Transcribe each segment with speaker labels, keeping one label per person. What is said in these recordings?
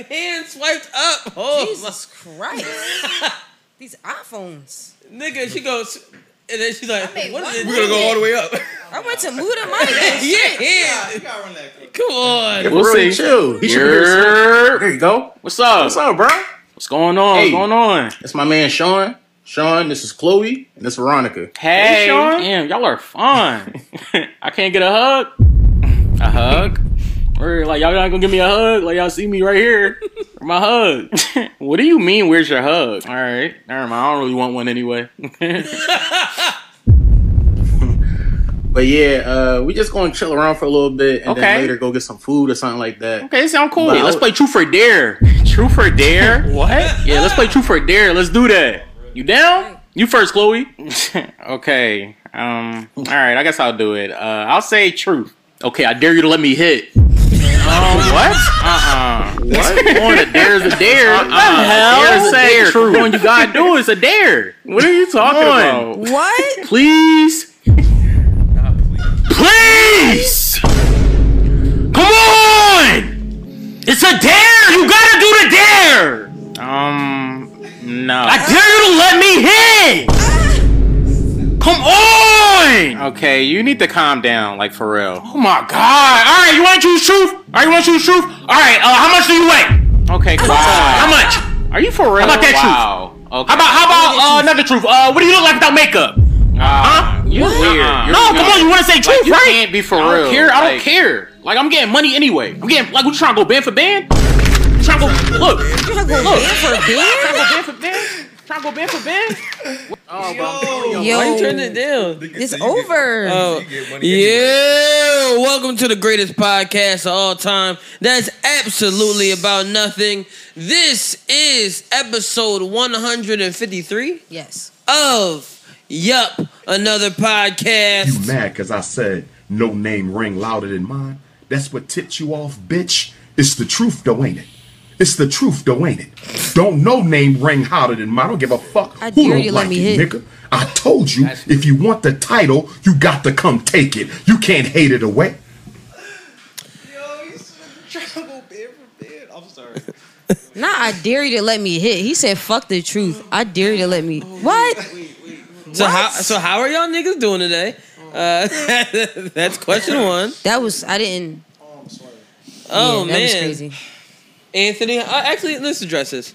Speaker 1: hand swiped up. Oh,
Speaker 2: Jesus Christ. These iPhones.
Speaker 1: my- nigga, she goes, and then she's like,
Speaker 2: I made
Speaker 1: what
Speaker 2: one
Speaker 1: is it?
Speaker 2: We're gonna go all the
Speaker 1: way up.
Speaker 2: I went to Muda Mike.
Speaker 1: yeah, yeah.
Speaker 3: You gotta run that quick.
Speaker 1: Come on.
Speaker 4: We'll
Speaker 5: Really?
Speaker 4: see. Chill. He should be here soon.
Speaker 5: Yer.
Speaker 4: There you go.
Speaker 5: What's up?
Speaker 4: What's up, bro?
Speaker 5: What's going on?
Speaker 4: Hey.
Speaker 5: What's going on?
Speaker 4: That's my man Sean. Sean, this is Chloe, and this is Veronica.
Speaker 5: Hey,
Speaker 4: Sean.
Speaker 5: damn, y'all are fun. I can't get a hug. A hug? Or like y'all not gonna give me a hug? Like y'all see me right here? My hug. what do you mean? Where's your hug? All right, never mind. I don't really want one anyway.
Speaker 4: But yeah, uh, we just gonna chill around for a little bit, and
Speaker 5: Okay.
Speaker 4: then later go get some food or something like that.
Speaker 5: Okay, sound cool.
Speaker 4: But I
Speaker 5: let's
Speaker 4: would-
Speaker 5: play Truth or Dare. Truth or Dare? what? Yeah, let's play Truth or Dare. Let's do that. You down? You first, Chloe. okay. Um. All right. I guess I'll do it. Uh, I'll say truth. Okay. I dare you to let me hit. Um. What? Uh. uh What? Going to dare is a dare. Uh-uh. What the hell? Dare is a dare. Truth. Come on, you gotta do is a dare. What are you talking about?
Speaker 2: What?
Speaker 5: Please. Please! Come on! It's a dare! You gotta do the dare! Um, no. I dare you to let me hit! Come on! Okay, you need to calm down, like for real. Oh my god! Alright, you wanna choose truth? Alright, you wanna choose truth? Alright, uh, how much do you weigh? Okay, come How much? Are you for real? How about that truth? Okay. How about, how about, uh, another truth? Uh, what do you look like without makeup? huh? You weird. no, come on, you want to say truth, right? You can't be for I don't
Speaker 4: real.
Speaker 5: care. I don't care. Like I'm getting money anyway. I'm getting like what you trying to go band for band? You Trying to go look. You
Speaker 2: You gonna go bed for
Speaker 5: Trying to
Speaker 2: bed?
Speaker 5: go band for band? Trying to go band for band?
Speaker 1: Why you turn
Speaker 2: Yo,
Speaker 1: it down?
Speaker 2: it's over.
Speaker 1: Oh,
Speaker 3: You get money, you get
Speaker 1: yeah. Welcome to the greatest podcast of all time. That's absolutely about nothing. This is episode 153
Speaker 2: Yes.
Speaker 1: of Yup, another
Speaker 6: You
Speaker 1: podcast.
Speaker 6: mad because I said no name ring louder than mine? That's what tipped you off, bitch. It's the truth, though, ain't it? It's the truth, though, ain't it? Don't no name ring hotter than mine. I don't give a fuck
Speaker 2: I
Speaker 6: who
Speaker 2: dare
Speaker 6: don't
Speaker 2: you let
Speaker 6: like
Speaker 2: me
Speaker 6: it,
Speaker 2: hit.
Speaker 6: nigga. I told you, if you want the title, you got to come take it. You can't hate it away.
Speaker 3: Yo, you should have traveled bed for bed. I'm sorry.
Speaker 2: Nah, I dare you to let me hit. He said, "Fuck the truth." I dare you to let me.
Speaker 1: Oh,
Speaker 2: What?
Speaker 3: Wait, wait.
Speaker 1: So how so how are y'all niggas doing today? Uh, that's question one.
Speaker 2: That was I didn't.
Speaker 3: Oh, I'm sorry.
Speaker 1: Oh
Speaker 2: yeah, that was
Speaker 1: man,
Speaker 2: crazy.
Speaker 1: Anthony. Uh, actually, let's address this.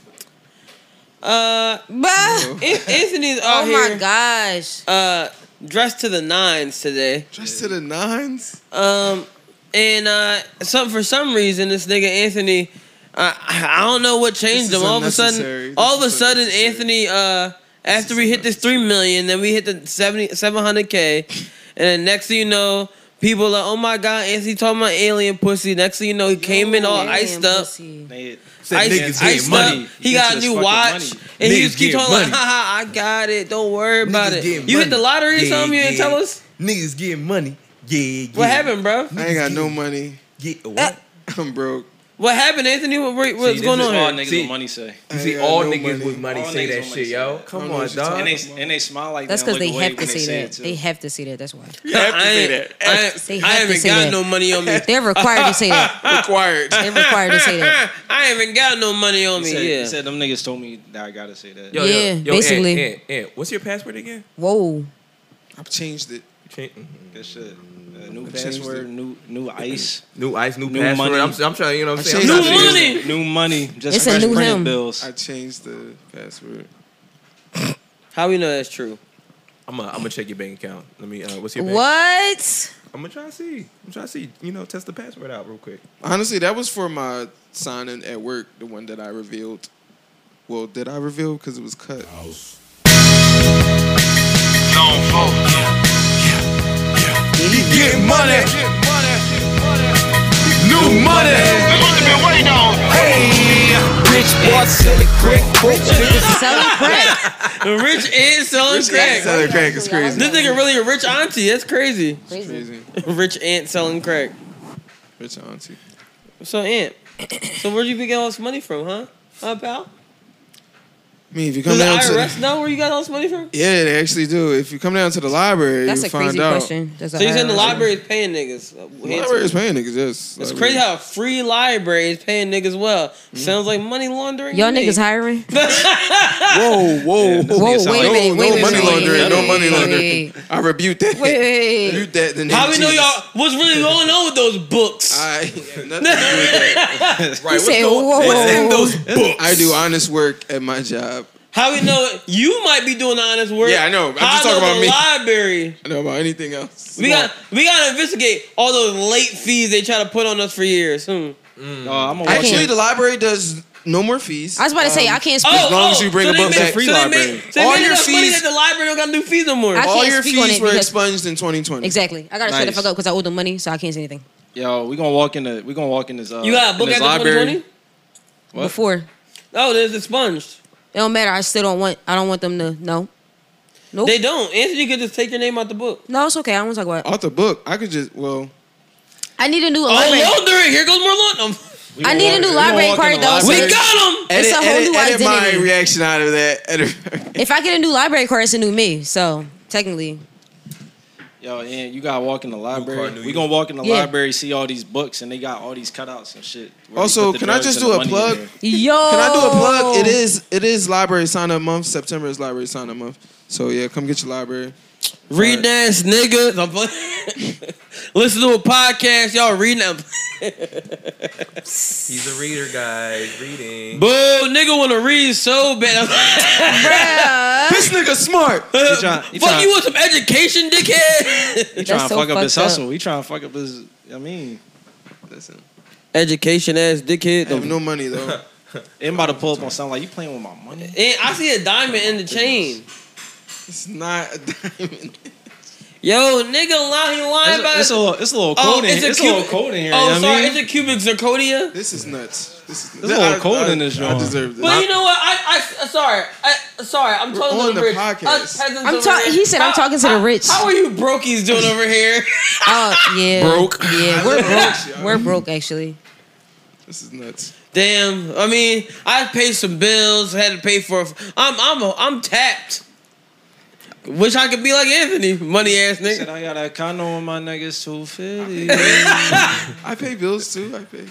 Speaker 1: Uh,
Speaker 2: Bah.
Speaker 1: An- Anthony's out
Speaker 2: Oh
Speaker 1: here.
Speaker 2: my gosh.
Speaker 1: uh dressed to the nines today.
Speaker 7: Just to the nines?
Speaker 1: Um and uh some for some reason this nigga Anthony uh, I I don't know what changed
Speaker 7: This
Speaker 1: him.
Speaker 7: is
Speaker 1: All of a
Speaker 7: unnecessary.
Speaker 1: sudden
Speaker 7: This
Speaker 1: all of a
Speaker 7: is
Speaker 1: sudden
Speaker 7: unnecessary.
Speaker 1: Anthony uh after we hit this 3 million then we hit the 70 700k and then next thing you know people are like oh my god Anthony talking about alien pussy. Next thing you know he came in all
Speaker 2: Damn,
Speaker 1: iced up.
Speaker 2: pussy.
Speaker 3: They-
Speaker 7: Said
Speaker 1: Iced-
Speaker 7: niggas getting
Speaker 1: iced
Speaker 7: money.
Speaker 1: up. He
Speaker 3: Get
Speaker 1: got
Speaker 3: to
Speaker 1: a
Speaker 3: this
Speaker 1: new
Speaker 3: fucking
Speaker 1: watch,
Speaker 3: money.
Speaker 1: and he
Speaker 7: Niggas
Speaker 1: was keep
Speaker 7: getting
Speaker 1: talking like,
Speaker 7: money.
Speaker 1: "Ha ha, I got it. Don't worry about
Speaker 7: Niggas
Speaker 1: it." You
Speaker 7: getting
Speaker 1: hit the
Speaker 7: money.
Speaker 1: lottery or
Speaker 7: Yeah,
Speaker 1: something? You didn't
Speaker 7: yeah.
Speaker 1: tell us
Speaker 7: Niggas getting money. Yeah, yeah.
Speaker 1: what happened, bro.
Speaker 7: I ain't got no money.
Speaker 3: Get away.
Speaker 1: Uh,
Speaker 7: I'm broke.
Speaker 1: What happened, Anthony? What, what- what's
Speaker 3: See,
Speaker 1: going
Speaker 3: this
Speaker 1: on
Speaker 3: is all
Speaker 1: here?
Speaker 3: niggas
Speaker 8: See-
Speaker 3: with money say.
Speaker 7: I
Speaker 8: You see,
Speaker 7: ain't got
Speaker 8: all
Speaker 7: no
Speaker 8: niggas
Speaker 7: money.
Speaker 8: with money
Speaker 3: All
Speaker 8: say
Speaker 3: niggas
Speaker 8: that
Speaker 3: with
Speaker 8: shit,
Speaker 3: money say
Speaker 8: yo.
Speaker 3: that.
Speaker 7: I don't
Speaker 8: Come
Speaker 7: know
Speaker 8: on,
Speaker 7: what you're talking
Speaker 8: dog.
Speaker 7: about.
Speaker 3: And
Speaker 8: And they-
Speaker 3: they, and they smile like
Speaker 2: That's
Speaker 3: that
Speaker 2: because
Speaker 3: and
Speaker 2: they
Speaker 3: look away
Speaker 2: have to
Speaker 3: when they
Speaker 2: say that.
Speaker 3: it, too.
Speaker 2: They have to say that. That's why
Speaker 1: I, I, ain't- I,
Speaker 2: They
Speaker 1: ain't- I
Speaker 2: have to
Speaker 1: haven't
Speaker 2: say
Speaker 1: got
Speaker 2: that.
Speaker 1: no money on me.
Speaker 2: they're required to say that.
Speaker 7: Required.
Speaker 2: They're required to say that.
Speaker 1: I haven't got no money on
Speaker 3: He
Speaker 1: me.
Speaker 3: said,
Speaker 1: yeah.
Speaker 3: he said them niggas told me that I gotta say that.
Speaker 8: Yo,
Speaker 2: Yeah,
Speaker 8: yo, yo,
Speaker 9: eh,
Speaker 2: basically.
Speaker 8: Ant, Ant, Ant, what's your password again?
Speaker 2: Whoa.
Speaker 7: I've changed it.
Speaker 8: Change- mhm.
Speaker 3: Good shit. Uh, new
Speaker 7: changed it.
Speaker 3: password, new new ice,
Speaker 8: New ice, new,
Speaker 3: New
Speaker 8: password.
Speaker 3: money.
Speaker 8: I'm, I'm trying, you know what I'm saying?
Speaker 7: changed
Speaker 8: I'm
Speaker 1: New
Speaker 8: trying to-
Speaker 3: new
Speaker 1: money.
Speaker 3: money, just
Speaker 2: It's a
Speaker 3: fresh
Speaker 2: new
Speaker 3: printed
Speaker 2: him.
Speaker 3: bills.
Speaker 7: I changed the password.
Speaker 1: How we know that's true?
Speaker 8: I'm gonna I'm gonna check your bank account. Let me. Uh, what's your bank?
Speaker 2: What?
Speaker 8: I'm gonna try to see. I'm trying to see. You know, test the password out real quick.
Speaker 7: Honestly, that was for my sign in at work, the one that I revealed. Well, did I reveal? Because it was cut.
Speaker 2: Selling crack.
Speaker 1: Rich is selling crack.
Speaker 7: Selling crack is crazy.
Speaker 1: This nigga really a rich auntie. That's crazy.
Speaker 7: Crazy.
Speaker 1: rich aunt selling crack.
Speaker 7: Rich auntie.
Speaker 1: So aunt, so where'd you be getting all this money from, huh? Huh, pal?
Speaker 7: I mean, if you come
Speaker 1: Does the
Speaker 7: down to
Speaker 1: IRS know where you got all this money from?
Speaker 7: yeah, they actually do. If you come down to the library,
Speaker 2: That's
Speaker 7: you
Speaker 2: a
Speaker 7: find
Speaker 2: crazy
Speaker 7: out.
Speaker 2: question. That's a
Speaker 1: So you saying the
Speaker 2: hard-
Speaker 1: library is paying niggas? uh,
Speaker 7: The library is paying niggas. Yes,
Speaker 1: It's
Speaker 7: Library.
Speaker 1: crazy how a free library is paying niggas well.
Speaker 7: Mm-hmm.
Speaker 1: Sounds like money laundering.
Speaker 2: Y'all
Speaker 1: to me.
Speaker 2: niggas hiring?
Speaker 7: Whoa, whoa,
Speaker 2: Whoa, wait a
Speaker 7: No,
Speaker 2: minute, wait a
Speaker 7: no
Speaker 2: minute, wait
Speaker 7: money
Speaker 2: a
Speaker 7: laundering,
Speaker 2: minute,
Speaker 7: no
Speaker 2: wait a
Speaker 7: money
Speaker 2: minute.
Speaker 7: laundering. I rebuke that.
Speaker 2: Wait, wait, wait.
Speaker 7: Rebuke that. in the name
Speaker 1: How we
Speaker 7: of
Speaker 1: know
Speaker 7: Jesus.
Speaker 1: y'all what's really going on with those books?
Speaker 7: I have nothing to do with that. right,
Speaker 2: He
Speaker 7: what's
Speaker 2: said,
Speaker 7: going-
Speaker 2: "Whoa."
Speaker 7: what's in those books? I do honest work at my job.
Speaker 1: How we know you might be doing honest work?
Speaker 7: Yeah, I know. I'm
Speaker 1: How
Speaker 7: just
Speaker 1: I know
Speaker 7: talking about
Speaker 1: the
Speaker 7: me.
Speaker 1: library.
Speaker 7: I know about anything else.
Speaker 1: We got we gotta investigate all those late fees they try to put on us for years. Hmm.
Speaker 7: Mm. Oh,
Speaker 8: I'm gonna
Speaker 7: Actually,
Speaker 2: can't.
Speaker 7: the library does no more fees.
Speaker 2: I was about to say I can't
Speaker 1: Um,
Speaker 2: speak.
Speaker 7: long as you bring
Speaker 1: Oh, so
Speaker 7: a
Speaker 1: they
Speaker 7: book
Speaker 1: made-
Speaker 7: back. Free
Speaker 1: so they
Speaker 7: library.
Speaker 1: made, so they
Speaker 7: All
Speaker 1: made
Speaker 7: your
Speaker 1: enough money
Speaker 7: fees-
Speaker 1: that the library don't got to do fees no more.
Speaker 2: I-
Speaker 7: All
Speaker 2: can't
Speaker 7: your
Speaker 2: speak on
Speaker 7: fees
Speaker 2: it
Speaker 7: were
Speaker 2: because-
Speaker 7: expunged in 2020.
Speaker 2: Exactly. I gotta shut the
Speaker 8: Nice.
Speaker 2: fuck up because I owe them money, so I can't say anything.
Speaker 8: Yo, we gonna walk in the we gonna walk in this. Uh,
Speaker 1: you got a book
Speaker 8: in this
Speaker 1: after
Speaker 8: library.
Speaker 1: 2020?
Speaker 8: What?
Speaker 2: Before
Speaker 1: Oh, there's expunged.
Speaker 2: it don't matter. I still don't want. I don't want them to know. Nope.
Speaker 1: They don't. Anthony could just take your name out the book.
Speaker 2: no, it's okay. I don't want to talk about. it.
Speaker 7: Off the book, I could just well.
Speaker 2: I need a new
Speaker 1: Oh,
Speaker 2: library.
Speaker 1: laundering. Here goes more laundering.
Speaker 8: We
Speaker 2: I
Speaker 8: gonna
Speaker 2: need a
Speaker 8: walk- we
Speaker 2: new
Speaker 8: gonna
Speaker 2: library
Speaker 8: walk in
Speaker 2: card
Speaker 8: the
Speaker 2: though.
Speaker 8: library.
Speaker 1: We
Speaker 2: so-
Speaker 1: got him.
Speaker 2: It's a whole
Speaker 7: edit,
Speaker 2: new
Speaker 7: edit
Speaker 2: identity.
Speaker 7: my reaction out of that. Edit-
Speaker 2: If I get a new library card, it's a new me. So technically,
Speaker 8: Yo, and you gotta walk in the
Speaker 10: card,
Speaker 8: library.
Speaker 10: new
Speaker 8: We
Speaker 10: you.
Speaker 8: gonna walk in the
Speaker 2: Yeah.
Speaker 8: library, see all these books, and they got all these cutouts and shit. where they
Speaker 7: Also,
Speaker 8: put the
Speaker 7: can I
Speaker 8: drugs
Speaker 7: just
Speaker 8: and
Speaker 7: do
Speaker 8: the
Speaker 7: a
Speaker 8: money in
Speaker 7: plug?
Speaker 8: there.
Speaker 2: yo.
Speaker 7: Can I do a plug? It is it is library sign up month. September is library sign up month. So yeah, come get your library.
Speaker 1: Reading ass niggas. I'm playing. Listen to a podcast. Y'all reading that.
Speaker 10: He's a reader, guys. Reading.
Speaker 1: Boo, nigga want to read so bad.
Speaker 7: This nigga smart.
Speaker 8: He trying- he
Speaker 1: Fuck
Speaker 8: trying-
Speaker 1: you want some education, dickhead?
Speaker 8: He trying to
Speaker 2: so
Speaker 8: fuck up his
Speaker 2: fucked up.
Speaker 8: hustle. We trying to fuck up his. I mean,
Speaker 7: Listen,
Speaker 1: education ass dickhead.
Speaker 7: I have no money though.
Speaker 8: it about to pull up on something like you playing with my money.
Speaker 1: And I see a diamond in the chain.
Speaker 7: It's not a diamond.
Speaker 1: Yo, nigga, lie, he
Speaker 8: It's
Speaker 1: lying about
Speaker 8: a, it's a little, it's a little
Speaker 1: Oh,
Speaker 8: cold in
Speaker 1: it's a
Speaker 8: here. It's a
Speaker 1: cute-
Speaker 8: little cold in here. you know
Speaker 1: Oh,
Speaker 8: what I
Speaker 1: sorry,
Speaker 8: mean?
Speaker 1: it's a cubic zirconia.
Speaker 7: This is nuts. This is,
Speaker 8: a little cold in this
Speaker 7: I
Speaker 8: joint.
Speaker 7: deserve this.
Speaker 1: But you know what? I, I sorry, I, sorry. I'm
Speaker 7: We're
Speaker 1: talking
Speaker 7: on
Speaker 1: to the
Speaker 7: the
Speaker 1: rich.
Speaker 7: podcast.
Speaker 1: Us peasants
Speaker 2: I'm
Speaker 1: over
Speaker 2: talk-
Speaker 1: here.
Speaker 2: he said I'm
Speaker 1: How-
Speaker 2: talking to the
Speaker 1: how-
Speaker 2: rich.
Speaker 1: How are you brokies doing over here?
Speaker 2: Oh yeah.
Speaker 7: Broke.
Speaker 2: Yeah, we're broke. We're broke actually.
Speaker 7: this is nuts.
Speaker 1: Damn. I mean, I paid some bills. Had to pay for. I'm I'm I'm tapped. Wish I could be like Anthony, money ass
Speaker 8: Said
Speaker 1: nigga.
Speaker 8: I got a condo on my niggas two fifty.
Speaker 7: I pay bills too. I pay.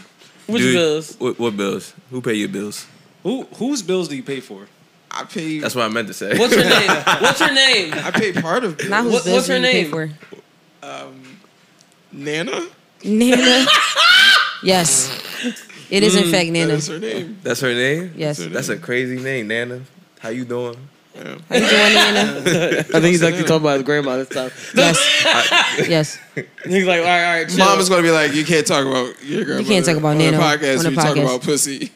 Speaker 1: Which
Speaker 10: Dude,
Speaker 1: bills?
Speaker 10: What, what bills? Who pay your bills?
Speaker 8: Who whose bills do you pay for?
Speaker 7: I pay.
Speaker 10: That's what I meant to say.
Speaker 1: What's her name? What's her name?
Speaker 7: I pay part of bills.
Speaker 2: Not whose
Speaker 1: What-
Speaker 2: bills
Speaker 1: what's her
Speaker 2: you pay
Speaker 1: name?
Speaker 2: For.
Speaker 7: Nana.
Speaker 2: Nana. yes. It is
Speaker 1: Mm.
Speaker 2: in fact Nana.
Speaker 7: That's her name.
Speaker 10: That's Mm, her name.
Speaker 2: Yes. How
Speaker 10: That's a crazy name, Nana. How you doing?
Speaker 2: you doing, Nana?
Speaker 1: I think he's actually talking about his grandma this time.
Speaker 2: Yes. yes.
Speaker 1: He's like, all right, all right. Chill.
Speaker 7: Mom is gonna be like, you can't talk about your grandmother.
Speaker 2: talk about
Speaker 7: on
Speaker 2: Nana
Speaker 7: the podcast.
Speaker 2: on the
Speaker 7: we talk
Speaker 2: podcast."
Speaker 7: about pussy.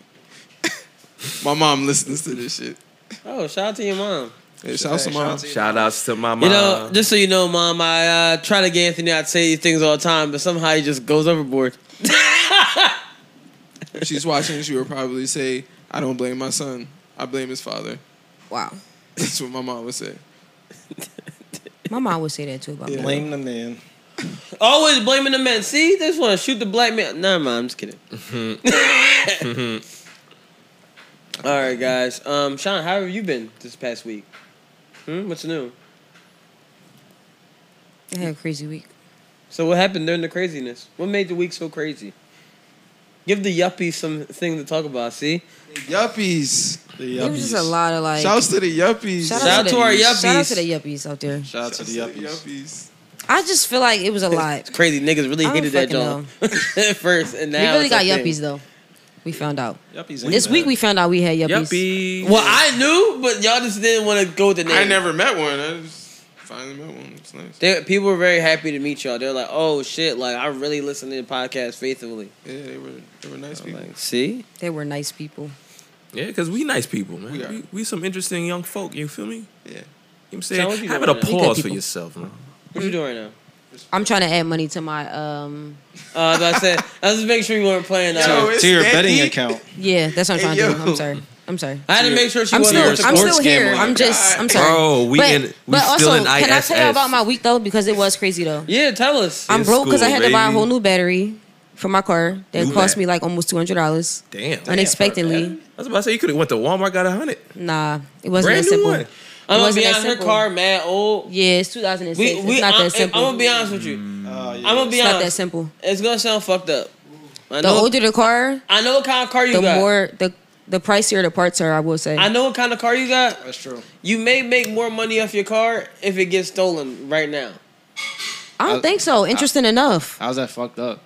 Speaker 7: My mom listens to this shit.
Speaker 1: Oh, shout out to your mom.
Speaker 7: Hey, shout out to mom.
Speaker 10: Shout outs to my mom.
Speaker 1: You know, just so you know, mom, I uh, try to get Anthony out to say these things all the time, but somehow he just goes overboard.
Speaker 7: If she's watching, she would probably say, I don't blame my son. I blame his father.
Speaker 2: Wow.
Speaker 7: That's what my mom would say.
Speaker 2: My mom would say that too about me.
Speaker 8: Blame the man.
Speaker 1: Always blaming the men. See, they just want to shoot the black man. Nah, mom, I'm just kidding.
Speaker 7: Mm-hmm.
Speaker 1: all right, guys. Um, Sean, how have you been this past week? Hmm? What's new?
Speaker 2: I had a crazy week.
Speaker 1: So, what happened during the craziness? What made the week so crazy? Give the yuppies some thing to talk about. See,
Speaker 7: Yuppies.
Speaker 8: The
Speaker 2: It was just a lot of like.
Speaker 7: Shouts to the yuppies.
Speaker 2: shout
Speaker 1: Shout out
Speaker 2: the-
Speaker 1: to our
Speaker 2: Shout out
Speaker 1: yuppies.
Speaker 2: to the yuppies out there.
Speaker 8: Shout out to the yuppies.
Speaker 2: I just feel like it was a lot.
Speaker 1: crazy niggas really
Speaker 2: I don't
Speaker 1: hated that
Speaker 2: fucking
Speaker 1: job at first, and now
Speaker 2: We really
Speaker 1: it's a
Speaker 2: got
Speaker 1: thing.
Speaker 2: yuppies though. We found out.
Speaker 8: Yuppies. ain't
Speaker 2: This
Speaker 8: bad.
Speaker 2: week we found out we had yuppies.
Speaker 10: Yuppie.
Speaker 1: Well, I knew, but y'all just didn't want to go with the name.
Speaker 7: I never met one. I just finally met one. It's nice.
Speaker 1: They, people were very happy to meet y'all. They're like, "Oh shit! Like I really listen to the podcast faithfully."
Speaker 7: Yeah, they were, they were nice people.
Speaker 1: Like, see,
Speaker 2: They were nice people.
Speaker 10: Yeah, because we nice people, man.
Speaker 7: We
Speaker 10: We,
Speaker 7: are.
Speaker 10: we, some interesting young folk, you feel me?
Speaker 7: Yeah.
Speaker 10: You know what I'm
Speaker 1: Sean, what
Speaker 10: saying?
Speaker 1: you
Speaker 10: Have an
Speaker 1: doing now?
Speaker 2: We good
Speaker 10: applause for
Speaker 2: people.
Speaker 10: yourself, man.
Speaker 1: what you doing right
Speaker 2: Hmm? I'm trying to add money to my um.
Speaker 1: now? Uh, but I said, I was just making sure you weren't playing. Uh,
Speaker 7: Yo, it's
Speaker 8: to your
Speaker 7: that
Speaker 8: betting
Speaker 7: deep?
Speaker 8: account.
Speaker 2: Yeah, that's what I'm trying
Speaker 7: Hey,
Speaker 2: to do.
Speaker 7: yo.
Speaker 2: I'm sorry. I'm sorry.
Speaker 1: I had to make sure she
Speaker 2: I'm
Speaker 1: wasn't.
Speaker 2: still, I'm still
Speaker 8: sports
Speaker 2: here.
Speaker 8: gambling.
Speaker 2: I'm just, I'm sorry.
Speaker 10: Bro, we
Speaker 2: but,
Speaker 10: in- we
Speaker 2: but
Speaker 10: still
Speaker 2: also,
Speaker 10: in
Speaker 2: can I tell you
Speaker 10: ISS.
Speaker 2: about my week though? Because it was crazy though.
Speaker 1: yeah, tell us.
Speaker 2: I'm
Speaker 10: In
Speaker 2: broke because I
Speaker 10: school,
Speaker 2: had to buy a
Speaker 10: baby.
Speaker 2: whole new battery for my car that
Speaker 10: Who
Speaker 2: cost
Speaker 10: that?
Speaker 2: me like almost two hundred dollars
Speaker 10: Damn.
Speaker 2: unexpectedly.
Speaker 10: I was about to say you could have went to Walmart, got a hundred.
Speaker 2: Nah, it wasn't
Speaker 10: Brand
Speaker 2: that
Speaker 10: new
Speaker 2: simple.
Speaker 10: one.
Speaker 1: I'm gonna
Speaker 2: wasn't
Speaker 1: be
Speaker 2: that
Speaker 1: honest. Her
Speaker 2: simple.
Speaker 1: car mad old.
Speaker 2: Yeah, it's 2006.
Speaker 1: We, we,
Speaker 2: it's not
Speaker 1: I'm,
Speaker 2: that simple.
Speaker 1: I'm gonna be honest with you.
Speaker 8: Mm.
Speaker 7: Oh,
Speaker 9: Uh,
Speaker 1: I'm gonna be
Speaker 2: it's
Speaker 1: honest.
Speaker 2: not that simple.
Speaker 1: It's gonna sound fucked up. I
Speaker 2: The
Speaker 1: know.
Speaker 2: older the car,
Speaker 1: I know what kind of car you
Speaker 2: the
Speaker 1: got.
Speaker 2: more the the pricier the parts are. I will say.
Speaker 1: I know what kind of car you got.
Speaker 9: That's true.
Speaker 1: You may make more money off your car if it gets stolen right now.
Speaker 2: I don't think so. Interesting enough.
Speaker 9: How's that fucked up?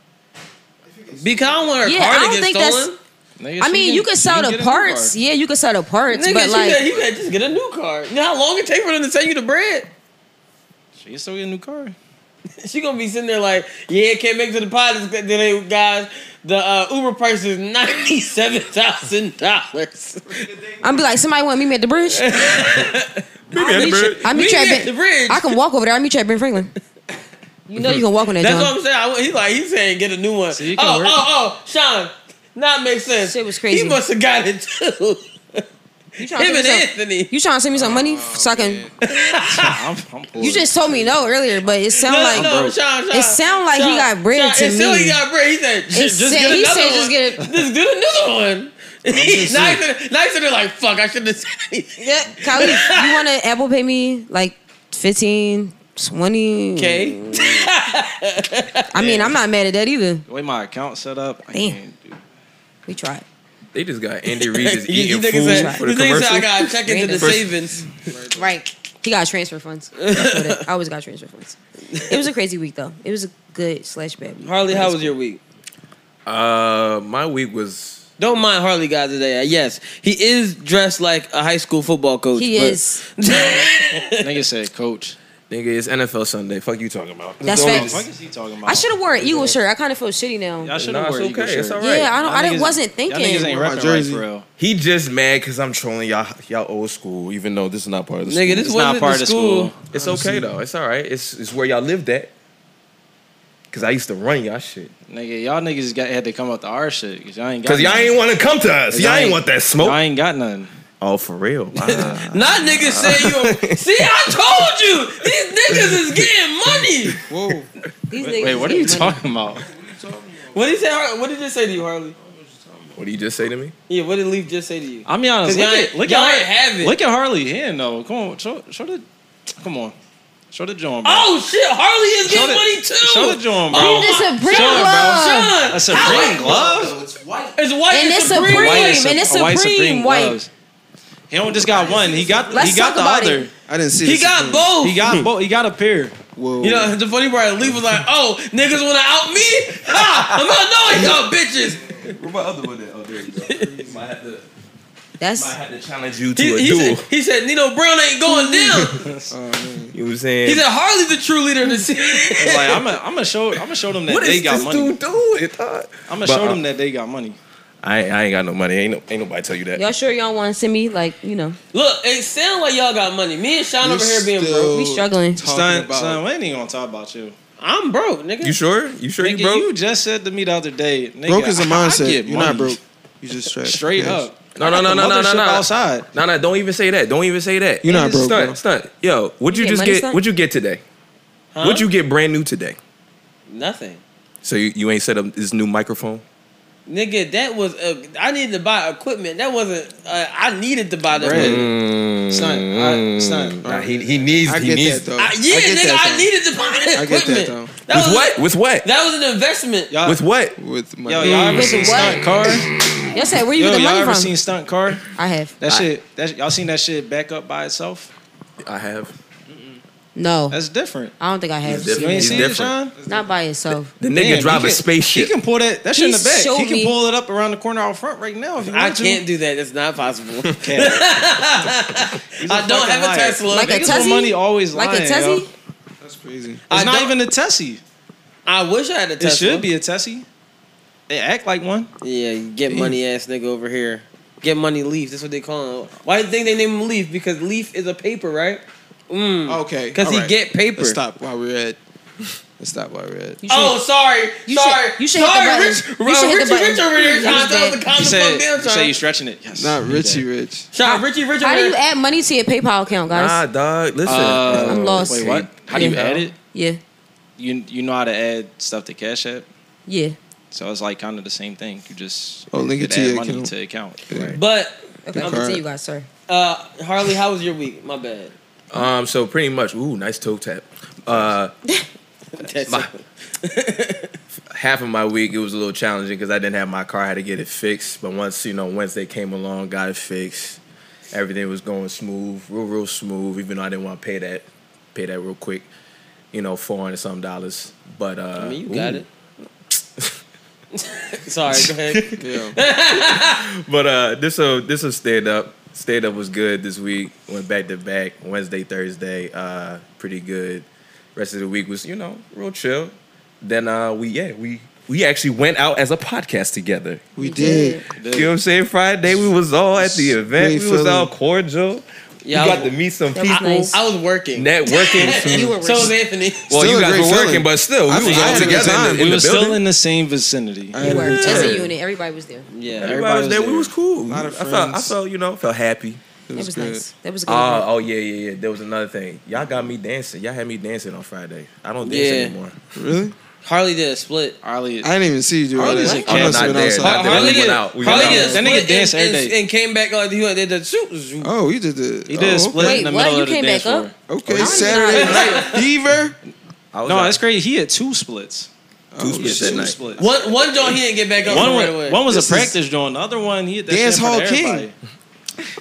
Speaker 1: Because I don't want her
Speaker 2: Yeah, I
Speaker 1: car
Speaker 2: don't
Speaker 1: to
Speaker 2: think
Speaker 1: get
Speaker 2: that's-
Speaker 1: stolen.
Speaker 9: Nigga,
Speaker 2: I
Speaker 9: she
Speaker 2: mean,
Speaker 9: can-
Speaker 2: you could
Speaker 9: she
Speaker 2: sell
Speaker 9: can
Speaker 2: the
Speaker 9: get a new
Speaker 2: parts.
Speaker 9: car.
Speaker 2: Yeah, you could sell the parts,
Speaker 1: Nigga,
Speaker 2: but
Speaker 1: you,
Speaker 2: like,
Speaker 1: gotta, you gotta just get a new car. You know how long it take for them to send you the bread?
Speaker 9: She can still get a new car.
Speaker 1: She gonna be sitting there like, yeah, can't make the deposit today, guys. The uh, Uber price is ninety seven thousand dollars.
Speaker 2: I'm be like, somebody want me at the bridge?
Speaker 10: Maybe at the bird.
Speaker 2: I
Speaker 1: We
Speaker 2: meet you
Speaker 1: at
Speaker 2: at
Speaker 1: the
Speaker 2: Ben.
Speaker 1: bridge.
Speaker 2: I can walk over there. I meet you at Ben Franklin. You know you can walk on that.
Speaker 1: That's
Speaker 2: John.
Speaker 1: what I'm saying. I, he's like, he's saying get a new one.
Speaker 9: you can
Speaker 1: oh,
Speaker 9: work-
Speaker 1: oh, oh, Sean, that makes sense.
Speaker 2: Shit was crazy.
Speaker 1: He must have got it too.
Speaker 2: You trying,
Speaker 1: Him
Speaker 2: to
Speaker 1: and
Speaker 2: send me some,
Speaker 1: Anthony.
Speaker 2: you trying to send me some money so I can?
Speaker 9: Oh, I'm, I'm poor.
Speaker 2: You just told me no earlier, but it sounded
Speaker 1: No,
Speaker 2: like
Speaker 1: no, Sean, Sean,
Speaker 2: it sound like he
Speaker 1: Sean,
Speaker 2: got bread
Speaker 1: Sean,
Speaker 2: to
Speaker 1: it sound like
Speaker 2: me.
Speaker 1: he got bread. He said, "J-
Speaker 2: It
Speaker 1: just
Speaker 2: said-
Speaker 1: get
Speaker 2: he
Speaker 1: another
Speaker 2: said,
Speaker 1: one.
Speaker 2: just get a-
Speaker 1: just get another one. now he's sitting- now he's sitting there like, fuck, I shouldn't have said anything.
Speaker 2: yeah, Khalid, you want to Apple Pay me like 15, 20?
Speaker 1: Okay.
Speaker 2: I mean, I'm not mad at that either.
Speaker 9: the way my account set up. I
Speaker 2: Damn.
Speaker 9: can't do.
Speaker 2: We tried.
Speaker 10: They just got Andy Reid just
Speaker 1: You- you
Speaker 10: eating
Speaker 1: think it's
Speaker 10: food
Speaker 1: a-
Speaker 10: for
Speaker 1: you
Speaker 10: the
Speaker 1: think it's a- I
Speaker 10: commercial.
Speaker 1: gotta check into the
Speaker 2: Random.
Speaker 1: savings.
Speaker 2: Right. He got transfer funds. That's what it- I always got transfer funds. It was a crazy week though. It was a good slash bad week.
Speaker 1: Harley, how was your week?
Speaker 10: Uh, my week was
Speaker 1: Don't mind Harley guys today. Uh, Yes, he is dressed like a high school football coach.
Speaker 2: He
Speaker 1: but-
Speaker 2: is.
Speaker 9: Nigga said, "Coach,
Speaker 10: nigga. It's NFL Sunday. Fuck you talking about?
Speaker 2: That's
Speaker 10: Don't-
Speaker 2: facts.
Speaker 9: fuck is he talking about?"
Speaker 2: I should have worn an Eagle shirt. I kind of feel shitty now.
Speaker 9: Y'all should
Speaker 10: Nah,
Speaker 9: have
Speaker 10: it's
Speaker 9: worn Eagle
Speaker 10: okay. It's
Speaker 9: shirt.
Speaker 10: all right.
Speaker 2: Yeah, I don't. I
Speaker 9: Y'all
Speaker 2: didn't,
Speaker 9: niggas-
Speaker 2: wasn't
Speaker 9: Y'all
Speaker 2: thinking.
Speaker 9: niggas ain't
Speaker 10: My
Speaker 9: repping right
Speaker 10: jersey.
Speaker 9: for real.
Speaker 10: He just mad because I'm trolling y'all, y'all old school, even though this is not part of the
Speaker 1: Nigga,
Speaker 10: school.
Speaker 1: this
Speaker 9: It's
Speaker 1: wasn't
Speaker 9: not part
Speaker 1: the
Speaker 9: of the
Speaker 1: school.
Speaker 9: school.
Speaker 10: It's okay though. It's all right. It's it's where y'all lived at. Cause I used to run y'all shit.
Speaker 9: Nigga, y'all niggas got, had to come up to our shit because y'all ain't got.
Speaker 10: Cause y'all
Speaker 9: nothing.
Speaker 10: ain't want to come to us. Y'all ain't want that
Speaker 9: Y'all
Speaker 10: smoke.
Speaker 9: ain't got nothing.
Speaker 10: Oh, for real. Wow.
Speaker 1: Not niggas say you. See, I told you these niggas is getting money.
Speaker 2: These niggas
Speaker 9: Wait,
Speaker 2: is
Speaker 9: what are you
Speaker 2: getting money.
Speaker 9: talking about?
Speaker 1: What did he say? Har- What did this say to you, Harley?
Speaker 10: what do you just say to me?
Speaker 1: Yeah, what did Leaf just say to you?
Speaker 9: I'm be honest.
Speaker 1: 'Cause y'all
Speaker 9: Look
Speaker 1: ain't-
Speaker 9: at look
Speaker 1: y'all
Speaker 9: at
Speaker 1: ain't have it.
Speaker 9: Look at Harley hand though. Come on, show, show the. Come on, show the joint. Bro.
Speaker 1: Oh shit, Harley is
Speaker 9: Show
Speaker 1: getting
Speaker 9: the-
Speaker 1: money too.
Speaker 9: show the joint, bro.
Speaker 1: Oh,
Speaker 2: And it's
Speaker 1: my-
Speaker 2: a Supreme
Speaker 9: Shut up,
Speaker 2: glove.
Speaker 1: Son,
Speaker 9: A Supreme glove.
Speaker 1: It's white
Speaker 2: And
Speaker 1: and,
Speaker 2: it's
Speaker 1: Supreme.
Speaker 2: Supreme.
Speaker 9: White
Speaker 2: and it's
Speaker 9: a white
Speaker 2: Supreme white.
Speaker 9: gloves. He don't just got one. He got
Speaker 2: Let's
Speaker 9: he got
Speaker 2: talk
Speaker 9: the
Speaker 2: about
Speaker 9: other.
Speaker 2: it.
Speaker 7: I didn't see.
Speaker 1: He
Speaker 7: this
Speaker 1: got
Speaker 7: before.
Speaker 1: both.
Speaker 9: He got both. He got a pair.
Speaker 7: Whoa.
Speaker 1: you know the funny part, Leaf was like, "Oh, niggas want to out me? Ha! I'm outdoing y'all bitches."
Speaker 10: Where my other one? Oh, there you go. might, have to,
Speaker 2: That's
Speaker 10: challenge you to
Speaker 1: He,
Speaker 10: a
Speaker 1: he,
Speaker 10: duel.
Speaker 1: said, he said, "Nino Brown ain't going down."
Speaker 10: you know what I'm saying?
Speaker 1: He said, "Harley's the true leader of the city."
Speaker 9: Like I'm gonna I'm gonna show I'm gonna show them that
Speaker 10: what
Speaker 9: they
Speaker 10: is
Speaker 9: got
Speaker 10: this
Speaker 9: money.
Speaker 10: dude doing? Uh,
Speaker 9: I'm gonna
Speaker 10: But,
Speaker 9: show
Speaker 10: uh,
Speaker 9: them that they got money.
Speaker 10: I ain't- I ain't got no money. Ain't no, ain't nobody tell you that.
Speaker 2: y'all sure y'all want to send me like you know
Speaker 1: Look, it sound like y'all got money. Me and Sean
Speaker 7: You
Speaker 1: over here being broke.
Speaker 7: still-
Speaker 2: we struggling.
Speaker 7: Talking
Speaker 9: Son,
Speaker 7: about-
Speaker 9: son, we ain't even gonna talk about you.
Speaker 1: I'm broke, nigga.
Speaker 10: You sure? You sure
Speaker 9: Nigga,
Speaker 10: you broke?
Speaker 9: you just said to me the other day. Nigga,
Speaker 7: Broke is a mindset.
Speaker 9: I get
Speaker 7: You're
Speaker 9: money
Speaker 7: not broke. You just trash.
Speaker 9: Straight
Speaker 7: Yes.
Speaker 9: up.
Speaker 10: No,
Speaker 9: I
Speaker 10: no,
Speaker 9: got
Speaker 10: no,
Speaker 9: the
Speaker 10: no, no, no,
Speaker 9: mothership
Speaker 10: no.
Speaker 9: Outside.
Speaker 10: No, no, don't even say that. Don't even say that.
Speaker 7: You're not broke,
Speaker 10: Stunt,
Speaker 7: bro.
Speaker 10: stunt. Yo, what'd you,
Speaker 2: You get
Speaker 10: just
Speaker 2: money
Speaker 10: get?
Speaker 2: stunt?
Speaker 10: What'd you get today?
Speaker 1: Huh?
Speaker 10: What'd you get brand new today?
Speaker 1: Nothing,
Speaker 10: So you, you ain't set up this new microphone?
Speaker 1: nigga. That was a, I needed to buy equipment. That wasn't. Uh, I needed to buy that.
Speaker 9: Bread.
Speaker 1: equipment.
Speaker 9: Son, I, son.
Speaker 10: Nah, he, he needs.
Speaker 7: I
Speaker 10: he
Speaker 7: get
Speaker 10: needs.
Speaker 7: that though.
Speaker 1: I, yeah,
Speaker 7: I get
Speaker 1: nigga.
Speaker 7: that,
Speaker 1: I needed to buy that
Speaker 7: I get
Speaker 1: equipment.
Speaker 7: that though.
Speaker 1: was
Speaker 10: With what? With what?
Speaker 1: That was an investment.
Speaker 9: Y'all,
Speaker 10: With what?
Speaker 7: With my
Speaker 9: yo, y'all ever
Speaker 2: With
Speaker 9: seen
Speaker 2: what?
Speaker 9: stunt car?
Speaker 2: Y'all said where you
Speaker 9: Yo,
Speaker 2: get the
Speaker 9: y'all
Speaker 2: money
Speaker 9: ever
Speaker 2: from?
Speaker 9: seen stunt car?
Speaker 2: I have
Speaker 9: That
Speaker 10: I-
Speaker 9: shit. That y'all seen that shit back up by itself?
Speaker 10: I have.
Speaker 2: no.
Speaker 9: That's different.
Speaker 2: I don't think I have.
Speaker 10: It's
Speaker 9: You ain't
Speaker 10: He's
Speaker 9: seen it, Sean?
Speaker 10: different.
Speaker 2: Not by itself.
Speaker 10: The nigga
Speaker 9: Damn,
Speaker 10: drive
Speaker 9: he
Speaker 10: a
Speaker 9: can-
Speaker 10: spaceship.
Speaker 9: He can pull that. That shit in
Speaker 2: He
Speaker 9: the back.
Speaker 2: showed
Speaker 9: He can
Speaker 2: me-
Speaker 9: pull it up around the corner out front right now if you
Speaker 1: I
Speaker 9: want
Speaker 1: can't
Speaker 9: to.
Speaker 1: do that. That's not possible.
Speaker 9: He's
Speaker 1: I
Speaker 9: fucking
Speaker 1: don't have a
Speaker 9: liar.
Speaker 1: Tesla.
Speaker 2: Like a
Speaker 9: Niggas with
Speaker 2: Tessie?
Speaker 9: money always
Speaker 2: Like a
Speaker 9: lying, yo.
Speaker 2: Tessie?
Speaker 7: That's crazy.
Speaker 1: I
Speaker 9: It's not
Speaker 1: don't-
Speaker 9: even a Tessie.
Speaker 1: I wish I had a
Speaker 9: It
Speaker 1: Tesla.
Speaker 9: should be a Tessie. They act like one.
Speaker 1: Yeah, you get money ass nigga over here. Get money leaf. That's what they call him. Why do you think they name him leaf? Because leaf is a paper, right?
Speaker 10: Oh,
Speaker 1: Mm.
Speaker 7: Okay.
Speaker 1: Because he
Speaker 7: alright.
Speaker 1: get paper.
Speaker 7: Let's stop while we're at. Let's stop while we're at.
Speaker 2: You should-
Speaker 1: Oh, sorry.
Speaker 2: You
Speaker 1: sorry.
Speaker 2: should- you should hit the
Speaker 1: sorry,
Speaker 2: button.
Speaker 1: Rich.
Speaker 2: You
Speaker 1: uh,
Speaker 2: should hit
Speaker 1: Richie,
Speaker 2: the button.
Speaker 1: Rich over here trying
Speaker 2: You
Speaker 1: to tell
Speaker 2: said-
Speaker 1: us the
Speaker 9: You
Speaker 1: comments
Speaker 9: said,
Speaker 1: down,
Speaker 9: you say
Speaker 1: Sean.
Speaker 9: you stretching it. Yes.
Speaker 7: Not Richie Rich.
Speaker 1: Sean, Richie, Rich
Speaker 2: How
Speaker 1: over
Speaker 2: do you
Speaker 1: here.
Speaker 2: add money to your PayPal account, guys?
Speaker 10: Nah, dog. Listen.
Speaker 9: Uh,
Speaker 2: I'm lost.
Speaker 9: Wait, what? How do you
Speaker 2: Yeah.
Speaker 9: add it?
Speaker 2: Yeah,
Speaker 9: You you know how to add stuff to Cash App?
Speaker 2: yeah.
Speaker 9: So it's like kind of the same thing. You just
Speaker 7: Oh, link it
Speaker 9: could
Speaker 7: to
Speaker 9: add
Speaker 7: your
Speaker 9: money
Speaker 7: account.
Speaker 9: to account.
Speaker 1: But
Speaker 2: Okay,
Speaker 1: I'm-
Speaker 2: continue, guys. Sorry.
Speaker 1: uh, Harley, how was your week? My bad.
Speaker 10: Um, so pretty much, ooh, nice toe tap. Uh,
Speaker 1: That's
Speaker 10: my- half of my week it was a little challenging because I didn't have my car. I had to get it fixed. But once you know Wednesday came along, got it fixed. Everything was going smooth, real real smooth. Even though I didn't want to pay that, pay that real quick. You know, four hundred some dollars. But uh,
Speaker 1: I mean, you got
Speaker 10: ooh.
Speaker 1: it. Sorry, go ahead.
Speaker 7: Yeah.
Speaker 10: But uh, this will this will stand up. Stand up was good this week. Went back to back Wednesday, Thursday. Uh, pretty good. Rest of the week was you know real chill. Then uh, we yeah we we actually went out as a podcast together.
Speaker 7: We did.
Speaker 10: You know what I'm saying? Friday we was all at the event.
Speaker 7: Great
Speaker 10: We was
Speaker 7: feeling.
Speaker 10: all cordial.
Speaker 1: Yeah, I
Speaker 10: we
Speaker 1: was-
Speaker 10: got to meet some
Speaker 2: That was
Speaker 10: people.
Speaker 2: nice.
Speaker 1: I was working.
Speaker 10: Networking.
Speaker 2: You were
Speaker 1: So was
Speaker 2: working.
Speaker 1: Anthony.
Speaker 10: well,
Speaker 7: Still
Speaker 10: you
Speaker 7: a
Speaker 10: guys
Speaker 7: great
Speaker 10: were working,
Speaker 7: feeling.
Speaker 10: but still, we
Speaker 7: I
Speaker 10: was
Speaker 7: think I
Speaker 10: all
Speaker 7: had a good
Speaker 10: together in
Speaker 7: time.
Speaker 10: the, in
Speaker 9: we
Speaker 10: the
Speaker 9: were still
Speaker 10: building.
Speaker 9: in the same vicinity.
Speaker 7: I
Speaker 2: You
Speaker 7: had a
Speaker 2: were
Speaker 7: good
Speaker 2: as
Speaker 7: time.
Speaker 2: a unit. Everybody was there.
Speaker 1: Yeah,
Speaker 10: Everybody was there. We was cool.
Speaker 7: Lot of
Speaker 10: I felt I
Speaker 7: friends.
Speaker 10: felt you know felt happy.
Speaker 7: It
Speaker 2: That
Speaker 7: was
Speaker 2: was
Speaker 7: good.
Speaker 2: nice. That was a good.
Speaker 10: Oh,
Speaker 2: event.
Speaker 10: oh yeah, yeah, yeah. There was another thing. Y'all got me dancing. Y'all had me dancing on Friday. I don't dance
Speaker 1: Yeah.
Speaker 10: anymore.
Speaker 7: Really?
Speaker 1: Harley did a split.
Speaker 9: Harley,
Speaker 7: I didn't even see you do all
Speaker 9: Harley's
Speaker 7: that.
Speaker 9: a
Speaker 7: I
Speaker 9: kid.
Speaker 7: must have
Speaker 10: Not
Speaker 7: been
Speaker 10: there.
Speaker 7: outside.
Speaker 10: Not there.
Speaker 1: Harley
Speaker 10: We
Speaker 1: did,
Speaker 10: went out. We
Speaker 1: Harley
Speaker 10: went
Speaker 1: did a
Speaker 10: out.
Speaker 9: That
Speaker 1: split
Speaker 9: nigga danced
Speaker 1: and,
Speaker 9: every
Speaker 1: and-
Speaker 9: day.
Speaker 1: and came back like he went did the shoot. shoot.
Speaker 7: Oh, you did the.
Speaker 9: he did
Speaker 7: oh,
Speaker 9: a split
Speaker 2: Wait,
Speaker 9: in the
Speaker 2: what?
Speaker 9: middle
Speaker 2: You
Speaker 9: of the
Speaker 2: came
Speaker 9: dance
Speaker 2: back
Speaker 9: floor.
Speaker 2: up? I
Speaker 7: Okay,
Speaker 2: don't even
Speaker 7: Saturday
Speaker 2: know.
Speaker 7: night fever.
Speaker 10: I was
Speaker 9: No,
Speaker 10: out.
Speaker 9: that's crazy. He had two splits.
Speaker 7: Oh,
Speaker 10: splits
Speaker 7: shit.
Speaker 10: that night.
Speaker 9: Splits.
Speaker 1: One one joint he didn't get back up
Speaker 9: One,
Speaker 1: from right
Speaker 9: wa-
Speaker 1: away.
Speaker 9: one was
Speaker 7: This
Speaker 9: a practice joint. The other one, he hit that
Speaker 7: Dance
Speaker 9: shit in front
Speaker 7: Hall
Speaker 9: of
Speaker 7: King.
Speaker 9: everybody.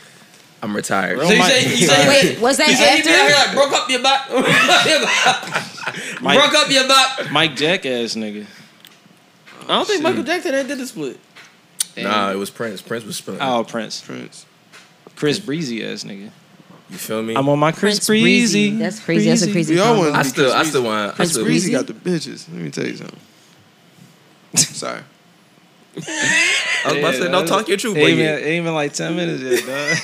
Speaker 10: I'm retired.
Speaker 1: so you
Speaker 9: my-
Speaker 1: say you say
Speaker 2: Wait, was that
Speaker 1: you say he been out here
Speaker 2: after?
Speaker 1: like broke up your back, broke up your back,
Speaker 9: Mike-
Speaker 1: broke up your back.
Speaker 9: Mike Jackass nigga.
Speaker 1: I don't think Michael Jackson ever did a split.
Speaker 10: Nah, it was Prince. Prince was spinning.
Speaker 9: Oh, Prince.
Speaker 7: Prince.
Speaker 9: Chris Breezy ass nigga.
Speaker 10: You feel me?
Speaker 9: I'm on my Chris
Speaker 2: Prince
Speaker 9: Breezy.
Speaker 2: Breezy. That's crazy. That's a crazy.
Speaker 7: We all
Speaker 2: combo.
Speaker 7: went-
Speaker 10: I still, I still want. I
Speaker 2: Prince
Speaker 10: still,
Speaker 2: Breezy?
Speaker 7: Breezy got the bitches. Let me tell you something. Sorry.
Speaker 10: I was about to say,
Speaker 9: Yeah,
Speaker 10: don't
Speaker 9: that
Speaker 10: talk your truth, but
Speaker 9: Ain't
Speaker 10: yeah,
Speaker 9: even, ain't even like 10 minutes yet, dog.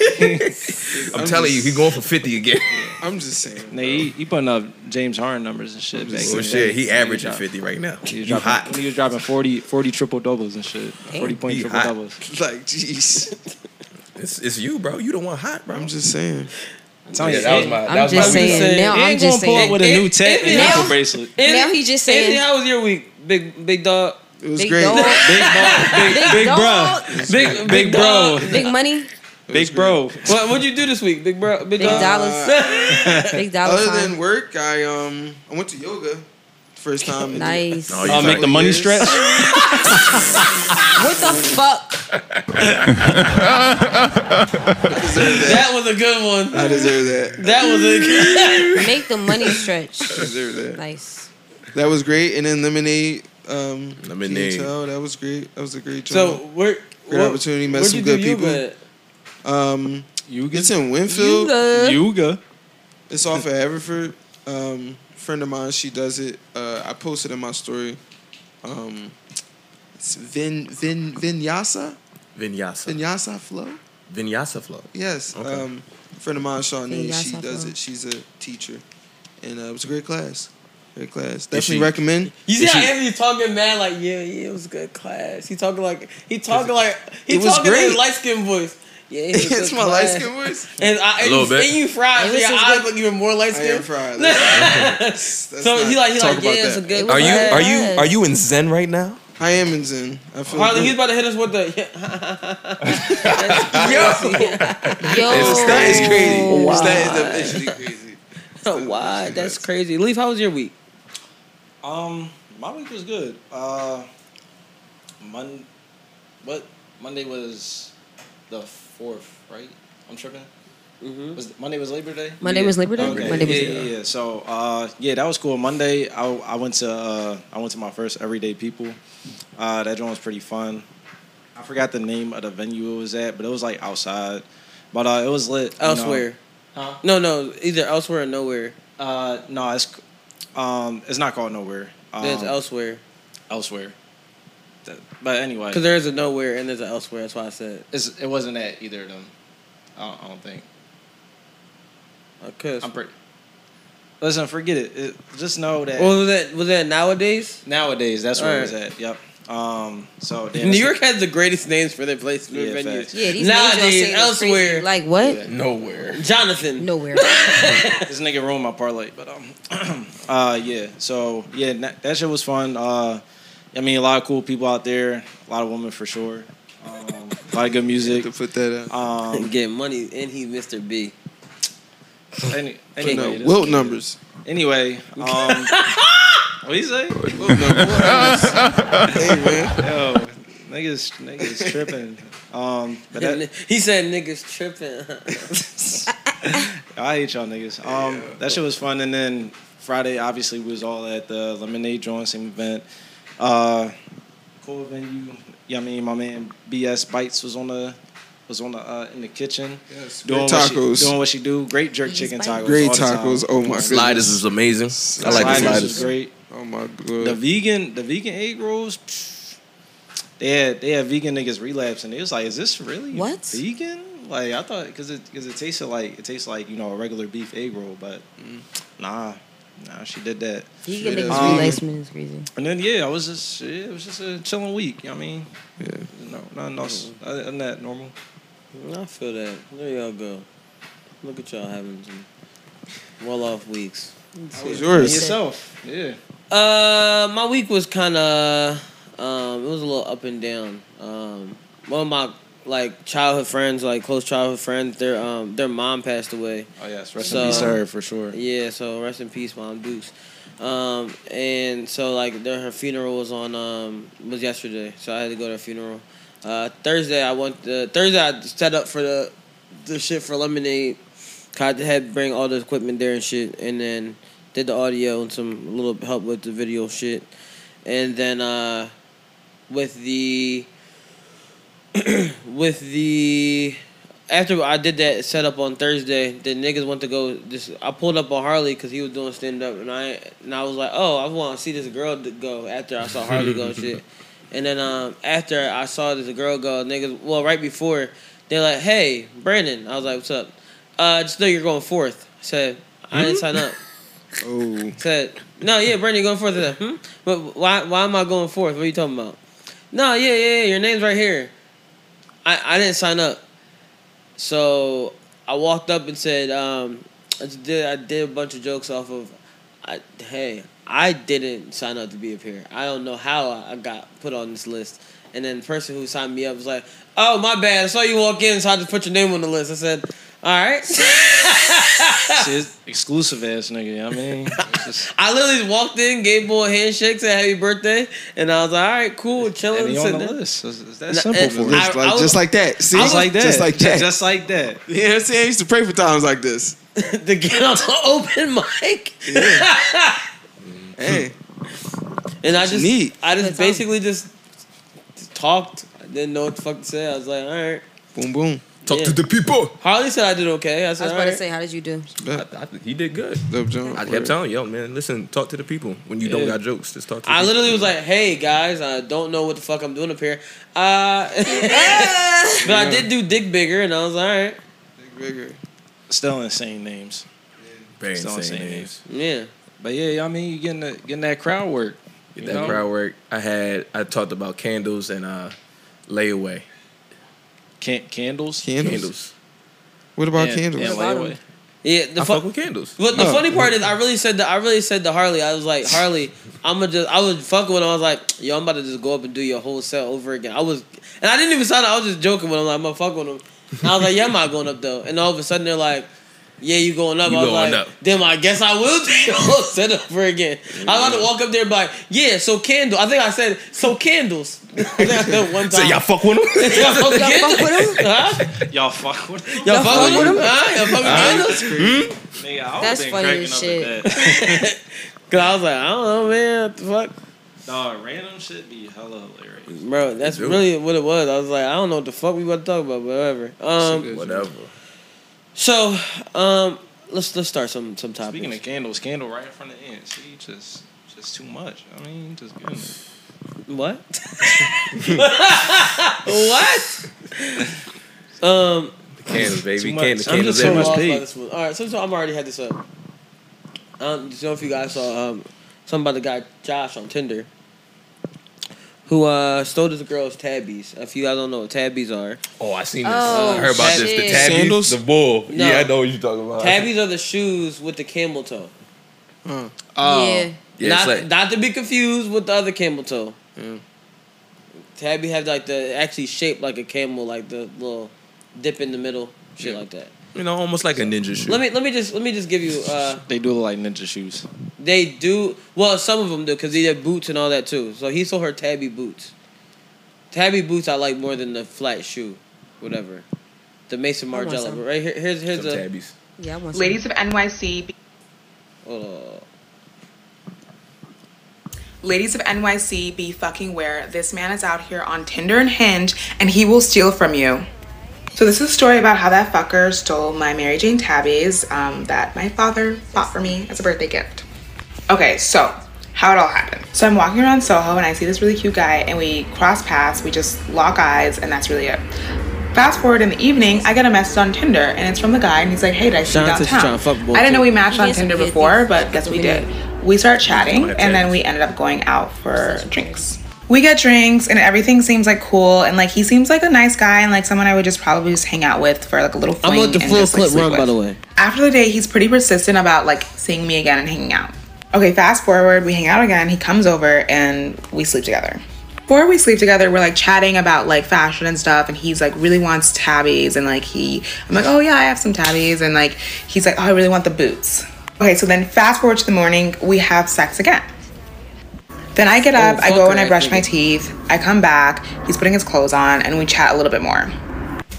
Speaker 10: I'm telling you, he going for 50 again.
Speaker 7: I'm just saying.
Speaker 9: Nah, he, he putting up James Harden numbers and shit. Back in
Speaker 10: oh
Speaker 9: the
Speaker 10: shit,
Speaker 9: day.
Speaker 10: he averaging
Speaker 9: dropped-
Speaker 10: 50 right now.
Speaker 9: He was
Speaker 10: You
Speaker 9: dropping,
Speaker 10: hot?
Speaker 9: When he was dropping 40, 40 triple doubles and shit.
Speaker 2: Damn.
Speaker 9: 40 point
Speaker 10: He
Speaker 9: triple
Speaker 10: hot.
Speaker 9: doubles.
Speaker 7: Like, jeez.
Speaker 10: It's, it's you, bro. You don't want hot, bro.
Speaker 7: I'm just saying.
Speaker 9: I'm telling
Speaker 10: Yeah,
Speaker 9: you,
Speaker 10: that was my. That
Speaker 2: I'm
Speaker 10: was my
Speaker 2: just
Speaker 10: week.
Speaker 2: saying. Now
Speaker 9: he
Speaker 2: I'm
Speaker 9: ain't gonna
Speaker 2: just
Speaker 9: pull up
Speaker 2: saying.
Speaker 9: with a
Speaker 1: It-
Speaker 9: new tech
Speaker 1: it-
Speaker 9: and
Speaker 1: now-
Speaker 9: ankle bracelet.
Speaker 2: Now he just
Speaker 1: Anthony,
Speaker 2: saying-
Speaker 1: how was your week, big big dog?
Speaker 7: It was
Speaker 2: Big
Speaker 7: great.
Speaker 2: dog.
Speaker 9: Big, bro, big, big bro,
Speaker 2: dog.
Speaker 1: Big big,
Speaker 9: big bro,
Speaker 1: dog.
Speaker 2: Big money.
Speaker 9: big bro.
Speaker 1: What what'd you do this week, big bro? Big,
Speaker 2: Big
Speaker 1: dog?
Speaker 2: dollars. Big dollars.
Speaker 7: Other than work, I um I went to yoga. First time. in
Speaker 2: Nice.
Speaker 10: Oh, you
Speaker 9: Uh,
Speaker 10: talking-
Speaker 9: make the money
Speaker 7: Years.
Speaker 9: stretch.
Speaker 2: What the fuck?
Speaker 7: I deserve that.
Speaker 1: That was a good one.
Speaker 7: I deserve that.
Speaker 1: That was a good.
Speaker 2: Make the money stretch.
Speaker 7: I deserve that.
Speaker 2: Nice.
Speaker 7: That was great. And then lemonade. Um,
Speaker 10: Lemonade.
Speaker 7: Clientele, that was great. That was a great
Speaker 1: so
Speaker 7: job.
Speaker 1: where
Speaker 7: Great
Speaker 1: what-
Speaker 7: opportunity. Met
Speaker 1: where'd
Speaker 7: some
Speaker 1: you
Speaker 7: good
Speaker 1: do yoga
Speaker 7: people.
Speaker 1: at?
Speaker 7: Um,
Speaker 9: Yuga,
Speaker 7: it's in
Speaker 2: You
Speaker 7: Winfield.
Speaker 2: good?
Speaker 9: Yuga.
Speaker 7: It's off of Haverford. Um, friend of mine, she does it. Uh, I posted in my story. Um, it's Vin Vin Vinyasa
Speaker 10: Vinyasa.
Speaker 7: Vinyasa flow.
Speaker 10: Vinyasa flow.
Speaker 7: Yes.
Speaker 10: Okay.
Speaker 7: Um, friend of mine, Shawnee, she
Speaker 2: Vinyasa
Speaker 7: does
Speaker 2: flow.
Speaker 7: it. She's a teacher, and uh, it was a great class. Great class.
Speaker 10: she-
Speaker 7: Definitely recommend.
Speaker 1: You see
Speaker 10: Is
Speaker 1: how
Speaker 10: he-
Speaker 1: Anthony talking mad like yeah yeah it was a good class. He talking like he talking like he
Speaker 7: it was
Speaker 1: talking in his
Speaker 7: great.
Speaker 1: light skin voice. Yeah, it was a
Speaker 7: it's
Speaker 1: good
Speaker 7: my light
Speaker 1: class.
Speaker 7: skin voice.
Speaker 1: And, I, and,
Speaker 10: little
Speaker 1: you,
Speaker 10: bit.
Speaker 1: and you fried, so
Speaker 2: It was
Speaker 1: your
Speaker 2: just
Speaker 1: eyes
Speaker 2: good-
Speaker 1: look even more light
Speaker 7: I
Speaker 1: skin.
Speaker 7: am fried. That's- that's
Speaker 1: So he
Speaker 7: not-
Speaker 1: like he
Speaker 7: talk
Speaker 1: like yeah
Speaker 7: about
Speaker 1: it's a
Speaker 7: that.
Speaker 1: good.
Speaker 2: It
Speaker 10: Are
Speaker 1: class.
Speaker 2: was
Speaker 10: you
Speaker 2: bad.
Speaker 10: are you are you in Zen right now?
Speaker 7: I am in Zen. I feel
Speaker 1: Harley,
Speaker 7: good.
Speaker 1: he's about to hit us with the.
Speaker 2: Yo.
Speaker 7: that is crazy. That is officially crazy.
Speaker 1: Yo, why? That's crazy. Leaf, how was your week?
Speaker 9: Um, my week was good. Uh, Mon, what Monday was the fourth, right? I'm tripping.
Speaker 1: Mm-hmm.
Speaker 9: Was Monday was Labor Day?
Speaker 2: Monday was Labor Day.
Speaker 9: Okay.
Speaker 2: Monday was.
Speaker 9: yeah, yeah, yeah. So uh, yeah, that was cool. Monday, I, I went to uh, I went to my first Everyday People. Uh, that joint was pretty fun. I forgot the name of the venue it was at, but it was like outside. But uh, it was lit. you know.
Speaker 1: Elsewhere.
Speaker 9: Huh?
Speaker 1: No, no, either elsewhere or nowhere.
Speaker 9: Uh, no, it's um, it's not called nowhere. Um,
Speaker 1: There's elsewhere
Speaker 9: elsewhere. That- But anyway,
Speaker 1: because there is a nowhere and there's an elsewhere. That's why I said
Speaker 9: it's, it wasn't at either of them. I don't, I don't think.
Speaker 1: because.
Speaker 9: I'm pretty. Listen, forget it. it. Just know that
Speaker 1: What was that? Was that nowadays?
Speaker 9: nowadays that's where it was
Speaker 1: Alright.
Speaker 9: at. Yep. Um. So damn,
Speaker 1: New
Speaker 9: that's-
Speaker 1: York has the greatest names for their places,
Speaker 9: Yeah,
Speaker 1: their venues.
Speaker 9: facts.
Speaker 2: Yeah, these
Speaker 1: Nowadays,
Speaker 2: niggas don't say
Speaker 1: elsewhere.
Speaker 2: Crazy. Like what?
Speaker 9: Yeah.
Speaker 10: Nowhere.
Speaker 1: Jonathan.
Speaker 2: Nowhere.
Speaker 9: this nigga ruined my parlay, but um, uh, yeah. So yeah, na- that shit was fun. Uh, I mean, a lot of cool people out there. A lot of women for sure. Um, a lot of good music. To
Speaker 7: put that
Speaker 9: out. Um,
Speaker 1: Get money, and he Mr. B.
Speaker 9: Any,
Speaker 1: Putting
Speaker 9: anyway,
Speaker 1: up
Speaker 9: that's
Speaker 1: Wilt
Speaker 9: cute.
Speaker 1: numbers.
Speaker 9: Anyway, um, what do you say? Wilt
Speaker 1: numbers.
Speaker 9: hey man, yo, niggas, niggas tripping. Um, but that,
Speaker 1: he said niggas tripping.
Speaker 9: I hate y'all niggas. Um, that shit was fun. And then Friday, obviously, we was all at the Lemonade Joint same event. Uh, cool venue. Yeah, I mean, my man BS Bites was on the was on the uh, in the kitchen.
Speaker 7: Yes,
Speaker 9: doing
Speaker 7: great
Speaker 9: what she-
Speaker 7: tacos.
Speaker 9: doing what she do. Great jerk chicken tacos.
Speaker 7: Great
Speaker 9: all the time.
Speaker 7: tacos. Oh my
Speaker 10: Sliders is amazing. I like the sliders.
Speaker 9: is great.
Speaker 7: Oh my god.
Speaker 9: The vegan the vegan egg rolls. psh, They had they had vegan niggas relapsing. It was like, is this really
Speaker 2: What?
Speaker 9: vegan? Like I thought because it because it tasted like it tastes like you know a regular beef egg roll, but nah, nah, she did that.
Speaker 2: Vegan
Speaker 9: Straight
Speaker 2: niggas
Speaker 9: up.
Speaker 2: relax me is crazy.
Speaker 9: And then yeah, I was just yeah, it was just a chilling week. You know what I mean, yeah, no, nothing else other than that normal.
Speaker 1: I feel that. There y'all go. Look at y'all having some well off weeks. How
Speaker 9: was yours? Yourself, yeah.
Speaker 1: Uh, my week was kind of, um, it was a little up and down. Um, one of my like childhood friends, like close childhood friends, their um their mom passed away.
Speaker 9: Oh yes, rest in peace, her, for sure.
Speaker 1: Yeah, so rest in peace, mom Dukes. Um, and so like their her funeral was on um was yesterday, so I had to go to her funeral. Uh, Thursday I went to, Thursday I set up for the the shit for lemonade. Cause I had to bring all the equipment there and shit, and then did the audio and some little help with the video shit, and then uh, with the with the after I did that setup on Thursday, the niggas went to go. This I pulled up on Harley because he was doing stand up, and I and I was like, oh, I want to see this girl d- go. After I saw Harley go and shit, and then um after I saw this girl go, niggas. Well, right before they're like, hey, Brandon. I was like, what's up? Uh, just know you're going fourth. I said I didn't sign up.
Speaker 7: Oh.
Speaker 1: Said no, yeah, Brandon, you're going fourth. I said, hmm? But why? Why am I going fourth? What are you talking about? No, yeah, yeah, yeah. Your name's right here. I, I didn't sign up. So I walked up and said, um, I just did I did a bunch of jokes off of, I, hey, I didn't sign up to be up here. I don't know how I, I got put on this list. And then the person who signed me up was like, oh my bad, I saw you walk in, so I just put your name on the list. I said, all right.
Speaker 9: Shit, exclusive ass nigga. You know what I mean, It's just-
Speaker 1: I literally just walked in, gave boy handshakes, said happy birthday, and I was like, all right, cool, chilling.
Speaker 9: and he on
Speaker 1: sitting
Speaker 9: the
Speaker 1: there.
Speaker 9: list. It's, it's that
Speaker 1: And-
Speaker 9: simple
Speaker 1: and
Speaker 9: for us.
Speaker 1: I-
Speaker 7: Just like,
Speaker 1: was-
Speaker 7: just like that. See,
Speaker 1: I was-
Speaker 7: Just like that.
Speaker 9: Just like that.
Speaker 7: yeah, you know what I'm saying? I used to pray for times like this.
Speaker 1: to get on the open mic.
Speaker 7: hey.
Speaker 1: And I just
Speaker 7: neat.
Speaker 1: I just basically just talked. I didn't know what the fuck to say. I was like, all right.
Speaker 7: Boom, boom.
Speaker 1: Talk to
Speaker 10: the people.
Speaker 1: Harley said I did okay. I
Speaker 2: I
Speaker 1: said,
Speaker 2: was
Speaker 1: all
Speaker 2: about to
Speaker 1: right.
Speaker 2: say, how did you do?
Speaker 10: I, I, he did good. I
Speaker 7: word.
Speaker 10: kept telling you, yo, man, listen, talk to the people. When you don't
Speaker 1: Yeah.
Speaker 10: got jokes, just talk to the
Speaker 1: I
Speaker 10: people.
Speaker 1: literally was like, hey guys, I don't know what the fuck I'm doing up here. Uh, but I did do Dick Bigger, and I was all right.
Speaker 7: Bigger.
Speaker 9: Still insane names.
Speaker 10: Very
Speaker 9: Still
Speaker 10: insane
Speaker 9: insane
Speaker 10: names.
Speaker 9: names.
Speaker 1: Yeah.
Speaker 9: But yeah, I mean, you getting the, getting that crowd work.
Speaker 10: Get
Speaker 9: you
Speaker 10: that
Speaker 9: know?
Speaker 10: crowd work. I had I talked about candles and uh layaway.
Speaker 9: Can- candles.
Speaker 7: Candles?
Speaker 10: Candles.
Speaker 7: What about
Speaker 9: Yeah,
Speaker 7: candles?
Speaker 9: yeah, layaway.
Speaker 1: Yeah, the
Speaker 10: I
Speaker 1: fu-
Speaker 10: fuck with candles.
Speaker 1: But the
Speaker 7: No.
Speaker 1: funny part is, I really said that. I really said to Harley, I was like, Harley, I'm gonna just. I was fucking when I was like, yo, I'm about to just go up and do your whole set over again. I was, and I didn't even sound. I was just joking when I'm like, I'm gonna fuck with him. And I was like, yeah, I'm not going up though. And all of a sudden they're like, yeah, you going up.
Speaker 10: You
Speaker 1: I was
Speaker 10: going
Speaker 1: like,
Speaker 10: up.
Speaker 1: then I guess I will do your whole set over again. I was about to walk up there and be like, yeah, so candle. I think I said so candles. I think I said one time.
Speaker 10: So y'all fuck with them?
Speaker 1: Y'all fuck with
Speaker 2: Y'all fuck
Speaker 1: candles?
Speaker 2: with him?
Speaker 1: Huh?
Speaker 9: Y'all fuck with them.
Speaker 1: Y'all fuck with them? Huh? Y'all fuck with candles?
Speaker 10: Hmm?
Speaker 9: Nigga, I
Speaker 2: That's
Speaker 9: That's been
Speaker 2: funny
Speaker 9: cracking
Speaker 2: as
Speaker 9: up
Speaker 2: shit.
Speaker 9: at that.
Speaker 1: Cause I was like, I don't know, man. What the fuck?
Speaker 9: Dog, random shit be hella hilarious.
Speaker 1: Bro, that's
Speaker 10: do.
Speaker 1: really what it was. I was like, I don't know what the fuck we about to talk about, but whatever. Um,
Speaker 10: Whatever.
Speaker 1: so, um, let's let's start some some topics.
Speaker 9: Speaking of candles, candle right in front of the end. See, just just too much. I mean, just getting it.
Speaker 1: what? what? um,
Speaker 10: Candles, baby.
Speaker 9: Too much.
Speaker 10: Candles,
Speaker 9: I'm
Speaker 1: I'm
Speaker 10: candles.
Speaker 1: just so
Speaker 10: everywhere.
Speaker 1: lost by
Speaker 9: pee.
Speaker 1: this one. All right, so, so I'm already had this up. I don't just know if you guys saw um something about the guy Josh on Tinder. Who uh, stole this girl's tabbies? If you guys don't know what tabbies are,
Speaker 10: Oh, I seen this.
Speaker 2: Oh,
Speaker 10: I heard about this. The
Speaker 2: shit.
Speaker 10: tabbies,
Speaker 7: Sandals?
Speaker 10: the bull.
Speaker 1: No.
Speaker 10: Yeah, I know what you're talking about.
Speaker 1: tabbies are the shoes with the camel toe.
Speaker 2: Oh. Yeah.
Speaker 10: Yeah,
Speaker 1: not,
Speaker 10: it's like,
Speaker 1: not to be confused with the other camel toe.
Speaker 10: Hmm.
Speaker 1: Tabby had like the actually shaped like a camel, like the little dip in the middle, shit like that.
Speaker 10: You know, almost like a ninja shoe.
Speaker 1: Let me let me just let me just give you. Uh,
Speaker 9: They do look like ninja shoes.
Speaker 1: they do well. Some of them do because they have boots and all that too. So he sold her Tabby boots. Tabby boots I like more than the flat shoe, whatever. The Mason
Speaker 2: I want
Speaker 1: Margiela,
Speaker 2: some.
Speaker 1: but right here, here's here's
Speaker 10: Some
Speaker 1: a
Speaker 10: tabbies.
Speaker 2: Yeah, I want some.
Speaker 11: Ladies of NYC,
Speaker 1: Hold
Speaker 11: ladies of NYC, be fucking aware. This man is out here on Tinder and Hinge, and he will steal from you. So this is a story about how that fucker stole my Mary Jane tabbies um, that my father bought for me as a birthday gift. Okay, so how it all happened. So I'm walking around Soho and I see this really cute guy, and we cross paths. We just lock eyes, and that's really it. Fast forward in the evening, I get a message on Tinder, and it's from the guy, and he's like, "Hey, did I see you
Speaker 1: Shout out to
Speaker 11: downtown?"
Speaker 1: Sean, fuck
Speaker 11: I didn't know we matched on
Speaker 2: Yes,
Speaker 11: Tinder
Speaker 2: yes,
Speaker 11: before,
Speaker 2: yes.
Speaker 11: but guess we
Speaker 2: Yes.
Speaker 11: did. We start chatting,
Speaker 10: Wanna
Speaker 11: and then
Speaker 10: text.
Speaker 11: we ended up going out for drinks. We get drinks, and everything seems like cool, and like he seems like a nice guy, and like someone I would just probably just hang out with for like a little.
Speaker 1: on. I'm
Speaker 11: fling
Speaker 1: with the
Speaker 11: and
Speaker 1: full
Speaker 11: just, like,
Speaker 1: clip
Speaker 11: sleep
Speaker 1: run by
Speaker 11: with
Speaker 1: the way.
Speaker 11: after the date, he's pretty persistent about like seeing me again and hanging out. Okay, fast forward, we hang out again. He comes over and we sleep together. Before we sleep together, we're like chatting about like fashion and stuff, and he's like really wants tabbies, and like he, I'm like, oh yeah, I have some tabbies, and like he's like, oh, I really want the boots. Okay, so then fast forward to the morning, we have sex again. Then I get up, I go
Speaker 1: fucker,
Speaker 11: and
Speaker 1: I
Speaker 11: I brush my
Speaker 1: think.
Speaker 11: teeth. I come back, he's putting his clothes on, and we chat a little bit more.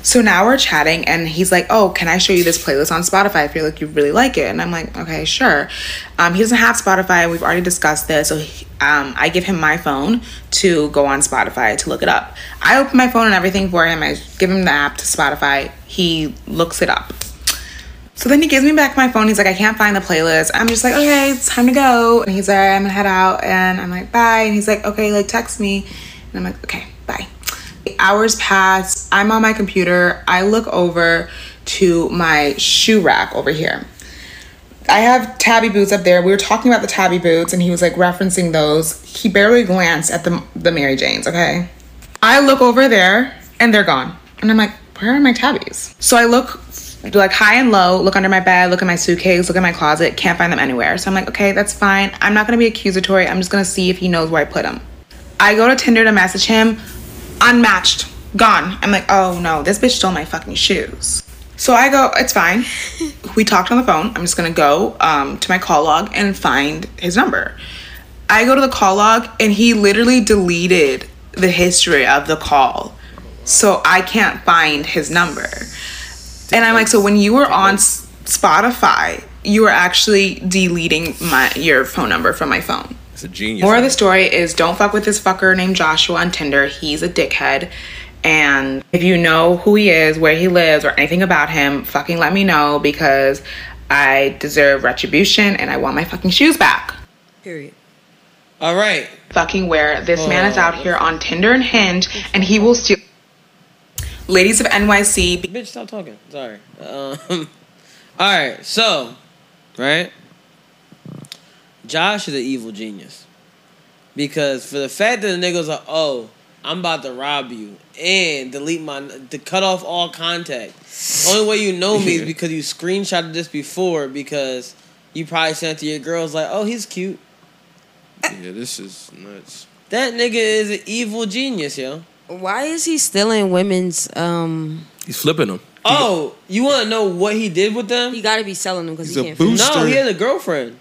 Speaker 11: So now we're chatting, and he's like, "Oh, can I show you this playlist on Spotify? I feel like you really like it." And I'm like, "Okay, sure." Um, he doesn't have Spotify. We've already discussed this, so he, um, I give him my phone to go on Spotify to look it up. I open my phone and everything for him. I give him the app to Spotify. He looks it up. So then he gives me back my phone. He's like, I can't find the playlist. I'm just like, okay, it's time to go. And he's like, all right, I'm gonna head out. And I'm like, bye. And he's like, okay, like text me. And I'm like, okay, bye. Hours pass. I'm on my computer. I look over to my shoe rack over here. I have tabby boots up there. We were talking about the tabby boots, and he was like referencing those. He barely glanced at the the Mary Janes. Okay, I look over there, and they're gone. And I'm like, where are my tabbies? So I look like high and low, look under my bed, look in my suitcase, look in my closet. Can't find them anywhere. So I'm like, okay, that's fine. I'm not gonna be accusatory. I'm just gonna see if he knows where I put them. I go to Tinder to message him. Unmatched, gone. I'm like, oh no, this bitch stole my fucking shoes. So I go, it's fine. we talked on the phone. I'm just gonna go um, to my call log and find his number. I go to the call log and he literally deleted the history of the call. So I can't find his number. And I'm like, so when you were on S- Spotify, you were actually deleting my your phone number from my phone.
Speaker 10: It's a genius.
Speaker 11: More of the story is don't fuck with this fucker named Joshua on Tinder. He's a dickhead. And if you know who he is, where he lives, or anything about him, fucking let me know because I deserve retribution and I want my fucking shoes back.
Speaker 2: Period.
Speaker 1: All right, Oh.
Speaker 11: Fucking where this man is out here on Tinder and Hinge and he will steal. Ladies of NYC,
Speaker 1: bitch, stop talking. Sorry. Um, all right, so, right, Josh is an evil genius because for the fact that the niggas are oh. I'm about to rob you and delete my to cut off all contact. Only way you know me is because you screenshotted this before because you probably sent it to your girls like, oh, he's cute.
Speaker 7: Yeah, this is nuts.
Speaker 1: That nigga is an evil genius, yo.
Speaker 2: Why is he stealing women's? Um,
Speaker 10: He's flipping them.
Speaker 1: Oh, you want to know what he did with them?
Speaker 2: he got to be selling them because
Speaker 7: He's
Speaker 2: he
Speaker 7: a
Speaker 2: can't.
Speaker 7: boost.
Speaker 1: No,
Speaker 7: Booster.
Speaker 1: he has a girlfriend.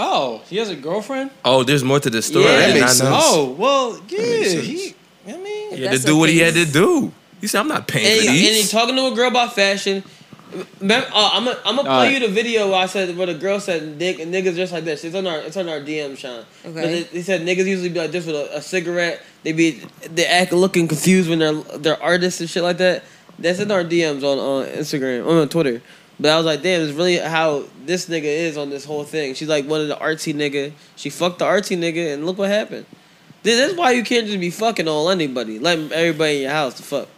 Speaker 9: Oh, he has a girlfriend.
Speaker 10: Oh, there's more to the story.
Speaker 1: Yeah,
Speaker 10: I
Speaker 1: that
Speaker 10: did
Speaker 7: makes
Speaker 10: not know.
Speaker 7: sense.
Speaker 9: Oh well, yeah.
Speaker 7: sense.
Speaker 9: He, I mean,
Speaker 10: He had to do what he had to do. He said, "I'm not paying
Speaker 1: And,
Speaker 10: for
Speaker 1: and he
Speaker 10: these."
Speaker 1: talking to a girl about fashion. Remember, uh, I'm gonna I'm gonna play
Speaker 9: Alright.
Speaker 1: you the video where I said where the girl said dick and niggas just like this. It's on our it's on our DM, Sean. But
Speaker 2: Okay.
Speaker 1: they, they said niggas usually be like this with a, a cigarette. They be they act looking confused when they're they're artists and shit like that. That's in our DMs on on Instagram on Twitter. But I was like, damn, it's really how this nigga is on this whole thing. She's like one of the artsy nigga. She fucked the artsy nigga, and look what happened. Th- That's why you can't just be fucking all anybody. Let everybody in your house to fuck.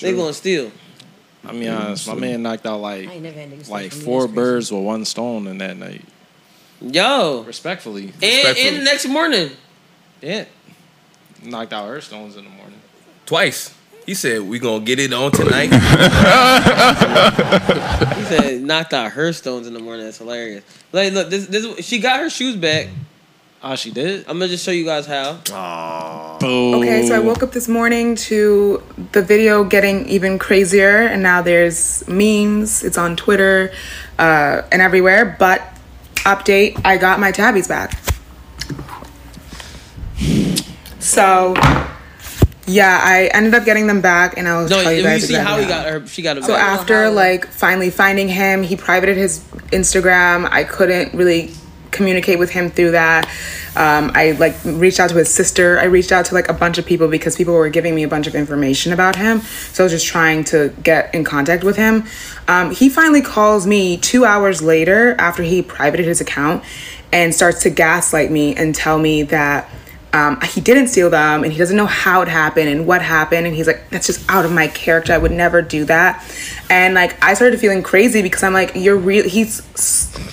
Speaker 1: They
Speaker 9: True.
Speaker 1: gonna steal.
Speaker 9: I mean, honest, my man knocked out like
Speaker 2: I ain't never had niggas
Speaker 9: like
Speaker 2: steal from me.
Speaker 9: four
Speaker 2: That's crazy.
Speaker 9: birds with one stone in that night.
Speaker 1: Yo.
Speaker 9: Respectfully,
Speaker 1: And,
Speaker 10: Respectfully.
Speaker 1: and the next morning.
Speaker 9: yeah, knocked out her stones in the morning.
Speaker 10: Twice. He said, "We gonna get it on tonight."
Speaker 1: He said knocked out her stones in the morning. That's hilarious. Like look, this this she got her shoes back.
Speaker 9: Oh, she did?
Speaker 1: I'm gonna just show you guys how.
Speaker 11: Okay, so I woke up this morning to the video getting even crazier, and now there's memes. It's on Twitter uh, and everywhere. But update: I got my tabbies back. So, yeah, I ended up getting them back, and I'll
Speaker 1: No,
Speaker 11: tell you
Speaker 1: you,
Speaker 11: guys
Speaker 1: see
Speaker 11: exactly
Speaker 1: how he got her. She got him.
Speaker 11: so
Speaker 1: back.
Speaker 11: after like finally finding him, he privated his Instagram. I couldn't really communicate with him through that. Um, I like reached out to his sister. I reached out to like a bunch of people because people were giving me a bunch of information about him. So I was just trying to get in contact with him. Um, he finally calls me two hours later after he privated his account and starts to gaslight me and tell me that um, he didn't steal them and he doesn't know how it happened and what happened and he's like that's just out of my character i would never do that and like i started feeling crazy because i'm like you're real he's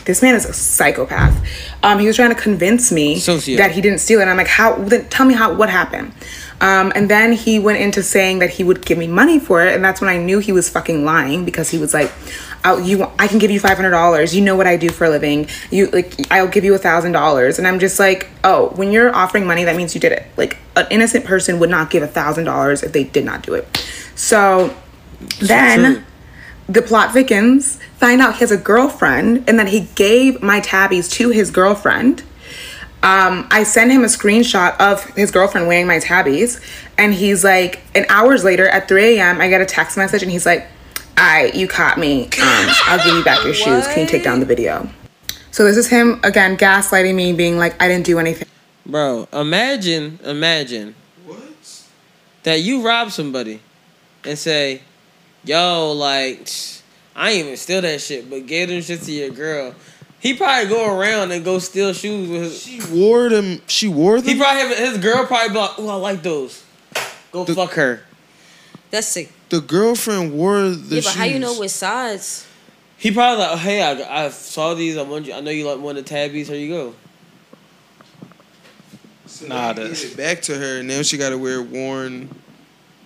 Speaker 11: this man is a psychopath um, he was trying to convince me
Speaker 1: Sociopath.
Speaker 11: that he didn't steal it and i'm like how then tell me how what happened um, and then he went into saying that he would give me money for it and that's when i knew he was fucking lying because he was like i you, I can give you five hundred dollars. You know what I do for a living. You like, I'll give you a thousand dollars, and I'm just like, oh, when you're offering money, that means you did it. Like an innocent person would not give a thousand dollars if they did not do it. So then the plot thickens. Find out he has a girlfriend, and then he gave my tabbies to his girlfriend. Um, I send him a screenshot of his girlfriend wearing my tabbies, and he's like, and hours later at 3 a.m., I get a text message, and he's like, "All right, you caught me. Um, I'll give you back your shoes. Can you take down the video?" So this is him again gaslighting me, being like, "I didn't do anything."
Speaker 1: Bro, imagine, imagine. That you rob somebody and say, yo, like, I ain't even steal that shit, but gave them shit to your girl. He probably go around and go steal shoes with his. She
Speaker 7: wore them. She wore them.
Speaker 1: He probably have, his girl probably be like, ooh, I like those. Go fuck her.
Speaker 2: That's sick.
Speaker 7: The girlfriend wore the
Speaker 2: yeah, but
Speaker 7: shoes.
Speaker 2: how you know what size?
Speaker 1: He probably like, oh, hey, I, I saw these. I want you. I know you like one of the tabbies. Here you go.
Speaker 7: Nah, it back to her, and now she got to wear worn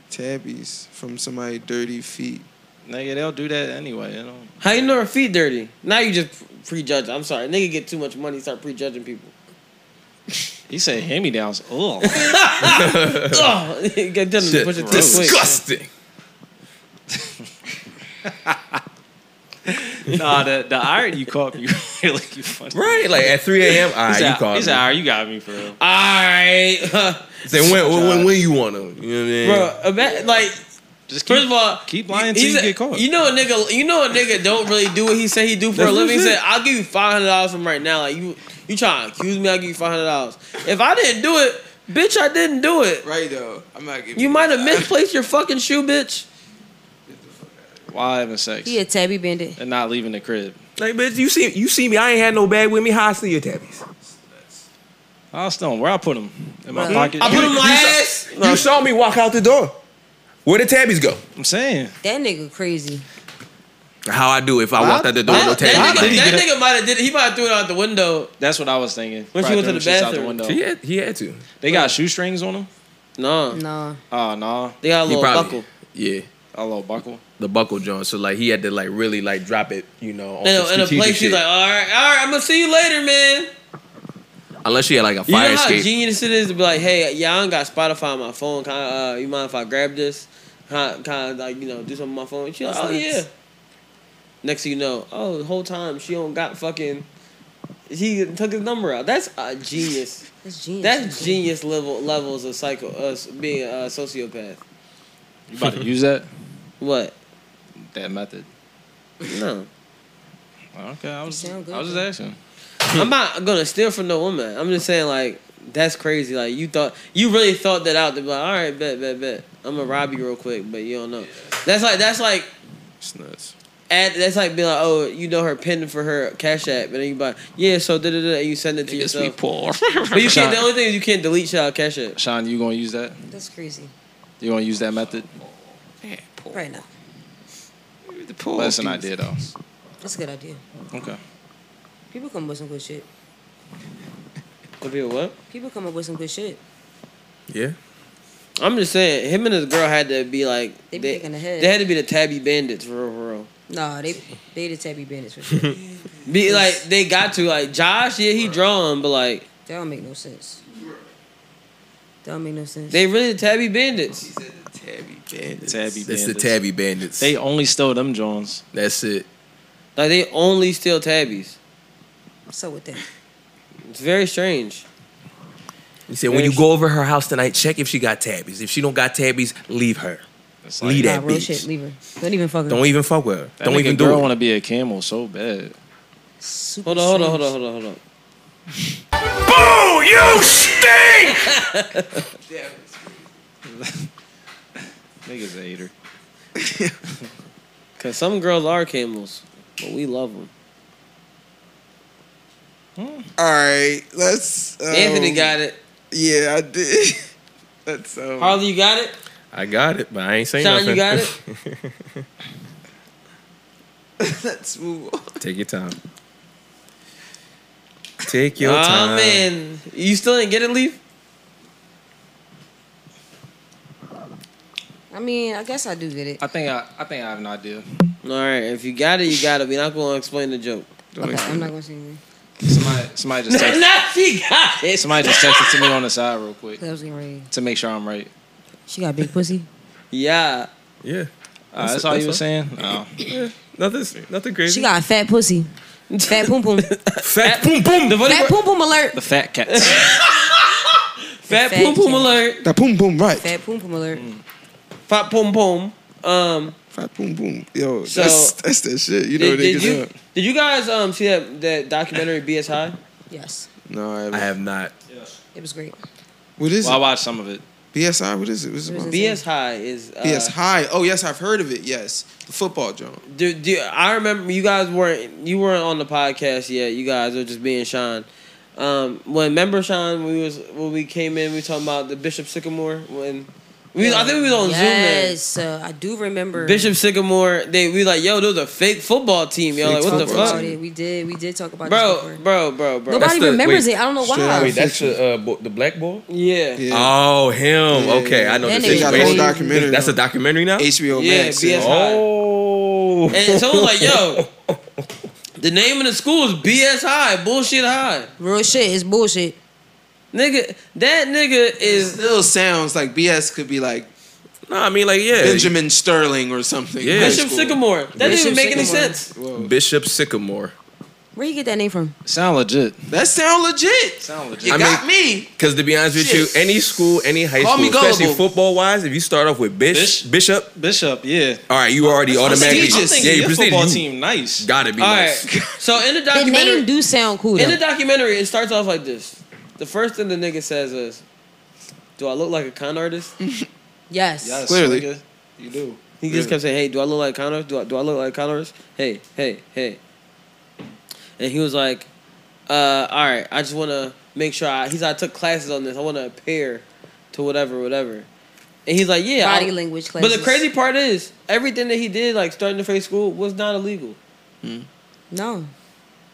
Speaker 7: tabbies from somebody dirty feet.
Speaker 9: Nigga, they'll do that anyway. You know.
Speaker 1: How you know her feet dirty? Now you just prejudge. I'm sorry, nigga get too much money, start prejudging people.
Speaker 9: He said hand me downs. Ugh.
Speaker 1: Ugh. Get them to push it too quick.
Speaker 9: disgusting. nah, the the iron you caught me really funny.
Speaker 10: Right, like at 3 a.m., all right,
Speaker 9: He said,
Speaker 10: you caught
Speaker 9: He said,
Speaker 10: me.
Speaker 9: all right, you got me for real.
Speaker 1: All
Speaker 10: Ah,
Speaker 1: right.
Speaker 10: Say when, when, when, when you want them. You know what I mean?
Speaker 1: Bro, ima- like,
Speaker 9: just
Speaker 1: first of all,
Speaker 9: keep
Speaker 1: lying
Speaker 10: till you get
Speaker 1: caught. You know a nigga, you know a nigga don't really do what he said he do for
Speaker 10: That's
Speaker 1: a living. He
Speaker 10: what I'm
Speaker 1: said, "I'll give you five hundred dollars from right now." Like you, you trying to accuse me? I'll give you five hundred dollars. If I didn't do it, bitch, I didn't do it.
Speaker 7: Right though, I'm not giving.
Speaker 1: You might have misplaced your fucking shoe, bitch.
Speaker 9: Why having sex
Speaker 2: He a tabby bandit.
Speaker 9: and not leaving the crib?
Speaker 10: Like, bitch, you see, you see me. I ain't had no bag with me. How I see your tabbies?
Speaker 9: I still where I put them in my
Speaker 10: Right.
Speaker 9: pocket.
Speaker 10: I put 'em in my
Speaker 9: You-
Speaker 10: ass. You saw me walk out the door. Where the tabbies go?
Speaker 9: I'm saying.
Speaker 2: That nigga crazy.
Speaker 10: How I do if I walked out the door with no
Speaker 1: That,
Speaker 10: tabbies?
Speaker 1: nigga, that nigga might have did it. He might have threw it out the window.
Speaker 9: That's what I was thinking.
Speaker 1: When she
Speaker 9: Probably
Speaker 1: went to the
Speaker 9: threw them shits out
Speaker 1: bathroom.
Speaker 9: window.
Speaker 1: She
Speaker 10: had- he had to.
Speaker 9: They got shoestrings on them.
Speaker 1: No.
Speaker 2: No.
Speaker 9: Oh no.
Speaker 1: They got a
Speaker 10: He
Speaker 1: little
Speaker 10: probably-
Speaker 1: buckle.
Speaker 10: Yeah.
Speaker 9: A little buckle.
Speaker 10: The buckle joint. So like he had to like really like drop it, you know, on
Speaker 1: And
Speaker 10: some
Speaker 1: in a
Speaker 10: strategic
Speaker 1: place, she's
Speaker 10: shit.
Speaker 1: like, "All right, all right, I'm gonna see you later, man."
Speaker 10: Unless she had like a
Speaker 1: You
Speaker 10: fire
Speaker 1: know how
Speaker 10: escape.
Speaker 1: genius it is to be like, "Hey, yeah, I don't got Spotify on my phone. Kind of, uh, you mind if I grab this? Kind of like you know, do something on my phone." She's like,
Speaker 10: That's
Speaker 1: "Oh
Speaker 10: nice.
Speaker 1: yeah." Next thing you know, oh, the whole time she don't got fucking. He took his number out. That's a genius.
Speaker 2: That's genius.
Speaker 1: That's genius level levels of psycho us being a sociopath.
Speaker 9: You about to use that?
Speaker 1: What?
Speaker 9: That method.
Speaker 1: No.
Speaker 9: Okay, I was,
Speaker 2: sound good,
Speaker 9: I was just
Speaker 2: though.
Speaker 9: asking.
Speaker 1: I'm not gonna steal from no woman. I'm just saying like that's crazy. Like you thought you really thought that out to be like, all right, bet, bet, bet. I'm gonna rob you real quick, but you don't know. That's like that's like
Speaker 10: It's nuts.
Speaker 1: add, that's like being like, oh, you know her pin for her cash app, and then you be like, yeah, so da da da, and you send it to
Speaker 9: Niggas
Speaker 1: yourself.
Speaker 9: be poor.
Speaker 1: but you can't.
Speaker 9: Sean-
Speaker 1: The only thing is you can't delete shit out of cash app.
Speaker 9: Sean, you gonna use that?
Speaker 2: That's crazy.
Speaker 9: You gonna use that method?
Speaker 2: Right now.
Speaker 9: Well, That's an idea though.
Speaker 2: That's a good idea.
Speaker 9: Okay.
Speaker 2: People come up with some good shit.
Speaker 1: Could be a what?
Speaker 2: People come up with some good shit.
Speaker 10: Yeah.
Speaker 1: I'm just saying, him and his girl had to be like
Speaker 2: They
Speaker 1: they,
Speaker 2: be taking the head.
Speaker 1: they had to be the tabby bandits for real, for real.
Speaker 2: Nah, they they the tabby bandits for sure.
Speaker 1: Be like they got to like Josh, yeah, he drawn, but like
Speaker 2: That don't make no sense. That don't make no sense.
Speaker 1: They really the Tabby Bandits.
Speaker 7: Tabby
Speaker 9: Bandits. Tabby
Speaker 10: That's
Speaker 9: bandits.
Speaker 10: the Tabby Bandits.
Speaker 9: They only stole them Jones.
Speaker 10: That's it.
Speaker 1: Like they only steal tabbies.
Speaker 2: What's up with that?
Speaker 1: It's very strange.
Speaker 10: He said, when you go over her house tonight, check if she got tabbies. If she don't got tabbies, leave her. leave that
Speaker 2: Nah, real
Speaker 10: bitch.
Speaker 2: shit. Leave her. Don't even fuck her.
Speaker 10: Don't even fuck with her.
Speaker 9: That
Speaker 10: don't
Speaker 9: nigga
Speaker 10: even
Speaker 9: girl
Speaker 10: do it.
Speaker 9: want to be a camel so bad.
Speaker 1: Hold on, hold on, hold on, hold on, hold on.
Speaker 5: Boo! You stink!
Speaker 9: Niggas a hater.
Speaker 1: Cause some girls are camels, but we love them.
Speaker 7: Hmm. All right, let's. Um,
Speaker 1: Anthony got it.
Speaker 7: Yeah, I did. That's um,
Speaker 1: Harley, you got it.
Speaker 10: I got it, but I ain't saying
Speaker 1: Sean, you
Speaker 10: nothing.
Speaker 1: got
Speaker 10: it?
Speaker 7: Let's move on.
Speaker 10: Take your time. Take your
Speaker 1: Aw,
Speaker 10: time.
Speaker 1: man, you still didn't get it, Leaf?
Speaker 2: I mean, I guess I do get it.
Speaker 9: I think I, I think I have an idea.
Speaker 1: All right, if you got it, you got it. We're not going to explain the joke.
Speaker 2: Okay, I'm not gonna say anything.
Speaker 9: Somebody, somebody just texted.
Speaker 1: Nah, she got it.
Speaker 9: Somebody just texted to me on the side real quick
Speaker 2: I was getting ready.
Speaker 9: to make sure I'm right.
Speaker 2: She got big pussy.
Speaker 1: Yeah.
Speaker 10: Yeah.
Speaker 9: Uh, that's
Speaker 10: That's it,
Speaker 9: all
Speaker 10: that's
Speaker 9: you were
Speaker 10: all.
Speaker 9: saying. No.
Speaker 10: Nothing, nothing crazy.
Speaker 2: She got a fat pussy. Fat poom poom.
Speaker 10: Fat boom boom. The
Speaker 2: fat poom poom alert.
Speaker 9: The fat cats.
Speaker 1: Fat
Speaker 2: Fat
Speaker 1: poom poom
Speaker 2: cat.
Speaker 1: alert.
Speaker 7: That boom boom right.
Speaker 2: Fat poom poom alert.
Speaker 1: Fat poom poom. Um,
Speaker 7: Fat boom boom. Yo,
Speaker 1: So-
Speaker 7: that's that's that shit. You know
Speaker 1: did,
Speaker 7: what
Speaker 1: did
Speaker 7: niggas
Speaker 1: you
Speaker 7: up.
Speaker 1: did you guys um see that that documentary BS High?
Speaker 2: Yes,
Speaker 7: No, I haven't.
Speaker 10: I have not.
Speaker 2: it was great.
Speaker 7: What is
Speaker 9: Well, I
Speaker 7: it?
Speaker 9: watched some of it.
Speaker 7: BSI. What is it? What's it about?
Speaker 1: BS High is uh,
Speaker 7: BS High. Oh yes, I've heard of it. Yes, the football joint.
Speaker 1: Do, do, I remember you guys weren't you weren't on the podcast yet. You guys were just being Sean. Um, when member Sean, we was when we came in, we talking about the Bishop Sycamore. When we, I think we was on Zoom. Then.
Speaker 2: Yes, uh, I do remember.
Speaker 1: Bishop Sycamore, they we like yo, those a fake football team, yo.
Speaker 7: Fake
Speaker 1: Like what the
Speaker 7: football
Speaker 1: fuck,
Speaker 2: About it. We did. We did talk about this
Speaker 1: bro,
Speaker 2: before.
Speaker 1: bro, bro, bro.
Speaker 2: Nobody
Speaker 10: the-
Speaker 2: remembers
Speaker 10: wait.
Speaker 2: it. I don't know
Speaker 7: Straight
Speaker 2: why.
Speaker 7: out
Speaker 10: Wait,
Speaker 7: of
Speaker 10: that's the uh, bo- the black boy.
Speaker 1: yeah, yeah,
Speaker 7: Yeah.
Speaker 10: Oh, him. okay, I know
Speaker 2: That
Speaker 10: the
Speaker 2: nigga
Speaker 7: they got a whole
Speaker 10: situation.
Speaker 2: crazy.
Speaker 7: documentary.
Speaker 10: That's a documentary now.
Speaker 7: HBO Max.
Speaker 1: BS
Speaker 7: yeah.
Speaker 1: High.
Speaker 10: Oh.
Speaker 1: And someone like yo, the name of the school is BS High, bullshit high,
Speaker 2: Real shit is bullshit.
Speaker 1: nigga. That nigga
Speaker 7: It
Speaker 1: is
Speaker 7: still sounds like BS could be like
Speaker 10: no, I mean like yeah.
Speaker 7: Benjamin Sterling or something.
Speaker 10: Yeah.
Speaker 7: High
Speaker 1: Bishop
Speaker 7: school.
Speaker 1: Sycamore. That doesn't even
Speaker 2: Bishop
Speaker 1: make any
Speaker 2: Sycamore.
Speaker 1: sense.
Speaker 7: Whoa.
Speaker 10: Oh, Bishop Sycamore.
Speaker 2: Where you get that name from?
Speaker 9: Sound legit.
Speaker 7: That sound legit.
Speaker 9: Sound legit.
Speaker 7: You
Speaker 10: I
Speaker 7: got me.
Speaker 10: Because to be honest with
Speaker 7: Shit.
Speaker 10: you, any school, any high
Speaker 7: Call me
Speaker 10: school, especially
Speaker 7: gullible.
Speaker 10: football wise, if you start off with Bish,
Speaker 9: Bish?
Speaker 10: Bishop,
Speaker 9: Bishop, yeah.
Speaker 10: all right, you already automatically
Speaker 7: prestigious.
Speaker 10: yeah,
Speaker 9: Your
Speaker 10: you're prestigious.
Speaker 9: football
Speaker 10: You
Speaker 9: team, nice.
Speaker 10: gotta be
Speaker 1: All right.
Speaker 10: nice.
Speaker 1: So in the
Speaker 2: The
Speaker 1: documentary,
Speaker 2: name do sound cool
Speaker 1: in the
Speaker 2: though.
Speaker 1: documentary, it starts off like this. The first thing the nigga says is, "Do I look like a con artist?" He
Speaker 2: Yes.
Speaker 9: Yes,
Speaker 7: Clearly.
Speaker 9: nigga. You do.
Speaker 1: just kept saying, "Hey, do I look like a con artist? Do I, do I look like a con artist? Hey, hey, hey." And he was like, uh, "All right, I just want to make sure I." He's like, "I took classes on this. I want to appear to whatever, whatever." And he's like, "Yeah."
Speaker 2: Body
Speaker 1: I-
Speaker 2: language classes.
Speaker 1: But the crazy part is, everything that he did, like starting to face school, was not illegal.
Speaker 10: Hmm.
Speaker 2: No.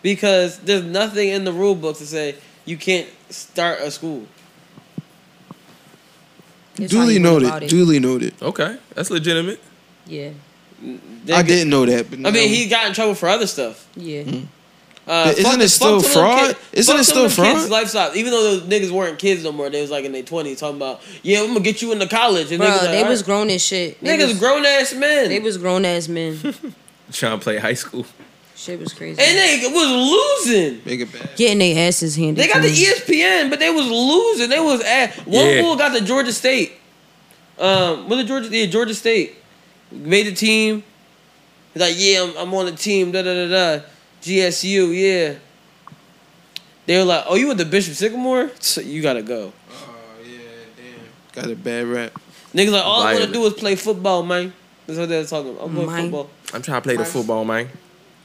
Speaker 1: because there's nothing in the rule book to say you can't start a school.
Speaker 2: It's how
Speaker 7: Duly
Speaker 2: you went
Speaker 7: noted.
Speaker 2: about it. Oh,
Speaker 7: Duly noted.
Speaker 10: Okay, that's legitimate.
Speaker 2: Yeah.
Speaker 1: They
Speaker 7: I
Speaker 1: get-
Speaker 7: didn't know that. But
Speaker 1: I mean,
Speaker 7: now-
Speaker 1: he got in trouble for other stuff.
Speaker 2: Yeah.
Speaker 10: Hmm.
Speaker 1: Uh,
Speaker 7: But isn't
Speaker 1: fuck-
Speaker 7: it
Speaker 1: fuck
Speaker 7: still
Speaker 1: some of them kid-
Speaker 7: fraud? Isn't
Speaker 1: fuck
Speaker 7: it
Speaker 1: some of
Speaker 7: still
Speaker 1: them kids'
Speaker 7: fraud?
Speaker 1: Lifestyle. Even though those niggas weren't kids no more, they was like in their twenties talking about, yeah, I'm gonna get you into college. And
Speaker 2: Bro,
Speaker 1: niggas like,
Speaker 2: they
Speaker 1: "All
Speaker 2: was
Speaker 1: right."
Speaker 2: grown as shit. They
Speaker 1: uh, niggas
Speaker 2: was,
Speaker 1: grown ass men.
Speaker 2: They was grown ass men.
Speaker 10: Trying to play high school.
Speaker 2: shit was crazy.
Speaker 1: and they was losing.
Speaker 7: make it bad.
Speaker 2: Getting their asses handed.
Speaker 1: They got
Speaker 2: to
Speaker 1: the E
Speaker 2: them.
Speaker 1: ESPN, but they was losing. They was at one
Speaker 10: Yeah.
Speaker 1: fool got the Georgia State. Um, was it Georgia? Yeah, Georgia State made the team. He's like, yeah, I'm, I'm on the team. Da da da da. GSU, yeah. They were like, oh, you with the Bishop Sycamore? So you gotta go.
Speaker 7: Oh yeah, damn. Got a bad rap.
Speaker 1: Niggas like, all I wanna
Speaker 10: Violent.
Speaker 1: do is play football, man. That's what they was talking. about. I'm playing
Speaker 2: Mine.
Speaker 1: football.
Speaker 10: I'm trying to play the football, man.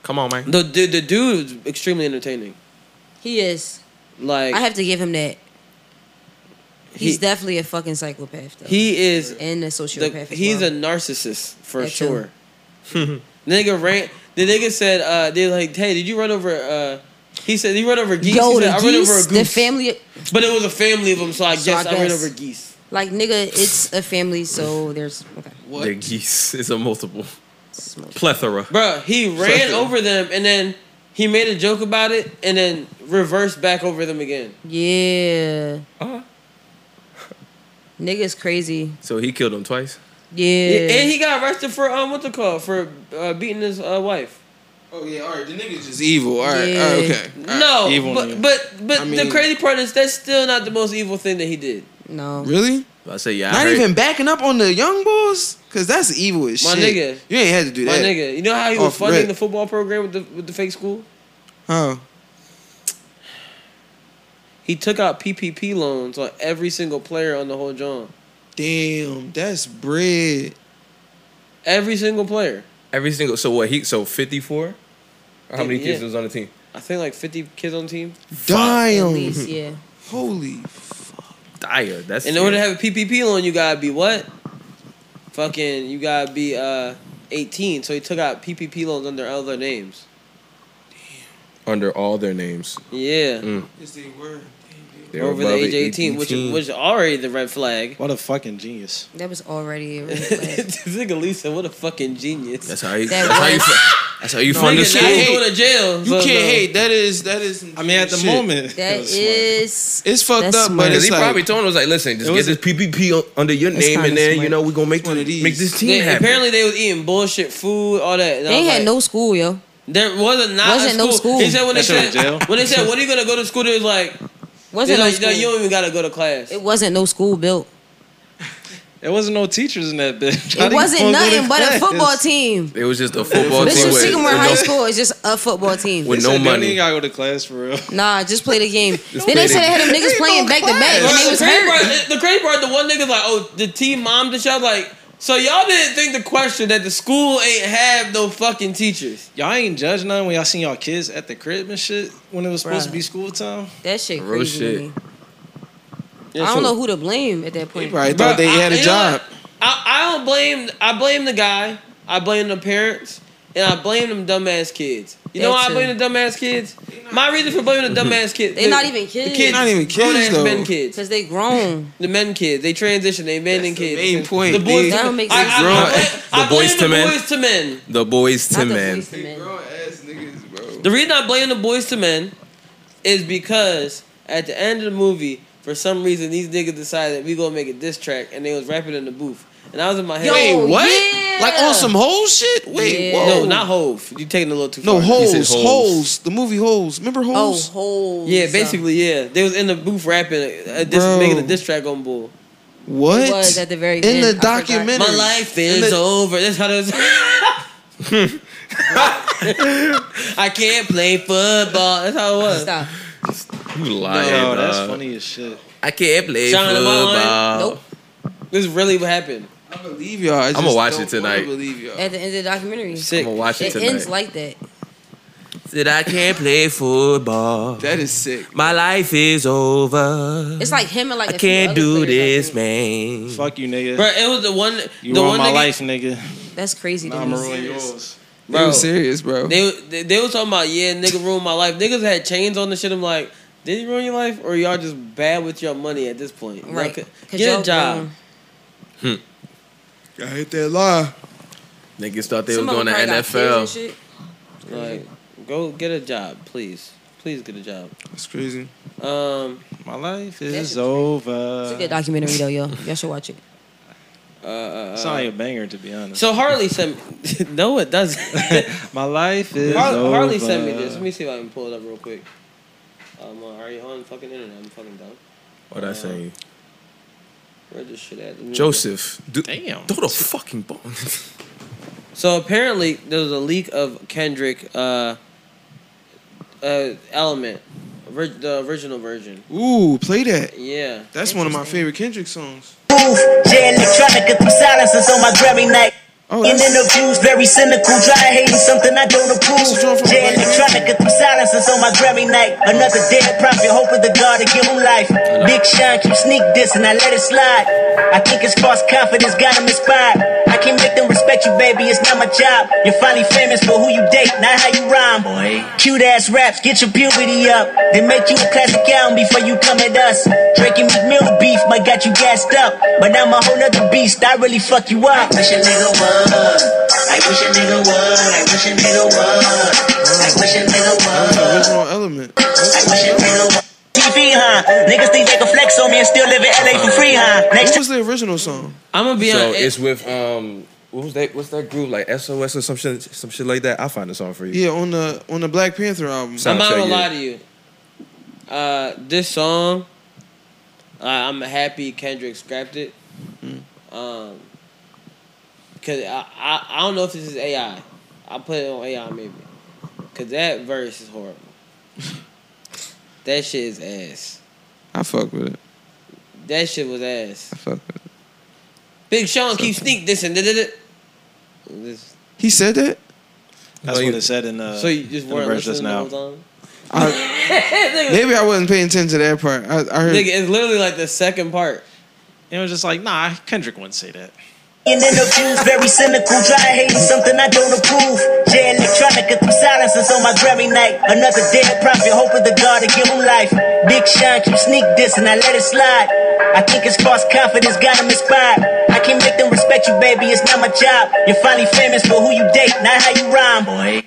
Speaker 10: Come on, man.
Speaker 1: The, the the dude is extremely entertaining.
Speaker 2: He is.
Speaker 1: Like
Speaker 2: I have to give him that. He's
Speaker 1: He-
Speaker 2: definitely a fucking psychopath though.
Speaker 1: he is
Speaker 2: and a
Speaker 1: The-
Speaker 2: sociopath. as
Speaker 1: he's
Speaker 2: well.
Speaker 1: a narcissist for
Speaker 2: That too.
Speaker 1: sure. nigga ran. The nigga said, uh, "They like, hey, did you run over?" Uh, he said, "He run over geese."
Speaker 2: Yo,
Speaker 1: he
Speaker 2: the
Speaker 1: said, I run over a
Speaker 2: geese,
Speaker 1: goose.
Speaker 2: the family,
Speaker 1: but it was a family of them, so I
Speaker 2: So
Speaker 1: guess
Speaker 2: I
Speaker 1: I, ran
Speaker 2: guess.
Speaker 1: over geese.
Speaker 2: like nigga, it's a family, so there's okay.
Speaker 10: The geese. It's a multiple
Speaker 2: Smoke.
Speaker 10: plethora.
Speaker 1: Bruh, he ran over them, and then He made a joke about it and then reversed back over them again.
Speaker 2: Yeah.
Speaker 1: Uh-huh.
Speaker 2: Niggas crazy.
Speaker 10: So he killed him twice.
Speaker 2: Yeah.
Speaker 1: and he got arrested for um what's it called for uh, beating his uh, wife.
Speaker 7: Oh yeah, all right. The niggas
Speaker 1: just
Speaker 7: It's evil. All right. All right okay. All right.
Speaker 1: No, but, but but
Speaker 7: I
Speaker 1: the
Speaker 7: mean-
Speaker 1: crazy part is that's still not the most evil thing that he did.
Speaker 2: No.
Speaker 7: Really?
Speaker 10: I say yeah. I
Speaker 7: Not
Speaker 10: heard-
Speaker 7: even backing up on the young boys, cause that's evil as
Speaker 1: My
Speaker 7: shit.
Speaker 1: nigga.
Speaker 7: you ain't had to do
Speaker 1: My
Speaker 7: that.
Speaker 1: nigga, you know how he was
Speaker 7: Off
Speaker 1: funding
Speaker 7: rip.
Speaker 1: the football program with the with the fake school?
Speaker 7: Huh?
Speaker 1: He took out PPP loans on every single player on the whole John.
Speaker 7: Damn, that's bread.
Speaker 1: Every single player.
Speaker 10: Every single. So what? He so fifty four. How many kids
Speaker 1: Yeah.
Speaker 10: was on the team?
Speaker 1: I think like 50 kids on the team.
Speaker 7: Damn.
Speaker 2: yeah.
Speaker 7: Holy.
Speaker 10: Dire. That's
Speaker 1: In order to have a PPP loan, you gotta be what? Fucking, you gotta be uh 18. So he took out PPP loans under other names.
Speaker 10: under all their names.
Speaker 1: Yeah.
Speaker 10: Mm.
Speaker 7: Yes, they were.
Speaker 10: They're
Speaker 1: Over the
Speaker 10: above
Speaker 1: age of 18, which
Speaker 10: 18.
Speaker 1: which is already the red flag.
Speaker 9: What a fucking genius.
Speaker 2: That was already a red flag.
Speaker 1: this nigga Lisa, what a fucking genius. That's
Speaker 10: how you.
Speaker 2: That that's how you was-
Speaker 10: that's
Speaker 1: how you fund the school. going to jail.
Speaker 7: You
Speaker 1: so
Speaker 7: can't
Speaker 1: no.
Speaker 7: hate. That is that is. I mean,
Speaker 9: at the moment,
Speaker 2: That is.
Speaker 7: It's fucked up, but
Speaker 10: Because
Speaker 7: it's
Speaker 10: he
Speaker 7: like,
Speaker 10: probably told him, was like, listen, just
Speaker 7: It
Speaker 10: get
Speaker 7: was
Speaker 10: this PPP on, under your
Speaker 7: It's
Speaker 10: name,
Speaker 7: kinda
Speaker 10: and then
Speaker 7: smart.
Speaker 10: you know we're gonna make
Speaker 7: one of
Speaker 10: the,
Speaker 7: these.
Speaker 10: make this team
Speaker 1: They-
Speaker 10: happy.
Speaker 1: apparently they was eating bullshit food, all that. and I
Speaker 2: They
Speaker 1: was
Speaker 2: had
Speaker 1: like-
Speaker 2: no school, yo.
Speaker 1: There wasn't not
Speaker 2: Wasn't
Speaker 1: a
Speaker 2: no
Speaker 1: school.
Speaker 2: school.
Speaker 1: He said when they
Speaker 2: That shit was jail.
Speaker 1: said when they said when are you gonna go to school, they was like, they're
Speaker 2: Wasn't no
Speaker 1: like, "No,
Speaker 2: school.
Speaker 1: you don't even gotta go to class.
Speaker 2: It wasn't no school built.
Speaker 9: There wasn't no teachers in that bitch.
Speaker 2: It wasn't nothing but a football team.
Speaker 10: It was just a football team
Speaker 2: Bishop
Speaker 10: with,
Speaker 2: Sycamore
Speaker 10: with
Speaker 2: High
Speaker 10: no-
Speaker 2: School is just a football team.
Speaker 10: with no
Speaker 9: You
Speaker 10: money.
Speaker 9: gotta go to class for real.
Speaker 2: Nah, just play the game.
Speaker 9: play
Speaker 2: then they
Speaker 9: the
Speaker 2: said they had them
Speaker 9: game.
Speaker 2: niggas playing back to back, and they was
Speaker 1: the, crazy
Speaker 2: hurt.
Speaker 1: part, the crazy part, the one nigga's like, oh, the team mom the shot like, so y'all didn't think the question that the school ain't have no fucking teachers.
Speaker 9: Y'all ain't judge none when y'all seen y'all kids at the crib and shit when it was supposed
Speaker 2: Bruh.
Speaker 9: to be school time.
Speaker 2: That shit
Speaker 9: Real
Speaker 2: crazy. to
Speaker 9: shit.
Speaker 2: me.
Speaker 1: Yeah,
Speaker 2: I don't
Speaker 1: so-
Speaker 2: know who to blame at that point.
Speaker 7: probably thought they had a
Speaker 1: you know what?
Speaker 7: job.
Speaker 1: I, I don't blame. I blame the guy. I blame the parents, and I blame them dumbass kids. You know
Speaker 2: That
Speaker 1: why
Speaker 2: too.
Speaker 1: I blame the dumbass kids? My reason for blaming the dumbass kids.
Speaker 2: They not even kids.
Speaker 1: The kids
Speaker 7: Mm-hmm. Not even kids,
Speaker 1: grown-ass
Speaker 7: though.
Speaker 1: Men kids.
Speaker 2: Cause they grown.
Speaker 1: The men kids. They transition. They men and kids.
Speaker 7: main point,
Speaker 1: The boys.
Speaker 7: dude.
Speaker 2: That don't make
Speaker 1: I,
Speaker 2: sense.
Speaker 1: I,
Speaker 10: Grown-
Speaker 1: I,
Speaker 10: the
Speaker 1: blame
Speaker 10: boys
Speaker 1: the
Speaker 10: to men.
Speaker 1: boys to men.
Speaker 10: The boys to
Speaker 1: Not the
Speaker 10: men.
Speaker 2: Waste of men.
Speaker 1: The reason I blame the boys to men is because at the end of the movie, for some reason, these niggas decided we gonna make a diss track, and they was rapping in the booth, and I was in my head.
Speaker 7: Wait, what? Like on some whole shit? Wait, whoa.
Speaker 1: No, not Hove. You taking it a little too
Speaker 7: No,
Speaker 1: far.
Speaker 7: holes, holes, The movie holes. Remember
Speaker 2: Oh,
Speaker 7: holes?
Speaker 2: holes.
Speaker 1: Yeah, basically, yeah. They was in the booth rapping, uh, diss,
Speaker 7: Bro.
Speaker 1: making a diss track on Bull.
Speaker 7: what?
Speaker 2: It was at the very
Speaker 7: In
Speaker 2: end.
Speaker 7: the
Speaker 2: I forgot.
Speaker 7: documentary.
Speaker 1: My life is over. That's how those. I can't play football. That's how it was.
Speaker 2: Stop.
Speaker 10: You lying,
Speaker 9: No, that's
Speaker 10: dog.
Speaker 9: funny as shit.
Speaker 10: I can't play
Speaker 1: Sean, am I lying?
Speaker 10: football.
Speaker 2: Nope.
Speaker 1: This is really what happened.
Speaker 7: I believe y'all. I
Speaker 10: I'ma
Speaker 7: just
Speaker 10: watch
Speaker 7: don't
Speaker 10: it tonight.
Speaker 7: wanna Believe y'all.
Speaker 2: At the end of the documentary.
Speaker 10: I'm gonna watch it
Speaker 2: It
Speaker 10: tonight.
Speaker 2: ends like that.
Speaker 10: Said I can't play football.
Speaker 7: That is sick.
Speaker 10: My life is over.
Speaker 2: It's like him and like
Speaker 10: I
Speaker 2: a few
Speaker 10: can't
Speaker 2: other
Speaker 10: do
Speaker 2: players, I
Speaker 10: this,
Speaker 2: think.
Speaker 10: man.
Speaker 9: Fuck you, nigga.
Speaker 1: Bro, it was the one.
Speaker 9: you
Speaker 1: the
Speaker 9: ruined
Speaker 1: one
Speaker 9: my
Speaker 1: nigga-
Speaker 9: life, nigga.
Speaker 2: That's crazy. to
Speaker 9: Nah, I'm
Speaker 2: me.
Speaker 9: gonna ruin yours.
Speaker 7: They
Speaker 1: Bro.
Speaker 7: were serious, bro.
Speaker 1: They, they they was talking about yeah, nigga ruined my life. Niggas had chains on the shit. I'm like, did he ruin your life, or y'all just bad with your money at this point? Y'all
Speaker 2: Right.
Speaker 1: could-
Speaker 2: 'Cause
Speaker 1: Get
Speaker 2: y'all
Speaker 1: a job.
Speaker 2: grown.
Speaker 7: I hate that lie.
Speaker 10: Niggas thought they
Speaker 2: Some
Speaker 10: was
Speaker 2: of
Speaker 10: going to
Speaker 2: them probably got kids and
Speaker 10: NFL.
Speaker 2: shit.
Speaker 1: Like, go get a job, please. Please get a job.
Speaker 7: That's crazy.
Speaker 1: Um,
Speaker 9: My life
Speaker 2: That's
Speaker 9: is
Speaker 2: a- It's a
Speaker 9: over.
Speaker 2: good documentary though, yo. Y'all should watch it.
Speaker 1: uh, uh,
Speaker 9: It's not
Speaker 1: uh,
Speaker 9: even a banger, to be honest.
Speaker 1: so Harley sent. Me, no, it doesn't.
Speaker 9: My life is
Speaker 1: Har-
Speaker 9: over.
Speaker 1: Harley sent
Speaker 10: uh,
Speaker 1: me this. Let me see if I can pull it up real quick. Um, uh, are you on the fucking internet? I'm fucking dumb.
Speaker 10: What I say?
Speaker 1: Where this shit at? Let me-
Speaker 10: Joseph. Do,
Speaker 9: Damn.
Speaker 10: Throw the fucking ball.
Speaker 1: So apparently there was a leak of Kendrick uh, uh, Element, Ori- the original version.
Speaker 7: Ooh, play that.
Speaker 1: Yeah.
Speaker 7: That's one of my favorite Kendrick songs.
Speaker 12: Move, J electronic, cause silences on my Grammy night. In interviews, very cynical, try hating something I don't approve. J electronic, cause silences on my Grammy night. Another dead prophet, hoping the God to give him life. Big Sean keep sneak this and I let it slide. I think it's false confidence, got him inspired. I can't make them respect you, baby, it's not my job. You're finally famous for who you date, not how you rhyme. Cute ass raps, get your puberty up. They make you a classic album before you come at us. Drake and Meek Mill beef might got you gassed up, but I'm a whole nother beast. I really fuck you up. I wish a nigga would. I wish a nigga would. I wish a nigga would. I wish a nigga would. huh? Niggas think they can flex on me and still live in LA for free, huh?
Speaker 7: What was the original song?
Speaker 1: I'm gonna be
Speaker 10: so
Speaker 1: on-
Speaker 10: it's with um what was that what's that group like SOS or some shit some shit like that. I'll find the song for you.
Speaker 7: Yeah, on the on the Black Panther album.
Speaker 10: Soundtrack,
Speaker 1: I'm not gonna
Speaker 10: yeah.
Speaker 1: lie to you. Uh, this song, uh, I'm happy Kendrick scrapped it. Um, cause I, I I don't know if this is AI. I put it on AI maybe. Cause that verse is horrible. that shit is ass.
Speaker 7: I fuck with it.
Speaker 1: That shit was ass.
Speaker 7: I fuck with it.
Speaker 1: Big Sean keeps sneak this and da da da.
Speaker 7: He said that.
Speaker 9: That's what it said in uh,
Speaker 1: So you just
Speaker 9: in the
Speaker 1: weren't
Speaker 9: verse just
Speaker 1: listening the
Speaker 9: now.
Speaker 1: whole time.
Speaker 7: I- maybe I wasn't paying attention to that part. I, I heard.
Speaker 1: Nigga, it's literally like the second part.
Speaker 9: It was just like, nah, Kendrick wouldn't say that.
Speaker 12: And then abused, very cynical, try hating something I don't approve. Yeah, electronica through silences on my Grammy night. Another dead prophet, hoping the God to give him life. Big Sean keep sneak this and I let it slide. I think it's false confidence, got him inspired. I can make them respect you, baby, it's not my job. You're finally famous for who you date, not how you rhyme, boy.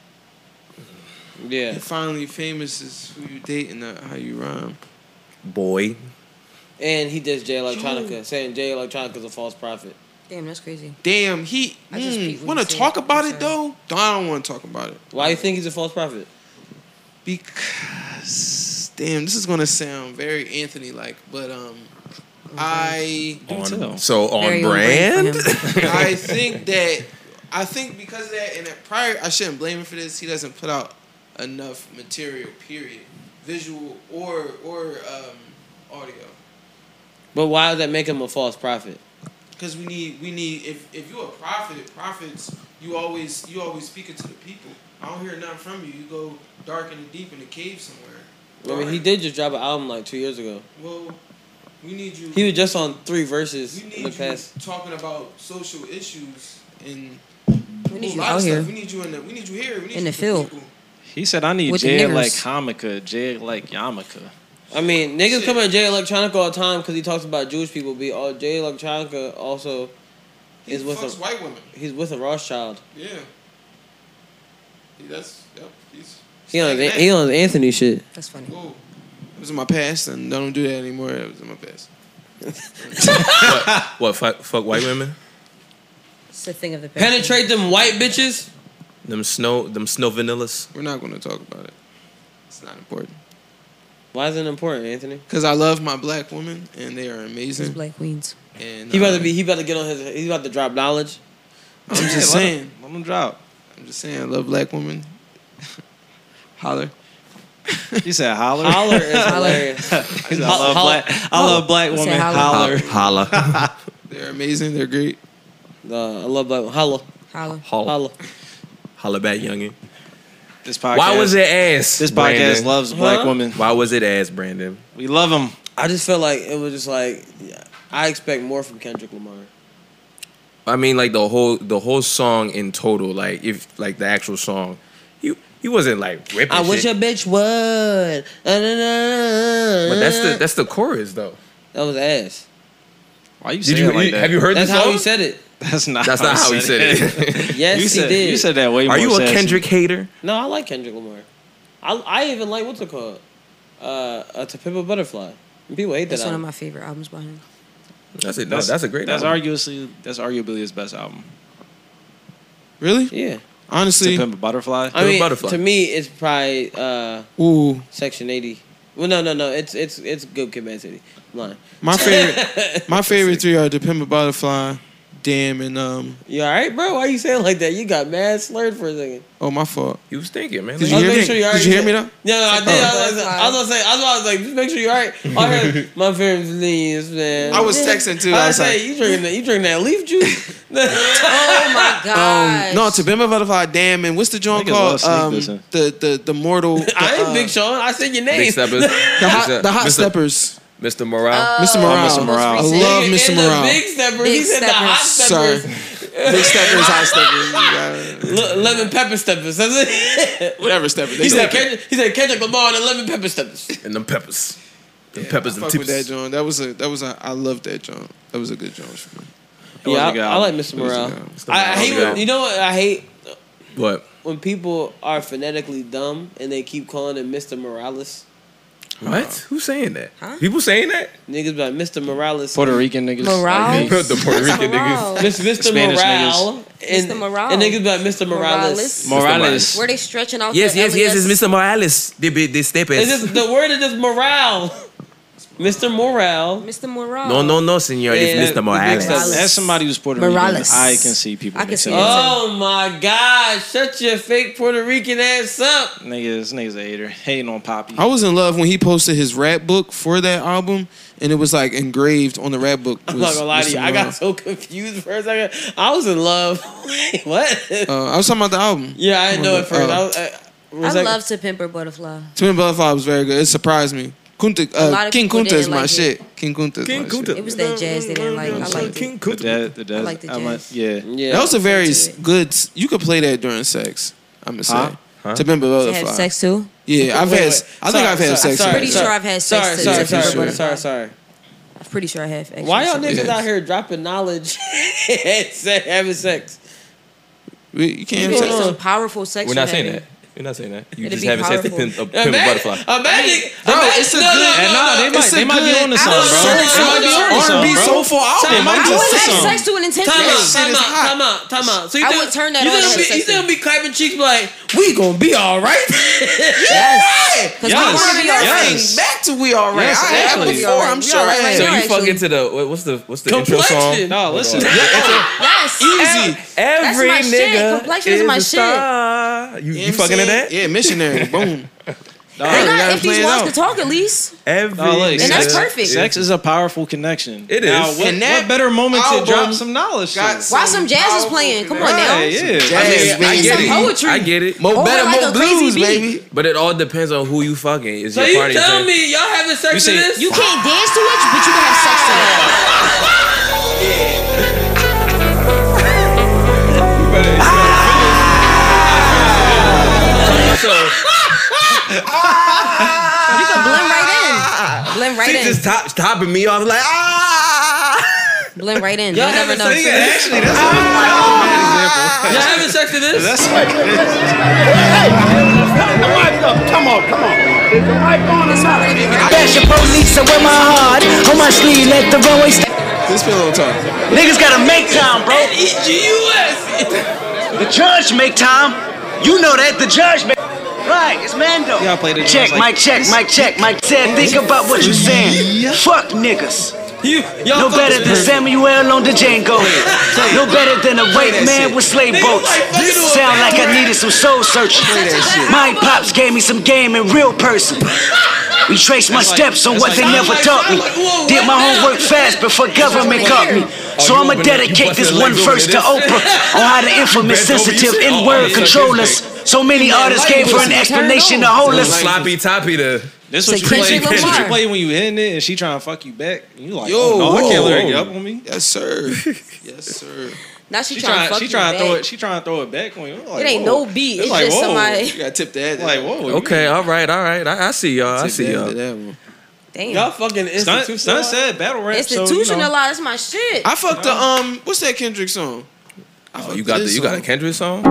Speaker 1: Yeah.
Speaker 7: Finally, famous is who you date and not how you rhyme.
Speaker 10: Boy.
Speaker 1: And he dissed Jay Electronica, saying Jay Electronica's a false prophet.
Speaker 2: Damn, that's crazy.
Speaker 7: Damn, he.
Speaker 2: I just
Speaker 7: mm,
Speaker 2: peeped when
Speaker 7: want
Speaker 2: you
Speaker 7: to
Speaker 2: said
Speaker 7: talk
Speaker 2: it.
Speaker 7: about
Speaker 2: I'm
Speaker 7: it
Speaker 2: sorry.
Speaker 7: though? No, I don't want to talk about it.
Speaker 1: Why you think he's a false prophet?
Speaker 7: Because damn, this is gonna sound very Anthony like, but um, I
Speaker 10: On- tell. so on Very on brand brand? for him.
Speaker 7: I think that I think because of that and that prior, I shouldn't blame him for this. He doesn't put out enough material, period, visual or or um, audio.
Speaker 1: But why does that make him a false prophet?
Speaker 7: Because we need we need if if you're a prophet, prophets you always you always speaking to the people. I don't hear nothing from you. You go dark and deep in the cave somewhere.
Speaker 1: I mean, he did just drop an album like two years ago.
Speaker 7: Well, we need you.
Speaker 1: He was just on three verses
Speaker 7: We
Speaker 1: in
Speaker 7: need
Speaker 1: the
Speaker 7: you
Speaker 1: past.
Speaker 7: talking about social issues and
Speaker 2: We
Speaker 9: need
Speaker 7: a
Speaker 9: you
Speaker 7: lot
Speaker 9: out
Speaker 7: of
Speaker 9: here.
Speaker 7: Stuff. We need you in the. We need you here. We need
Speaker 9: In
Speaker 7: you
Speaker 9: the field.
Speaker 7: people.
Speaker 9: He said, I need
Speaker 1: With the
Speaker 9: Jay
Speaker 1: niggers.
Speaker 9: like Hamaka, Jay like Yamaka.
Speaker 1: I mean, niggas come at Jay Electronica all the time because he talks about Jewish people. Be all Jay Electronica also
Speaker 7: He
Speaker 1: is with
Speaker 7: fucks
Speaker 1: a
Speaker 7: white women.
Speaker 1: He's with a Rothschild.
Speaker 7: Yeah. He- That's yep. He's.
Speaker 1: He on his, he on his Anthony shit.
Speaker 2: That's funny.
Speaker 7: Whoa. It was in my past, and I don't do that anymore. It was in my past.
Speaker 10: what what fuck, fuck white women?
Speaker 2: It's a thing of the past.
Speaker 1: Penetrate them white bitches.
Speaker 10: Them snow them snow vanillas.
Speaker 7: We're not gonna talk about it. It's not important.
Speaker 1: Why is it important, Anthony?
Speaker 7: Because I love my black women, and they are amazing.
Speaker 2: These black queens.
Speaker 7: And
Speaker 1: He about
Speaker 7: uh,
Speaker 1: to be. He about to get on his. He's about to drop knowledge.
Speaker 7: I'm just saying.
Speaker 9: Let them drop.
Speaker 7: I'm just saying, I love black women. Holler.
Speaker 9: He said holler.
Speaker 1: Holler is hilarious.
Speaker 9: He said, I love
Speaker 1: Holler.
Speaker 9: black. I love black
Speaker 1: He said
Speaker 9: women.
Speaker 1: holler.
Speaker 9: Holler.
Speaker 10: Holla.
Speaker 7: They're amazing. They're great.
Speaker 1: I love black. Holla.
Speaker 2: Holla.
Speaker 1: Holla.
Speaker 10: Holla back, youngin.
Speaker 9: This podcast.
Speaker 10: Why was it ass?
Speaker 9: This podcast
Speaker 10: Brandon?
Speaker 9: loves black
Speaker 1: Huh?
Speaker 9: women.
Speaker 10: Why was it ass, Brandon?
Speaker 9: We love them.
Speaker 1: I just felt like it was just like yeah, I expect more from Kendrick Lamar.
Speaker 10: I mean, like the whole the whole song in total. Like if like the actual song, you he wasn't like ripping.
Speaker 1: I wish
Speaker 10: shit.
Speaker 1: a bitch would. But
Speaker 10: But that's the that's the chorus though.
Speaker 1: that was ass.
Speaker 9: Why you
Speaker 10: Did
Speaker 9: say
Speaker 10: you-
Speaker 9: it like
Speaker 10: you-
Speaker 9: that?
Speaker 10: have you heard
Speaker 1: That's
Speaker 10: this
Speaker 1: how
Speaker 10: song?
Speaker 1: he said it.
Speaker 9: That's not.
Speaker 10: That's not how he said it.
Speaker 1: Yes,
Speaker 9: you
Speaker 1: he
Speaker 9: said,
Speaker 1: did.
Speaker 9: You said that way more.
Speaker 10: Are you a
Speaker 9: sassy.
Speaker 10: Kendrick hater?
Speaker 1: No, I like Kendrick Lamar. I I even like what's it called? Uh, a To Pimp a Butterfly. And People hate that.
Speaker 2: That's one of
Speaker 1: album.
Speaker 2: my favorite albums by him.
Speaker 10: That's it. No, that's, a great.
Speaker 9: That's
Speaker 10: album.
Speaker 9: arguably that's arguably his best album.
Speaker 7: Really?
Speaker 1: Yeah.
Speaker 7: Honestly,
Speaker 9: to Pimp a Butterfly.
Speaker 1: I mean, to me, it's probably uh,
Speaker 7: Ooh.
Speaker 1: Section Eighty. Well, no, no, no. It's it's it's Good Kid, Mad City. I'm lying.
Speaker 7: My favorite, my favorite three are Dependent Butterfly, Damn, and um.
Speaker 1: You all right, bro? Why you saying like that? You got mad slurred for a second.
Speaker 7: Oh, my fault.
Speaker 10: He was thinking, man.
Speaker 7: Did
Speaker 1: I
Speaker 7: you
Speaker 1: was
Speaker 7: hear
Speaker 1: making
Speaker 7: me?
Speaker 1: sure you
Speaker 7: Did
Speaker 1: already
Speaker 7: you hear me
Speaker 1: said-
Speaker 7: though?
Speaker 1: Yeah, no, I did. I,
Speaker 7: Oh.
Speaker 1: was, like- I was gonna say, I was, I was like, just make sure you're all right. All right, my favorite leaves, man.
Speaker 7: I was texting, too.
Speaker 1: I,
Speaker 7: I
Speaker 1: was
Speaker 7: was
Speaker 1: say,
Speaker 7: like-
Speaker 1: you drinking that? You drinking that leaf juice?
Speaker 2: Oh my
Speaker 7: Um, no, to Bimba Butterfly Dam and what's the joint
Speaker 9: Niggas love
Speaker 7: called?
Speaker 9: sneak
Speaker 7: Um,
Speaker 9: this
Speaker 7: the the the mortal.
Speaker 1: I
Speaker 7: the,
Speaker 1: am
Speaker 7: uh,
Speaker 1: Big Sean. I said your name.
Speaker 7: Big Steppers. The hot-
Speaker 10: Mr.
Speaker 7: the hot
Speaker 10: Mr.
Speaker 7: steppers.
Speaker 10: Mr. Morale.
Speaker 7: Mr. Morale.
Speaker 10: Oh, Mr. Morale.
Speaker 7: I love
Speaker 1: Nigga,
Speaker 7: Mr.
Speaker 1: in the
Speaker 7: Morale.
Speaker 1: Big Steppers. He
Speaker 7: Big
Speaker 1: said the hot
Speaker 7: Sorry.
Speaker 1: Steppers.
Speaker 7: Big Steppers, Hot Steppers.
Speaker 1: you got it. Le- lemon pepper steppers. That's it.
Speaker 7: Whatever steppers. They
Speaker 1: He said,
Speaker 7: stepping.
Speaker 1: Kendrick, he said Kendrick Lamar and the lemon pepper steppers.
Speaker 10: And them peppers. Them peppers
Speaker 7: Fuck
Speaker 10: and
Speaker 7: with that
Speaker 10: tips.
Speaker 7: joint. That was a that was a I love that joint. That was a good joint for me.
Speaker 1: Yeah, I, I like Mr. Morale. I, I hate when, you know what I hate
Speaker 10: What?
Speaker 1: when people are phonetically dumb and they keep calling him Mr. Morales.
Speaker 10: What? Who's saying that? People saying that?
Speaker 1: Niggas be like Mr. Morales.
Speaker 9: Puerto Rican niggas. Like
Speaker 1: Morales?
Speaker 9: me.
Speaker 10: The Puerto Rican
Speaker 1: Morale. Miss- Mr.
Speaker 9: Spanish
Speaker 1: Morale.
Speaker 9: niggas.
Speaker 1: And,
Speaker 2: Mr. Morale.
Speaker 1: And niggas be like Mr. Morales.
Speaker 2: Morales. Where they stretching out? E
Speaker 10: Yes,
Speaker 2: their
Speaker 10: yes, yes, it's
Speaker 2: LES.
Speaker 10: Mr. Morales. They be they
Speaker 1: It's
Speaker 10: steppers.
Speaker 1: just, the word is just morale. Mr. Morale.
Speaker 2: Mr. Morale.
Speaker 10: No, no, no,
Speaker 1: Yeah,
Speaker 10: senor. It's
Speaker 1: the
Speaker 10: Mr. Morales.
Speaker 1: Morales.
Speaker 9: As somebody who's Puerto Rican,
Speaker 1: Morales.
Speaker 9: I can see people.
Speaker 1: I can
Speaker 9: make
Speaker 1: see
Speaker 9: sense.
Speaker 1: Oh my God! Shut your fake Puerter Rican ass up.
Speaker 9: Niggas, niggas a hater, hating on Poppy.
Speaker 7: I was in love when he posted his rap book for that album, and it was like engraved on the rap book.
Speaker 1: I'm
Speaker 7: was
Speaker 1: not gonna lie to
Speaker 7: Mr.
Speaker 1: you. I got
Speaker 7: Morale.
Speaker 1: so confused for a second. I was in love. Wait, what?
Speaker 7: Uh, I was talking about the album.
Speaker 1: yeah, I didn't know it first.
Speaker 7: Uh,
Speaker 1: I, was, I, was
Speaker 2: I
Speaker 1: like-
Speaker 2: love to pimp her butterfly.
Speaker 7: Twin Butterfly was very good. It surprised me. Kunta,
Speaker 2: A
Speaker 7: uh,
Speaker 2: lot of
Speaker 7: King
Speaker 2: people
Speaker 7: Kunta
Speaker 2: didn't
Speaker 7: is my
Speaker 2: like it.
Speaker 7: shit. King Kunta is my shit.
Speaker 2: It was that jazz they didn't like. I liked it.
Speaker 9: The dad, the dad, I
Speaker 2: like the
Speaker 9: I'm
Speaker 2: jazz.
Speaker 9: yeah.
Speaker 7: That was a very s- good. s- You could play that during sex. I'm gonna say.
Speaker 9: Huh? Huh?
Speaker 7: To Bimba
Speaker 9: You
Speaker 7: Butterfly.
Speaker 9: had sex too?
Speaker 7: Yeah, I've
Speaker 9: Wait, wait.
Speaker 7: had. I think
Speaker 9: Sorry,
Speaker 7: I've had
Speaker 9: sorry,
Speaker 7: sex.
Speaker 9: sorry,
Speaker 7: with
Speaker 9: Pretty
Speaker 7: her.
Speaker 9: sure I've had sex
Speaker 1: Sorry,
Speaker 9: to
Speaker 1: sorry,
Speaker 9: Mr.
Speaker 1: sorry, sorry,
Speaker 9: Butterfly.
Speaker 1: sorry, sorry.
Speaker 2: I'm pretty sure I have. Actually
Speaker 1: Why y'all
Speaker 2: sex.
Speaker 1: niggas out here dropping knowledge and se- having sex?
Speaker 7: We, you
Speaker 2: You
Speaker 1: can't
Speaker 2: gonna be some powerful sex.
Speaker 10: We're not saying
Speaker 2: having.
Speaker 10: that. We're not saying that. You
Speaker 2: It'd
Speaker 10: just
Speaker 2: be
Speaker 10: haven't said the
Speaker 2: powerful.
Speaker 10: pimp, a pimp
Speaker 1: Imagine-
Speaker 10: butterfly.
Speaker 1: Imagine,
Speaker 10: Bro,
Speaker 1: imagine-
Speaker 10: it's a good- And nah, they might-
Speaker 1: it's a
Speaker 10: they might be
Speaker 1: good-
Speaker 10: on to something,
Speaker 1: I
Speaker 10: bro.
Speaker 1: don't-
Speaker 10: They
Speaker 1: soulful- album.
Speaker 10: might be on to something, bro. I
Speaker 1: I'm
Speaker 10: would
Speaker 1: just
Speaker 10: have
Speaker 1: saying.
Speaker 10: sex
Speaker 2: to an intense
Speaker 1: Time
Speaker 2: man.
Speaker 1: out,
Speaker 2: Shit
Speaker 1: time
Speaker 2: is
Speaker 1: out,
Speaker 2: hot.
Speaker 1: time out, time out. So you
Speaker 2: I
Speaker 1: think,
Speaker 2: would turn that
Speaker 1: you
Speaker 2: on
Speaker 1: think
Speaker 2: as
Speaker 1: it'll be-
Speaker 2: sexy.
Speaker 1: You think it'll be clapping cheeks like, we gonna be all right?
Speaker 2: Yes.
Speaker 7: 'Cause I'm running that thing back to we all right.
Speaker 10: Yes,
Speaker 7: I had
Speaker 10: actually.
Speaker 7: before. I'm sure I had.
Speaker 10: So you fuck into the what- what's the what's the intro
Speaker 7: Complexion. No,
Speaker 10: song?
Speaker 7: listen.
Speaker 10: Yeah,
Speaker 2: Yes.
Speaker 7: Easy.
Speaker 10: Every
Speaker 2: That's my shit.
Speaker 10: nigga
Speaker 2: Complexion is
Speaker 10: is
Speaker 2: my
Speaker 10: a
Speaker 2: shit.
Speaker 10: star. You, you fucking to that?
Speaker 7: Yeah, missionary. Boom.
Speaker 2: They
Speaker 9: gotta
Speaker 2: got if
Speaker 9: play
Speaker 2: these
Speaker 9: it
Speaker 2: ones
Speaker 9: out.
Speaker 2: could talk at least.
Speaker 10: Every
Speaker 9: No, look,
Speaker 2: And that's perfect.
Speaker 9: Sex is a powerful connection.
Speaker 10: It
Speaker 9: Now,
Speaker 10: is.
Speaker 9: what,
Speaker 10: And that
Speaker 9: what better moment to
Speaker 10: album
Speaker 9: drop some knowledge?
Speaker 10: got
Speaker 9: to?
Speaker 2: Why some jazz is playing? Come on now.
Speaker 9: Right, yeah.
Speaker 10: I, mean, I
Speaker 2: Need
Speaker 10: get
Speaker 2: some
Speaker 10: it.
Speaker 2: poetry.
Speaker 10: I get it.
Speaker 2: Mo Over better, like mo a crazy blues, beat. baby.
Speaker 10: But it all depends on who you fucking. Is
Speaker 1: So
Speaker 10: your
Speaker 1: you
Speaker 10: party
Speaker 1: tell
Speaker 10: drink?
Speaker 1: me y'all having sex to
Speaker 10: You say-
Speaker 1: this?
Speaker 2: You can't dance to it, but you can have sex to it.
Speaker 10: So
Speaker 2: You can blend right in. Blend right
Speaker 10: she
Speaker 2: in.
Speaker 10: just top, topping me off like ah.
Speaker 2: blend right in. you never know.
Speaker 10: Actually, that's
Speaker 1: Y'all having sex to this?
Speaker 10: That's
Speaker 12: Come on, come on. Is the mic on or not?
Speaker 13: Fashion police, I wear my heart on my sleeve. Let the runway stand.
Speaker 7: This been a little time.
Speaker 13: Niggas gotta make time, bro.
Speaker 12: E
Speaker 13: The judge make time. You know that the judge make. Right, it's Mando.
Speaker 9: Y'all play the
Speaker 13: check,
Speaker 9: drums like-
Speaker 13: mic check, mic check, mic said. Think about what you saying. Fuck niggas.
Speaker 12: y'all
Speaker 13: no
Speaker 12: fuck
Speaker 13: better
Speaker 12: this
Speaker 13: than
Speaker 12: person.
Speaker 13: Samuel on the Django. no better than a
Speaker 12: Play
Speaker 13: white
Speaker 12: that
Speaker 13: man
Speaker 12: shit.
Speaker 13: with slave
Speaker 12: Niggas
Speaker 13: boats.
Speaker 12: like fucking do a
Speaker 13: Sound like I
Speaker 12: background.
Speaker 13: needed some soul searching.
Speaker 12: Play that shit.
Speaker 13: My pops gave me some game in real person. Retrace my
Speaker 12: That's like-
Speaker 13: steps on
Speaker 12: that's
Speaker 13: what
Speaker 12: like-
Speaker 13: they
Speaker 12: Sound
Speaker 13: never
Speaker 12: like-
Speaker 13: taught me.
Speaker 12: sound like- whoa,
Speaker 13: Did my
Speaker 12: what now?
Speaker 13: homework fast before government caught me. So
Speaker 12: you
Speaker 13: I'ma
Speaker 12: open up- you
Speaker 13: dedicate
Speaker 12: bust
Speaker 13: this
Speaker 12: your
Speaker 13: one
Speaker 12: legs over
Speaker 13: verse to
Speaker 12: to this?
Speaker 13: Oprah on how the infamous,
Speaker 12: Bent over, you
Speaker 13: sensitive,
Speaker 12: said, oh,
Speaker 13: N-word
Speaker 12: you suck his
Speaker 13: control us.
Speaker 12: dick.
Speaker 13: So many artists gave her an explanation to hold us.
Speaker 10: sloppy toppy to.
Speaker 9: This what you play. This what you play when you hitting it, and she trying to fuck you back. And you like,
Speaker 7: Yo,
Speaker 9: oh, no, I can't let her
Speaker 7: whoa.
Speaker 9: get up on me.
Speaker 7: Yes, sir. yes, sir.
Speaker 2: Now she,
Speaker 9: She trying,
Speaker 2: trying to fuck
Speaker 9: she
Speaker 2: you
Speaker 9: trying to throw
Speaker 2: back.
Speaker 9: it. She trying to throw it back on you. I'm Like,
Speaker 2: It ain't
Speaker 9: whoa.
Speaker 2: no beat. It's just
Speaker 9: whoa.
Speaker 2: somebody-
Speaker 9: You
Speaker 7: gotta tip that.
Speaker 9: Like whoa. you-
Speaker 10: Okay, all right, all right. I, I see y'all. I
Speaker 9: Tip
Speaker 10: see
Speaker 9: that
Speaker 10: y'all.
Speaker 9: to
Speaker 2: Damn.
Speaker 1: Y'all
Speaker 9: Sun,
Speaker 1: fucking institutional.
Speaker 9: Sun said battle rap. so, you know.
Speaker 2: Institutionalized my shit.
Speaker 7: I fucked the um. What's that Kendrick song?
Speaker 10: Oh, you got the, you got a Kendrick song?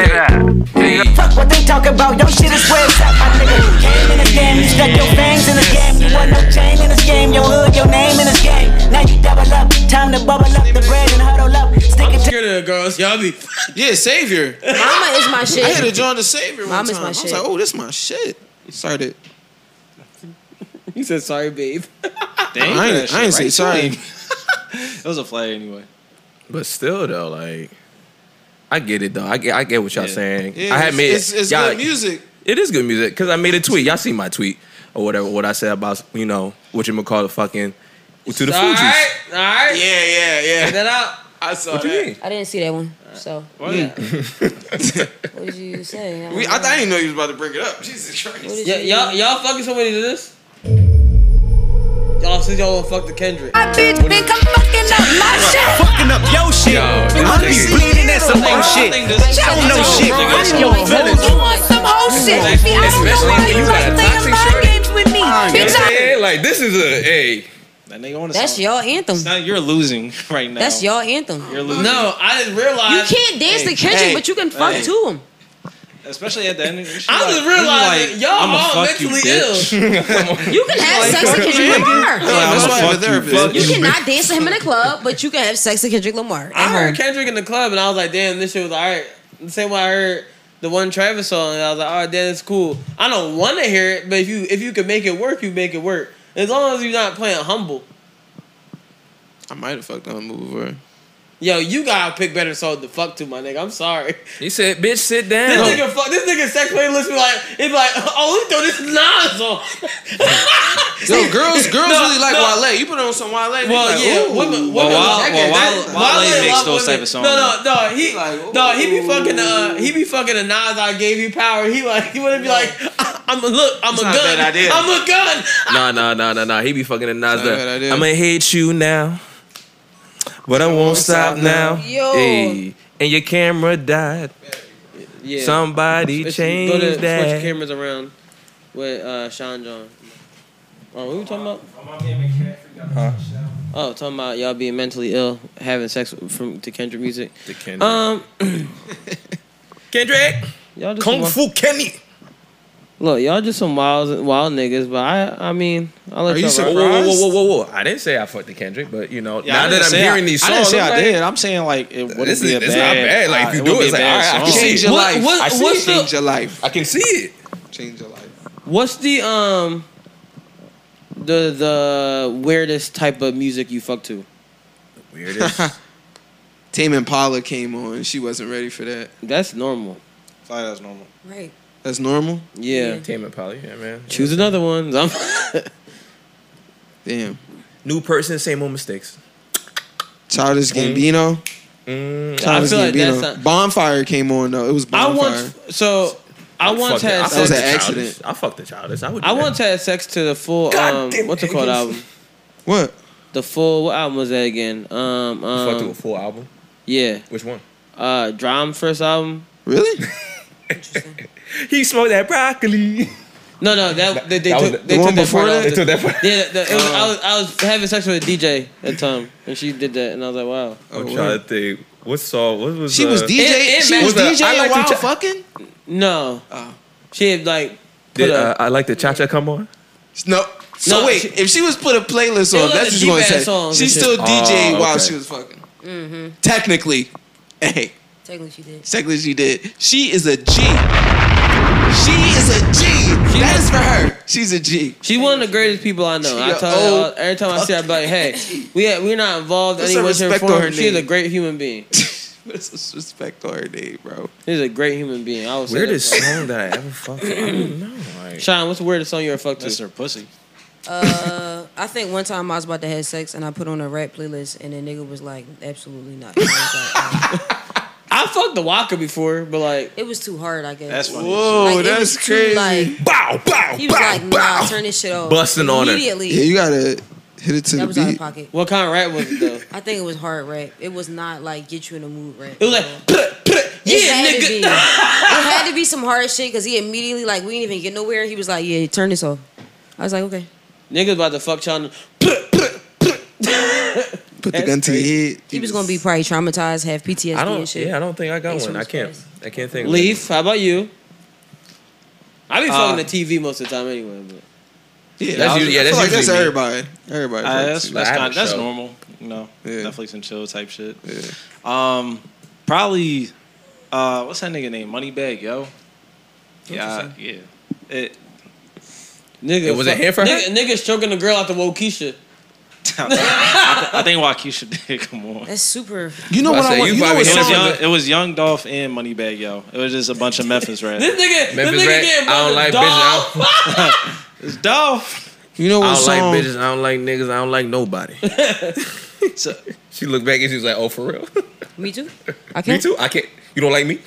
Speaker 13: Fuck what they talk about, your shit is web top, my nigga. Came in this game, you stuck your fangs in this game. You want no chain in this game, your hood, your name in this game. Now you double up, time to bubble up the bread and huddle up. Stick it to
Speaker 1: Scared of the girls. Y'all be.
Speaker 7: Yeah, Savior.
Speaker 2: Mama is my shit.
Speaker 7: I had a joint to Savior one
Speaker 2: Mama's
Speaker 7: time.
Speaker 2: my
Speaker 7: I was
Speaker 2: shit.
Speaker 7: like, oh, this my shit. Sorry to.
Speaker 1: You said sorry, babe.
Speaker 9: Dang,
Speaker 7: I
Speaker 9: that
Speaker 7: ain't, I ain't
Speaker 9: shit
Speaker 7: say
Speaker 9: right
Speaker 7: sorry.
Speaker 9: to It was a flag anyway.
Speaker 10: But still, though, like, I get it though. I get, I get what y'all saying.
Speaker 7: Yeah,
Speaker 10: I had
Speaker 7: it's-
Speaker 10: made
Speaker 7: it's- it's
Speaker 10: y'all-
Speaker 7: good music.
Speaker 10: It is good music because I made a tweet. Y'all see my tweet or whatever? What I said about you know what you gonna call it fucking to the
Speaker 1: All
Speaker 10: Fugees.
Speaker 1: right, all right.
Speaker 7: Yeah, yeah, yeah.
Speaker 1: Check that out.
Speaker 7: I saw
Speaker 2: What you
Speaker 7: that.
Speaker 2: mean? I didn't see that one. So
Speaker 7: What?
Speaker 10: Mm.
Speaker 2: yeah. what did you say?
Speaker 7: We, I, I didn't know you was about to bring it up. Jesus Christ.
Speaker 1: Yeah, y'all, y'all fucking somebody to this? Y'all since y'all fuck the Kendrick.
Speaker 13: My bitch think I'm fucking up my shit. Fucking up your shit. I be bleeding at some whole shit. But y'all don't know shit. I'm your villain. You want some whole shit. See, I don't know
Speaker 10: Especially
Speaker 13: why you
Speaker 10: when you
Speaker 13: like
Speaker 10: got a
Speaker 13: playing
Speaker 10: boxing
Speaker 13: mind
Speaker 10: shirt.
Speaker 13: games with me. Bitch, I...
Speaker 10: Yeah, like this is a hey.
Speaker 9: That nigga on
Speaker 2: That's y'all anthem.
Speaker 9: You're losing right now.
Speaker 2: That's y'all anthem.
Speaker 9: You're losing.
Speaker 1: No, I didn't realize.
Speaker 2: You can't dance
Speaker 9: Hey,
Speaker 2: to Kendrick,
Speaker 9: hey,
Speaker 2: but you can fuck
Speaker 9: hey.
Speaker 2: to him.
Speaker 9: Especially at the end. of the- she
Speaker 2: I
Speaker 9: like-
Speaker 2: just realized
Speaker 9: she
Speaker 2: that y'all
Speaker 9: "I'ma
Speaker 2: all
Speaker 9: fuck you,
Speaker 2: mentally
Speaker 9: bitch."
Speaker 2: You can have sex with Kendrick Lamar.
Speaker 9: Like, I'ma fuck you, bitch.
Speaker 2: You cannot dance to him in a club, but you can have sex with Kendrick Lamar.
Speaker 1: I heard Kendrick in the club, and I was like, damn, this shit was all right. The same way I heard the one Travis song, and I was like, all right, damn, it's cool. I don't want to hear it, but if you if you can make it work, you make it work. As long as you're not playing humble.
Speaker 7: I might have fucked on a move or.
Speaker 1: Yo, you gotta pick better songs to fuck to, my nigga. I'm sorry.
Speaker 10: He said, "Bitch, sit down."
Speaker 1: This nigga, fuck, this nigga sex playlist be like, it be like, oh, let me throw this Nas on.
Speaker 7: Yo, girls, girls
Speaker 1: No,
Speaker 7: really like
Speaker 1: no.
Speaker 7: Wale. You put on some Wale. they
Speaker 1: Well,
Speaker 7: like,
Speaker 1: yeah,
Speaker 7: ooh.
Speaker 1: women, women.
Speaker 9: Well,
Speaker 1: like
Speaker 9: Wale- well,
Speaker 1: it. That-
Speaker 9: Wale- Wale makes
Speaker 1: love
Speaker 9: those
Speaker 1: women.
Speaker 9: type of
Speaker 1: No, no,
Speaker 9: songs.
Speaker 1: no. He, no, he be fucking. Uh, he be fucking the Nas. I gave you power. He like, he wanna be like, I- I'm a look. I'm
Speaker 10: It's
Speaker 1: a
Speaker 10: not a
Speaker 1: gun.
Speaker 10: bad idea.
Speaker 1: I'm a gun.
Speaker 10: Nah, nah, nah, nah, nah. He be fucking the Nas.
Speaker 7: Not a bad
Speaker 10: the,
Speaker 7: idea.
Speaker 10: I'ma hate you now, but I won't stop now.
Speaker 7: Yo.
Speaker 10: Hey, and your camera died.
Speaker 1: Yeah.
Speaker 10: Somebody
Speaker 1: Switch-
Speaker 10: changed
Speaker 1: go to, Switch
Speaker 10: that.
Speaker 1: cameras around with uh, Sean John. Oh, what we talking about?
Speaker 10: Huh?
Speaker 1: Oh, talking about y'all being mentally ill, having sex with- from to Kendrick music.
Speaker 10: To Kendrick.
Speaker 1: Um,
Speaker 10: Kendrick.
Speaker 1: y'all just
Speaker 10: Kung
Speaker 1: wa-
Speaker 10: Fu Kenny.
Speaker 1: Look, y'all just some wild, wild niggas. But I, I mean, I'll let
Speaker 10: Are you
Speaker 1: y'all
Speaker 10: surprised?
Speaker 1: rock.
Speaker 10: Whoa, whoa, whoa, whoa, whoa, whoa! I didn't say I fucked the Kendrick, but you know,
Speaker 9: Yeah, I
Speaker 10: now that
Speaker 9: didn't
Speaker 10: I'm
Speaker 9: say I-
Speaker 10: hearing these
Speaker 9: I
Speaker 10: songs,
Speaker 9: didn't say
Speaker 10: I'm
Speaker 9: I
Speaker 10: like,
Speaker 9: did. I'm saying like it wouldn't
Speaker 10: This
Speaker 9: be
Speaker 10: is-
Speaker 9: a
Speaker 10: it's
Speaker 9: bad.
Speaker 10: not bad. Like, if
Speaker 9: uh,
Speaker 10: you
Speaker 9: it
Speaker 10: do
Speaker 9: wouldn't be
Speaker 10: it,
Speaker 9: a
Speaker 10: it's like,
Speaker 9: bad
Speaker 10: alright, I
Speaker 9: song.
Speaker 10: can Change see it. your What- life. what- I see what's it. the-
Speaker 7: Change your life.
Speaker 10: I can see it.
Speaker 7: Change your life.
Speaker 1: What's the um the the weirdest type of music you fuck to?
Speaker 10: Weirdest.
Speaker 7: Tame Impala came on. She wasn't ready for that.
Speaker 1: That's normal.
Speaker 9: Sorry, that's normal.
Speaker 2: Right.
Speaker 7: That's normal.
Speaker 1: Yeah. Yeah.
Speaker 10: Tame Impala, yeah, man.
Speaker 1: Choose another one. I'm-
Speaker 7: Damn.
Speaker 10: New person, same old mistakes.
Speaker 7: Childish Gambino.
Speaker 10: Mm,
Speaker 7: Childish
Speaker 1: I feel like
Speaker 7: Gambino.
Speaker 1: that's not-
Speaker 7: bonfire came on though. It was
Speaker 1: I
Speaker 7: bonfire.
Speaker 1: once so I once
Speaker 7: fucked it.
Speaker 1: had
Speaker 7: I
Speaker 1: sex.
Speaker 7: fucked That was an the Childish. accident.
Speaker 10: I fucked the childish. I would.
Speaker 1: I once had sex to the full
Speaker 10: God
Speaker 1: um
Speaker 10: damn
Speaker 1: what's it called
Speaker 10: niggas.
Speaker 1: album?
Speaker 7: What?
Speaker 1: The full what album was that again? Um, um
Speaker 10: fucked to a full album.
Speaker 7: uh,
Speaker 1: Yeah.
Speaker 10: Which one?
Speaker 1: Uh Drum first album.
Speaker 7: Really?
Speaker 10: He smoked that broccoli.
Speaker 1: No, no, that they, they
Speaker 10: That was
Speaker 1: took
Speaker 10: the-
Speaker 1: they
Speaker 10: the
Speaker 1: took that
Speaker 10: one
Speaker 1: part
Speaker 10: before
Speaker 1: out.
Speaker 10: that? They took that part- Oh.
Speaker 1: Yeah, the, it was, I was I was having sex with a DJ at the time, and she did that, and I was like, wow.
Speaker 10: I'm trying to think. What song? What was
Speaker 1: She was
Speaker 10: uh,
Speaker 1: DJ she was
Speaker 10: the-
Speaker 1: DJ
Speaker 10: I like
Speaker 1: while
Speaker 10: to cha-
Speaker 7: fucking?
Speaker 1: No. She had like put
Speaker 10: Did,
Speaker 1: a-
Speaker 10: uh, I like the cha cha come on.
Speaker 7: No. So
Speaker 1: No,
Speaker 7: wait,
Speaker 1: she-
Speaker 7: if she was put a playlist
Speaker 1: It
Speaker 7: on,
Speaker 1: was
Speaker 7: that's
Speaker 1: the
Speaker 7: what you're gonna
Speaker 1: G-Bad
Speaker 7: say.
Speaker 1: songs
Speaker 7: She
Speaker 1: and shit.
Speaker 7: still DJ
Speaker 10: Oh,
Speaker 7: while
Speaker 10: okay.
Speaker 7: she was fucking.
Speaker 2: Mm-hmm.
Speaker 7: Technically, hey,
Speaker 2: Technically, she did.
Speaker 7: technically she did. She is a G. She is a G. that is for her. She's a G.
Speaker 1: She's one of the greatest people I know.
Speaker 7: She
Speaker 1: I
Speaker 7: a
Speaker 1: tell her all-
Speaker 7: old
Speaker 1: every time I see her, I'm like, hey, we we're not involved in any
Speaker 7: Put some
Speaker 1: way, shape, or
Speaker 7: respect on her
Speaker 1: form. She's a
Speaker 7: name.
Speaker 1: great human being.
Speaker 7: That's disrespect on her name, bro.
Speaker 1: She's a great human being. I was
Speaker 10: Weirdest song that I ever fucked. to? I don't know. Like,
Speaker 1: Sean, what's the weirdest song you ever fucked to?
Speaker 9: That's her pussy.
Speaker 2: Uh, I think one time I was about to have sex and I put on a rap playlist and the nigga was like, absolutely not. I was like,
Speaker 1: I fucked the Waka before, but like
Speaker 2: it was too hard, I guess.
Speaker 1: That's funny.
Speaker 7: Whoa,
Speaker 2: Like, it was
Speaker 7: that's
Speaker 2: too,
Speaker 7: crazy.
Speaker 2: like-
Speaker 10: bow, bow,
Speaker 2: He was like, nah, turn this shit off. Immediately.
Speaker 7: Yeah, you gotta hit it to
Speaker 2: That
Speaker 7: the
Speaker 2: was out of
Speaker 7: beat.
Speaker 2: pocket.
Speaker 1: What kind of rap was it though?
Speaker 2: I think it was hard rap. It was not like get you in the mood rap.
Speaker 1: It was like,
Speaker 2: yeah, nigga. it had to be some hard shit because he immediately like we didn't even get nowhere. He was like, yeah, turn this off. I was like, okay.
Speaker 1: niggas about to fuck Sean.
Speaker 7: Put the gun to your head.
Speaker 2: He was gonna be probably traumatized, have PTSD
Speaker 10: I don't.
Speaker 2: and shit.
Speaker 10: Yeah, I don't think I got
Speaker 2: Thanks
Speaker 10: one.
Speaker 2: for
Speaker 10: I can't. I can't think. of it.
Speaker 1: Leaf, how about you? I be
Speaker 10: Uh,
Speaker 1: fucking the TV most of the time anyway. But.
Speaker 7: Yeah,
Speaker 10: That's usually- yeah,
Speaker 7: I feel
Speaker 10: that's
Speaker 7: like that's
Speaker 10: usually me.
Speaker 7: everybody. Everybody.
Speaker 9: Uh,
Speaker 7: fucks
Speaker 9: that's
Speaker 7: you.
Speaker 9: that's, kind that's normal, you know. Netflix and chill type shit. Um, probably. Uh, what's that nigga name? Moneybag, yo. Yeah, yeah. It,
Speaker 1: Nigga,
Speaker 9: It was a
Speaker 1: fuck-
Speaker 9: hit for her?
Speaker 1: nigga, Nigga stroking the girl out the Wokisha.
Speaker 9: I, th- I think Waukesha did. Come on.
Speaker 2: That's super.
Speaker 7: You know what I want? You know what
Speaker 9: it, was
Speaker 7: song?
Speaker 9: young, it was Young Dolph and Moneybag, yo. It was just a bunch of Memphis rap.
Speaker 1: This nigga,
Speaker 10: Memphis
Speaker 1: this nigga
Speaker 10: rap,
Speaker 1: getting
Speaker 10: I don't
Speaker 1: brother
Speaker 10: like
Speaker 1: dog.
Speaker 10: bitches. I don't,
Speaker 9: it's Dolph.
Speaker 7: You know
Speaker 10: I
Speaker 7: what
Speaker 10: don't
Speaker 7: song?
Speaker 10: like bitches. I don't like niggas. I don't like nobody.
Speaker 9: So
Speaker 10: she looked back and she was like, "Oh, for real?
Speaker 2: Me too.
Speaker 10: me too? I can't. You don't like me?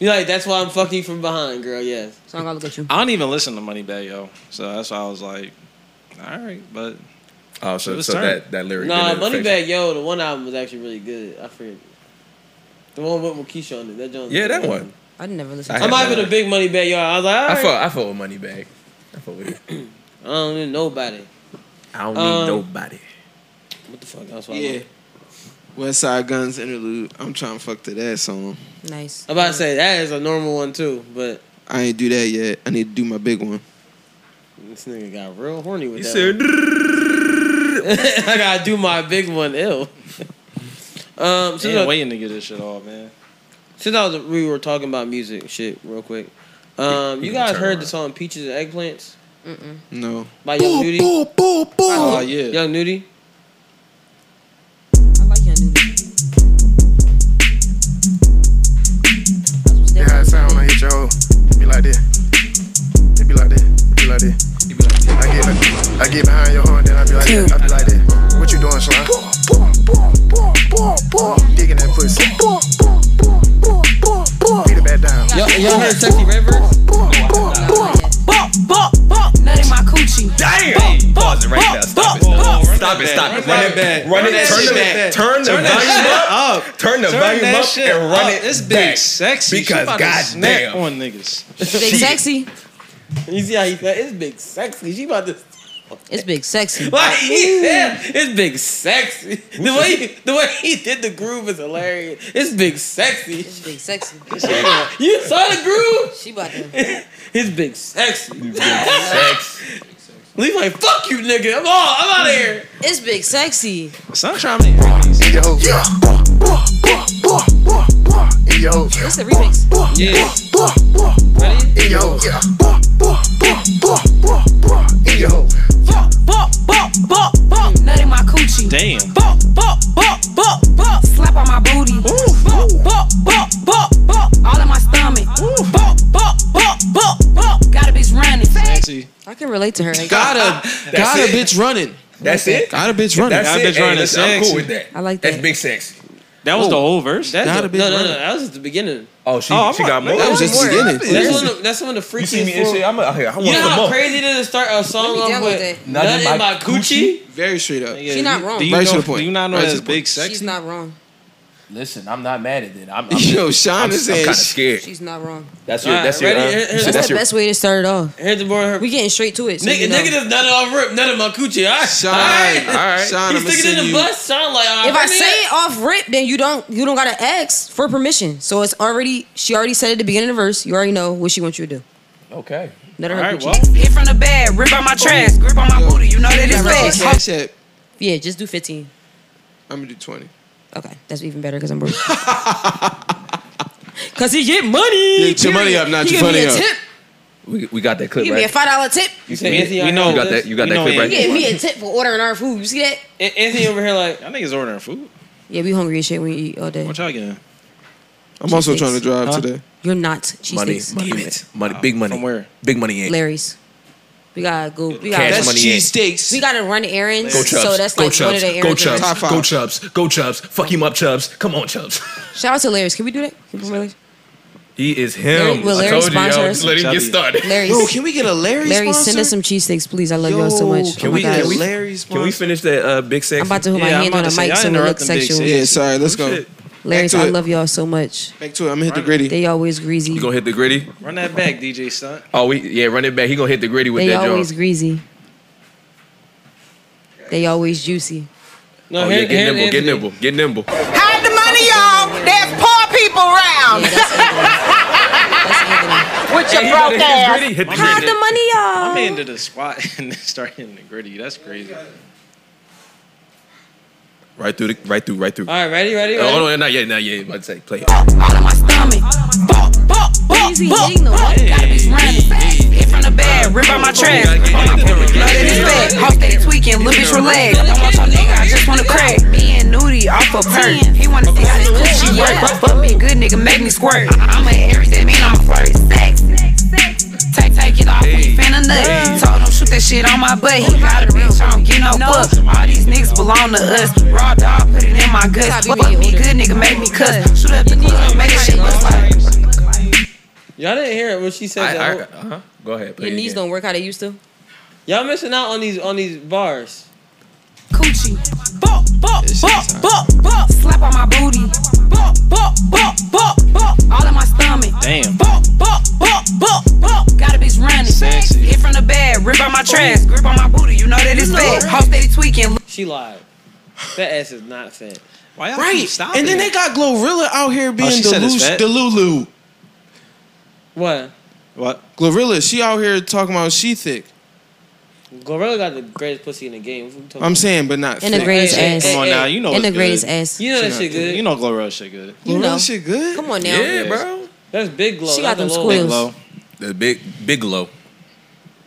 Speaker 1: You like that's why I'm fucking you from behind, girl. Yes.
Speaker 2: So I'm gonna look at you.
Speaker 9: I don't even listen to Moneybag, yo. So that's why I was like, all right, but
Speaker 10: Oh, so-
Speaker 9: It was
Speaker 10: so
Speaker 9: turned.
Speaker 10: that- that lyric
Speaker 1: Nah,
Speaker 10: didn't affect
Speaker 1: Moneybag Yo, the one album was actually really good. I forget. The one with Keisha on it. That Jones.
Speaker 10: Yeah, that one.
Speaker 2: I never listened.
Speaker 10: I
Speaker 1: I'm
Speaker 10: had
Speaker 1: not even
Speaker 10: that.
Speaker 1: a big Moneybag Yo. I was like,
Speaker 10: I
Speaker 1: All
Speaker 10: fought.
Speaker 1: right.
Speaker 10: I fought with Moneybag. I fought with you.
Speaker 1: I don't need nobody.
Speaker 10: I don't
Speaker 1: Um,
Speaker 10: need nobody.
Speaker 1: What the fuck? That's why.
Speaker 14: Yeah. West Side Guns interlude. I'm trying to fuck to that song.
Speaker 2: Nice.
Speaker 1: I'm about to say that is a normal one too, but
Speaker 14: I ain't do that yet. I need to do my big one.
Speaker 1: this nigga got real horny with
Speaker 14: He
Speaker 1: that.
Speaker 14: said,
Speaker 1: one. I gotta do my big one. Ill. um, since,
Speaker 9: Damn,
Speaker 1: I,
Speaker 9: waiting to get this shit off, man.
Speaker 1: since I was we were talking about music and shit real quick.
Speaker 9: He-
Speaker 1: Um,
Speaker 9: he
Speaker 1: you
Speaker 9: gonna
Speaker 1: guys
Speaker 9: turn
Speaker 1: heard
Speaker 9: around.
Speaker 1: the song "Peaches and Eggplants"
Speaker 2: Mm-mm.
Speaker 14: No.
Speaker 1: by Ah, Young Nudie?
Speaker 9: Oh yeah.
Speaker 1: Young Nudie.
Speaker 7: You know how it sound when I hit your hoe? It be like this. It be like this. It be like this. I get, I get behind your horn, then I be like this. I be like this. What you doing, slime? Digging that pussy. Beat it back down.
Speaker 1: Y'all, y'all heard "Sexy Red Verse"?
Speaker 7: Bump, bump, bump. Nut in my coochie. Damn.
Speaker 10: Pause it right now. Stop it. Stop it. Stop it. Stop it. Run it back. Run it. Turn the back. Turn the volume up. Turn the volume up and run it.
Speaker 9: This
Speaker 10: back.
Speaker 9: big sexy. She
Speaker 10: Because
Speaker 9: about to snap
Speaker 10: goddamn.
Speaker 9: on niggas.
Speaker 2: Big sexy.
Speaker 1: You see how he said it's big sexy. She about to.
Speaker 2: It's big sexy.
Speaker 1: Like he said, it's big sexy. The way he, the way he did the groove is hilarious. It's big sexy.
Speaker 2: It's big sexy.
Speaker 1: you saw the groove.
Speaker 2: She about to.
Speaker 1: It's big sexy. Leave like fuck you, nigga. I'm all. I'm out of here.
Speaker 2: It's big sexy.
Speaker 9: Sunshine man.
Speaker 7: Yo. Yeah. Yo.
Speaker 2: It's a remix.
Speaker 1: Yeah.
Speaker 7: Yo. Yeah. Yo.
Speaker 15: Bump, bump, bump, bump. Nut in my coochie.
Speaker 9: Damn.
Speaker 15: Bump, bump, bump, bump, bump. Slap on my booty. Bump, bump, bump, bump, bump. All in my stomach. Bump, bump, bump, bump, bump. Got a bitch running.
Speaker 9: Sexy.
Speaker 2: I can relate to her.
Speaker 14: Got a got a bitch running.
Speaker 10: That's it.
Speaker 14: Got a bitch running.
Speaker 10: That's
Speaker 14: got a
Speaker 10: it.
Speaker 14: bitch running.
Speaker 10: Hey, listen, I'm cool with that.
Speaker 2: I like
Speaker 10: that. That's big sexy.
Speaker 9: That was the whole verse.
Speaker 1: That's
Speaker 9: Not
Speaker 1: the-
Speaker 9: a big
Speaker 1: no, no, no.
Speaker 9: runner.
Speaker 1: That was just the beginning.
Speaker 10: Oh, she,
Speaker 9: Oh, I'm
Speaker 10: she
Speaker 9: like,
Speaker 10: got more.
Speaker 9: man, that was just the beginning.
Speaker 1: That's one. Of, that's one of the freakiest.
Speaker 10: You see me and
Speaker 1: form-
Speaker 10: shit. I'm out here. I
Speaker 1: You
Speaker 10: want
Speaker 1: know
Speaker 10: some
Speaker 1: how
Speaker 10: more.
Speaker 1: crazy it is to start a song
Speaker 2: Let me
Speaker 1: off
Speaker 2: down
Speaker 1: with,
Speaker 2: with that.
Speaker 1: "Nut in my coochie."
Speaker 14: Very straight up.
Speaker 1: She not wrong.
Speaker 9: Do you
Speaker 14: Right
Speaker 9: know,
Speaker 14: to the point.
Speaker 9: Do you not know
Speaker 14: Right to
Speaker 9: that's
Speaker 14: the
Speaker 9: big
Speaker 2: She's
Speaker 9: sexy?
Speaker 2: not wrong.
Speaker 10: Listen, I'm not mad at it. I'm, I'm
Speaker 14: Yo,
Speaker 10: just-
Speaker 14: Sean
Speaker 10: I'm,
Speaker 14: is
Speaker 10: I'm
Speaker 14: saying
Speaker 10: kind of scared.
Speaker 2: She's not wrong.
Speaker 10: That's your.
Speaker 1: All
Speaker 10: That's
Speaker 1: right,
Speaker 10: your.
Speaker 1: ready?
Speaker 10: uh,
Speaker 1: Here- here's-
Speaker 2: That's,
Speaker 10: That's
Speaker 2: the
Speaker 10: your.
Speaker 2: best way to start it off.
Speaker 1: Here's the more.
Speaker 2: We getting straight to it. So
Speaker 1: Nigga,
Speaker 2: you know.
Speaker 1: nigga, just nut it off rip, nut in my coochie. All right,
Speaker 14: Sean,
Speaker 1: all right,
Speaker 14: all right. Sean,
Speaker 1: He's
Speaker 14: I'ma
Speaker 1: sticking in
Speaker 14: send
Speaker 1: the
Speaker 14: you-
Speaker 1: bus. Sean, like, all right,
Speaker 2: if I
Speaker 1: bring
Speaker 2: say
Speaker 1: it
Speaker 2: it off rip, then you don't you don't gotta ask for permission. So it's already she already said at the beginning of the verse. You already know what she wants you to do.
Speaker 10: Okay.
Speaker 2: None of her
Speaker 10: All right.
Speaker 2: coochie.
Speaker 10: Well.
Speaker 15: Hit from the bed. Rip on my trash. Grip on my booty. You know that it's bad.
Speaker 14: Cash app.
Speaker 2: Yeah, just do fifteen.
Speaker 14: I'm gonna do twenty.
Speaker 2: Okay, that's even better because I'm broke. Cause he get money.
Speaker 10: Get your
Speaker 2: period.
Speaker 10: money up, not
Speaker 2: He
Speaker 10: your
Speaker 2: give
Speaker 10: funny
Speaker 2: me a
Speaker 10: up.
Speaker 2: tip.
Speaker 10: We, we got that
Speaker 2: He
Speaker 10: clip
Speaker 2: give
Speaker 10: right.
Speaker 2: me a five dollar tip.
Speaker 10: You
Speaker 1: said Anthony
Speaker 10: we know
Speaker 1: Alvarez?
Speaker 10: you got that. You got
Speaker 1: You know
Speaker 10: that clip
Speaker 2: He gave
Speaker 10: right.
Speaker 2: me a tip for ordering our food. You see that?
Speaker 1: in. Anthony over here, like,
Speaker 9: Y'all niggas ordering food.
Speaker 2: Yeah, we hungry as shit. We eat all day.
Speaker 9: What y'all getting?
Speaker 14: I'm also trying to drive
Speaker 9: Huh?
Speaker 14: today.
Speaker 2: You're not cheesesteaks.
Speaker 10: money, money, money,
Speaker 14: Uh,
Speaker 10: big money. From where? Big money. Ain't.
Speaker 2: Larry's. We gotta go. We gotta
Speaker 10: Cash That's money in.
Speaker 14: cheesesteaks.
Speaker 2: We gotta run errands.
Speaker 10: Go Chubs.
Speaker 2: So that's
Speaker 10: go
Speaker 2: like
Speaker 10: Chubs.
Speaker 2: one of the
Speaker 10: go
Speaker 2: errands.
Speaker 10: Chubs.
Speaker 2: that we-
Speaker 10: Go Chubs. Go Chubs. Fuck him up, Chubs. Come on, Chubs.
Speaker 2: Shout out to Larry's. Can we do that? Can we promote Larry's?
Speaker 10: He is
Speaker 2: Larry-
Speaker 10: him.
Speaker 2: will
Speaker 10: I
Speaker 2: Larry
Speaker 10: told you,
Speaker 2: sponsor
Speaker 10: yo.
Speaker 2: us?
Speaker 10: Let him get started.
Speaker 2: Larry's.
Speaker 14: Bro, can we get a Larry
Speaker 2: Larry,
Speaker 14: sponsor?
Speaker 2: send us some cheesesteaks, please. I love y'all so much.
Speaker 10: Can
Speaker 2: oh
Speaker 10: we?
Speaker 2: my
Speaker 10: Can
Speaker 2: gosh.
Speaker 10: we?
Speaker 14: Larry's
Speaker 10: Can we finish that uh, big sexy?
Speaker 2: I'm about to put my
Speaker 14: Yeah, I'm
Speaker 2: hand on
Speaker 14: about
Speaker 2: the
Speaker 14: to say,
Speaker 2: mic
Speaker 14: y'all
Speaker 2: so it looks
Speaker 14: interrupting Big
Speaker 2: sexual.
Speaker 14: Six. Yeah, sorry, let's go. Shit.
Speaker 2: Larry's,
Speaker 14: Back to
Speaker 2: I
Speaker 14: it.
Speaker 2: love y'all so much.
Speaker 14: Back to it. I'm gonna hit the gritty.
Speaker 2: They always greasy.
Speaker 10: You gonna hit the gritty?
Speaker 9: Run that back, DJ Stunt.
Speaker 10: Oh, we yeah, run it back. He gonna hit the gritty with
Speaker 2: They
Speaker 10: that
Speaker 2: always
Speaker 10: joint.
Speaker 2: greasy. They always juicy.
Speaker 10: Oh yeah, get nimble, get nimble, get nimble.
Speaker 15: Hide the money, y'all. There's poor people around. With your
Speaker 9: Hey, he
Speaker 15: broke
Speaker 9: better hit his
Speaker 15: ass.
Speaker 9: gritty. Hit the
Speaker 15: Hide
Speaker 9: gritty.
Speaker 15: the money, y'all.
Speaker 9: My man did a squat and start hitting the gritty. That's crazy.
Speaker 10: Right through the, right through, right through.
Speaker 1: All right, ready, ready,
Speaker 10: Oh
Speaker 1: ready?
Speaker 10: no, not yet, not yet. Let's say play. it.
Speaker 15: Easy, hitting the wall. Gotta be running. Hit from the bed. Rip out my trash. Blood in his bed. Hope they tweaking. Little bitch relax. Don't want your nigga. I just wanna crack. Me and Nudie off a perk. He wanna see how this coochie work. Fuck me, good nigga. Make me squirt. I'm a Aries. That mean I'm a flirt. Sex. Take, take it off. We finna nut. Told him shoot that that shit on my butt. He got a bitch, I don't get no fuck. All these niggas belong to us. Raw dog, put it in my guts. Fuck me good, nigga, make me cuss. Shoot up the club, make that shit look like.
Speaker 1: Y'all didn't hear it when she said
Speaker 10: I- I
Speaker 1: that.
Speaker 10: got- uh-huh. Go ahead.
Speaker 1: play
Speaker 2: Your
Speaker 1: it
Speaker 2: knees
Speaker 1: again.
Speaker 2: don't work how they used to.
Speaker 1: Y'all missing out on these on these bars.
Speaker 15: Coochie. Bop, bop, bop, bop, bop. Slap on my booty. Bop, bop, bop, bop, bop. All in my stomach.
Speaker 9: Damn.
Speaker 15: Bop, bop, bop, bop, bop. Got a bitch running. Sexy. Hit from the bed. Rip on my trash. Grip on my booty. You know that it's fat. Hope steady tweaking.
Speaker 1: She lied. That ass is not fat.
Speaker 9: Why
Speaker 7: Right. And then they got Glorilla out here being
Speaker 1: Oh, she
Speaker 7: the,
Speaker 1: said it's
Speaker 7: loose,
Speaker 1: fat?
Speaker 7: the Lulu.
Speaker 1: What?
Speaker 9: What?
Speaker 7: Glorilla, she out here talking about she thick.
Speaker 1: Gorilla got the greatest pussy in the game. What you talking
Speaker 7: I'm
Speaker 1: about?
Speaker 7: saying, but not
Speaker 1: And the
Speaker 7: thick.
Speaker 1: greatest Hey, hey, ass.
Speaker 9: Come on
Speaker 1: hey,
Speaker 9: now, you know
Speaker 1: and
Speaker 9: it's
Speaker 1: the greatest
Speaker 9: good.
Speaker 1: ass. You know that shit good.
Speaker 9: You know Glorilla shit good.
Speaker 1: You know.
Speaker 9: Glorilla shit good.
Speaker 2: Come on now.
Speaker 9: Yeah, bro.
Speaker 1: That's big glow.
Speaker 2: She
Speaker 1: not
Speaker 2: got them
Speaker 1: the
Speaker 2: squeals.
Speaker 1: little
Speaker 2: Big
Speaker 1: one.
Speaker 2: Glow.
Speaker 10: The big big glow.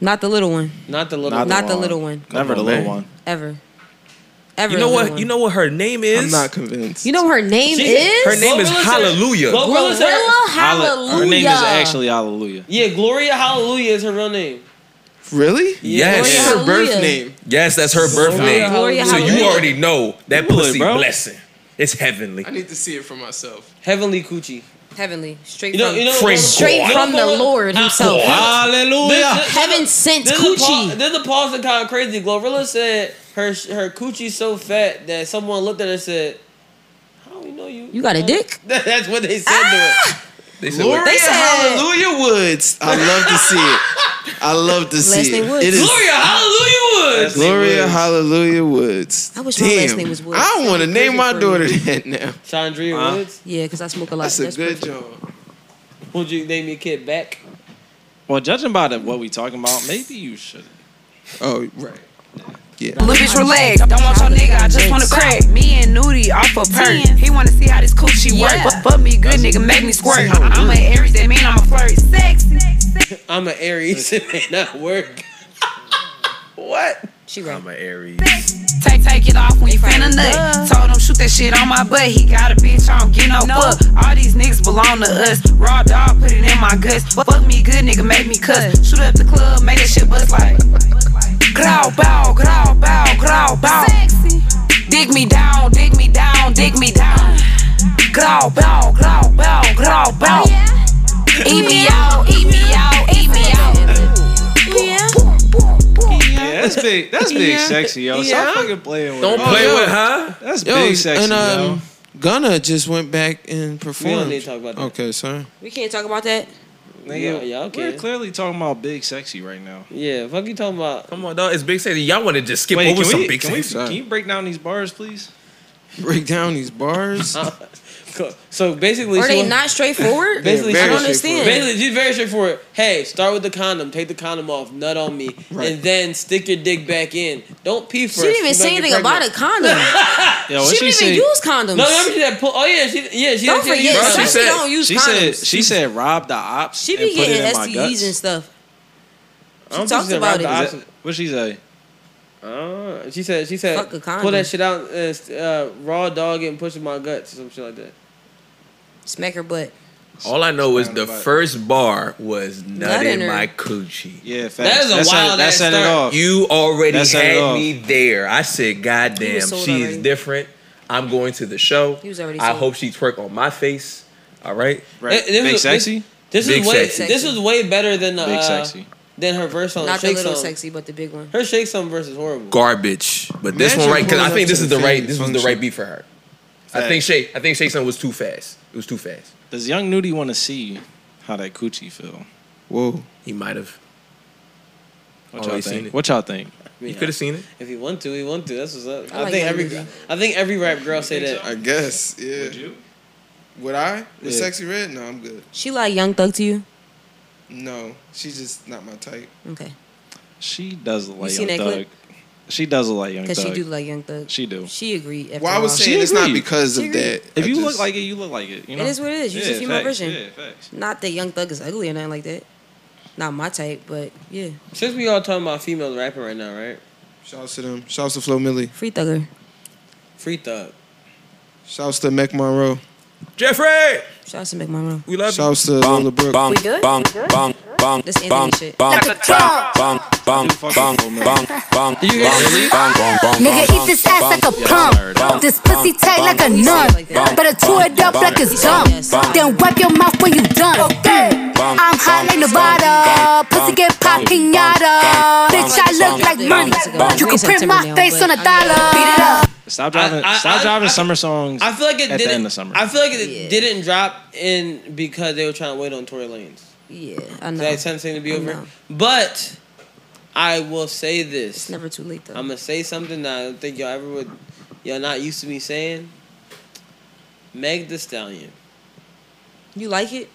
Speaker 2: Not the little one.
Speaker 1: Not the
Speaker 2: Not, the little one.
Speaker 10: Never the little one.
Speaker 2: Ever. Ever.
Speaker 10: you know
Speaker 2: the
Speaker 10: what?
Speaker 2: little
Speaker 10: You know what her name is. I'm
Speaker 7: not convinced.
Speaker 2: You know her name
Speaker 10: She-
Speaker 2: is?
Speaker 10: her name is
Speaker 1: Glorilla said-
Speaker 10: Hallelujah.
Speaker 1: Glorilla said-
Speaker 2: Glorilla
Speaker 9: Hall- Her name is
Speaker 1: Hallelujah.
Speaker 9: actually Hallelujah.
Speaker 1: Yeah, Gloria Hallelujah is her real name.
Speaker 7: Really?
Speaker 10: Yes.
Speaker 1: Gloria
Speaker 10: That's her birth
Speaker 1: Hallelujah.
Speaker 10: name. Yes, that's her birth
Speaker 1: Gloria
Speaker 10: name.
Speaker 1: Hallelujah.
Speaker 10: So you
Speaker 1: Hallelujah.
Speaker 10: already know that
Speaker 1: Google it,
Speaker 10: pussy
Speaker 1: bro.
Speaker 10: blessing. It's heavenly.
Speaker 7: I need to see it for myself.
Speaker 1: Heavenly coochie.
Speaker 2: Heavenly. Straight
Speaker 1: You know-
Speaker 2: from,
Speaker 1: you know-
Speaker 10: From
Speaker 2: straight
Speaker 1: God.
Speaker 2: from the
Speaker 1: From
Speaker 2: Lord himself. Heaven sent
Speaker 1: This is, a
Speaker 2: coochie.
Speaker 1: pause, this is a pause that kind of crazy. Glorilla said her sh- her coochie's so fat that someone looked at her and said, "How do we know you?
Speaker 2: You got a Ah! dick?
Speaker 1: That's what they said to her.
Speaker 10: They
Speaker 1: said
Speaker 7: Gloria
Speaker 1: what? They said-
Speaker 7: Hallelujah Woods. I love to see it. I love to
Speaker 2: Last
Speaker 7: see
Speaker 2: name
Speaker 7: it.
Speaker 2: Woods.
Speaker 7: It is
Speaker 1: Gloria Hallelujah Woods.
Speaker 7: Gloria Hallelujah Woods.
Speaker 2: I wish my
Speaker 7: Damn.
Speaker 2: last name was Woods.
Speaker 7: I want to
Speaker 2: Sounds
Speaker 7: name my
Speaker 2: perfect for
Speaker 7: daughter
Speaker 2: me.
Speaker 7: that now.
Speaker 1: Chandria
Speaker 7: Huh?
Speaker 1: Woods.
Speaker 2: Yeah, because I smoke a lot.
Speaker 7: That's a good job.
Speaker 1: Would you name your kid back?
Speaker 9: Well, judging by the, what we talking
Speaker 1: uh,
Speaker 9: about, maybe you should.
Speaker 7: Oh, right. Yeah.
Speaker 15: Little bitch, relax. Don't want your nigga. I just wanna crack. Me and Nudie off a perk. He wanna see how this coochie work. But fuck me good, nigga, make me squirt. I'm an Aries, that mean I'm a flirt. Sexy.
Speaker 1: I'm an Aries. it may not work. what?
Speaker 2: She right.
Speaker 10: I'm an Aries.
Speaker 15: Take, take it off when you finna nut. Told him shoot that shit on my butt. He got a bitch, I don't get no fuck. All these niggas belong to us. Raw dog, put it in my guts. Fuck me good, nigga, make me cuss. Shoot up the club, make that shit bust like. Growl, bow, growl, bow, growl, bow. Sexy. Dig me down, dig me down, dig me down. Growl, bow, growl, bow, growl, bow. Eat me out, eat me out, eat me out. Yeah.
Speaker 9: Yeah, that's big. That's big sexy, yo.
Speaker 7: Yeah.
Speaker 9: Stop fucking playing with
Speaker 7: Don't
Speaker 9: her.
Speaker 7: play
Speaker 9: yo.
Speaker 7: with her.
Speaker 9: That's big sexy,
Speaker 7: and,
Speaker 9: yo.
Speaker 7: um, Gunna just went back and performed.
Speaker 9: need to talk about that.
Speaker 7: Okay, sorry.
Speaker 2: We can't talk about that.
Speaker 9: Nigga,
Speaker 1: Yeah, y'all
Speaker 9: we're
Speaker 1: can.
Speaker 9: clearly talking about big sexy right now.
Speaker 1: Yeah, fuck you talking about.
Speaker 10: Come on, dog. Uh, It's big sexy. Y'all want to just skip
Speaker 9: Wait,
Speaker 10: over
Speaker 9: can
Speaker 10: some
Speaker 9: we-
Speaker 10: big
Speaker 9: can we-
Speaker 10: sexy?
Speaker 9: Can you break down these bars, please?
Speaker 7: Break down these bars.
Speaker 1: so basically,
Speaker 2: Are
Speaker 1: she
Speaker 2: they
Speaker 1: went-
Speaker 2: not straightforward?
Speaker 1: Basically,
Speaker 2: I
Speaker 1: she-
Speaker 2: don't understand.
Speaker 1: Basically, she's very straightforward. Hey, start with the condom, take the condom off, nut on me, and then stick your dick back in. Don't pee first.
Speaker 2: She didn't even say anything about a condom. she didn't even use condoms.
Speaker 1: No, remember she said, pull, "Oh yeah, she yeah she
Speaker 2: Don't
Speaker 1: didn't
Speaker 2: forget,
Speaker 1: use
Speaker 2: Bro, she
Speaker 1: condoms.
Speaker 2: said- don't use
Speaker 9: she
Speaker 2: condoms.
Speaker 9: said she said rob the ops.
Speaker 2: She be
Speaker 9: and put
Speaker 2: getting
Speaker 9: it in
Speaker 1: E
Speaker 9: my guts.
Speaker 2: STDs and
Speaker 9: I
Speaker 2: stuff.
Speaker 9: don't
Speaker 2: She
Speaker 9: think
Speaker 2: talked
Speaker 9: said
Speaker 2: about
Speaker 9: rob the
Speaker 2: it.
Speaker 9: ops. What'd she say?
Speaker 1: Uh, she said she said
Speaker 2: Fuck a condom.
Speaker 1: pull that shit out, uh, uh, raw dog and push in my guts or some shit like that.
Speaker 2: Smack her butt.
Speaker 10: All I know is the
Speaker 1: Roundabout.
Speaker 10: first bar was
Speaker 2: Nut
Speaker 10: nut
Speaker 2: in
Speaker 10: in
Speaker 2: her.
Speaker 10: my coochie.
Speaker 9: Yeah,
Speaker 1: facts. is a That set- wild that ass set it start. off.
Speaker 10: You already
Speaker 9: That set it
Speaker 10: had
Speaker 9: off.
Speaker 10: me there. I said, God
Speaker 9: You
Speaker 10: damn,
Speaker 9: was
Speaker 10: she
Speaker 9: sold
Speaker 10: is
Speaker 9: already.
Speaker 10: different. I'm going to the show.
Speaker 1: You was already
Speaker 10: I
Speaker 1: sold.
Speaker 10: hope she twerk on my face. All right.
Speaker 1: Right. Th- this Big was- sexy? This
Speaker 10: Big
Speaker 1: is way
Speaker 10: sexy.
Speaker 1: this is way better than the
Speaker 10: Big
Speaker 1: uh,
Speaker 10: sexy.
Speaker 1: than her verse on
Speaker 2: Not the
Speaker 1: Shake
Speaker 2: little
Speaker 1: Some.
Speaker 2: sexy, but the big one.
Speaker 1: Her Shake Some verse is horrible.
Speaker 10: garbage. But this
Speaker 1: Imagine
Speaker 10: one right because I
Speaker 1: pulling
Speaker 10: think
Speaker 1: up
Speaker 10: this
Speaker 1: to
Speaker 10: is
Speaker 1: the
Speaker 10: the right
Speaker 1: fade
Speaker 10: this was the
Speaker 1: function.
Speaker 10: right beat for her. I think Shake I think Shake Son was too fast. It was too fast.
Speaker 9: Does Young Nudie want to see how that coochie feel?
Speaker 7: Whoa.
Speaker 10: He might have.
Speaker 9: What
Speaker 10: Oh,
Speaker 9: y'all
Speaker 10: he seen
Speaker 9: think?
Speaker 10: it.
Speaker 9: What y'all think?
Speaker 10: You could have seen it.
Speaker 1: If he want to, he want to. That's what's up.
Speaker 7: I
Speaker 1: I,
Speaker 7: like
Speaker 1: think
Speaker 7: Young
Speaker 1: every
Speaker 7: Jeezy.
Speaker 1: I think every rap girl say that.
Speaker 7: I guess. Yeah. Would
Speaker 9: you?
Speaker 7: Would I? With
Speaker 1: Yeah.
Speaker 7: sexy red? No, I'm good.
Speaker 2: She like Young Thug to you?
Speaker 7: No, she's just not my type.
Speaker 2: Okay.
Speaker 9: She does look
Speaker 2: You
Speaker 9: like
Speaker 2: seen
Speaker 9: Young
Speaker 2: that
Speaker 9: Thug.
Speaker 2: clip?
Speaker 9: She does look like Young Thug.
Speaker 2: Because she do like Young Thug.
Speaker 9: She do.
Speaker 2: She agreed. after
Speaker 7: Well, I
Speaker 2: a
Speaker 7: was
Speaker 2: while.
Speaker 7: saying it's not
Speaker 9: agreed.
Speaker 7: because
Speaker 2: She
Speaker 7: of
Speaker 2: agreed.
Speaker 7: that.
Speaker 9: If
Speaker 7: I
Speaker 9: you
Speaker 7: just-
Speaker 9: look like it, you look like it. You know?
Speaker 2: It is what it is. You
Speaker 9: yeah,
Speaker 2: just female
Speaker 9: facts,
Speaker 2: version.
Speaker 9: Yeah, facts.
Speaker 2: Not that Young Thug is ugly or nothing like that. Not my type, but yeah.
Speaker 1: Since we all talking about females rapping right now, right?
Speaker 7: Shouts to them. Shouts to Flo Millie.
Speaker 2: Free Thugger.
Speaker 1: Free Thug.
Speaker 7: Shouts to Mac Monroe.
Speaker 10: Jeffrey.
Speaker 2: Shouts to McMonroe.
Speaker 10: We love
Speaker 7: Shouts to Lola Brooke.
Speaker 2: We good? We good?
Speaker 16: bang,
Speaker 2: This Indian
Speaker 16: bang,
Speaker 2: shit.
Speaker 16: bang,
Speaker 2: Like a dog.
Speaker 16: bang, bang, bang, bang, bang,
Speaker 2: Did you hear
Speaker 16: bang,
Speaker 2: that?
Speaker 16: bang, bang, bang,
Speaker 17: Nigga,
Speaker 16: bang,
Speaker 17: eat this ass
Speaker 16: bang,
Speaker 17: like a
Speaker 16: bang, bang,
Speaker 17: pump. This pussy tight like a nun. Better chew it up like it's dumb. Then wipe your mouth when you done. I'm hot like Nevada. Pussy get popped pinata. Bitch, I look like money. You can print my face on a dollar. Beat it up.
Speaker 9: Stop driving.
Speaker 1: I-
Speaker 9: stop
Speaker 1: I-
Speaker 9: driving summer songs.
Speaker 1: I feel like it
Speaker 9: at
Speaker 1: didn't.
Speaker 9: the end of summer.
Speaker 1: I feel like it didn't drop in because they were trying to wait on Tory Lanez.
Speaker 2: Yeah, I know.
Speaker 1: That sensing to be
Speaker 2: I
Speaker 1: over.
Speaker 2: know.
Speaker 1: But I will say this: it's
Speaker 2: never too late though.
Speaker 1: I'm gonna say something that I don't think y'all ever would. Y'all not used to me saying. Meg The Stallion.
Speaker 2: You like it?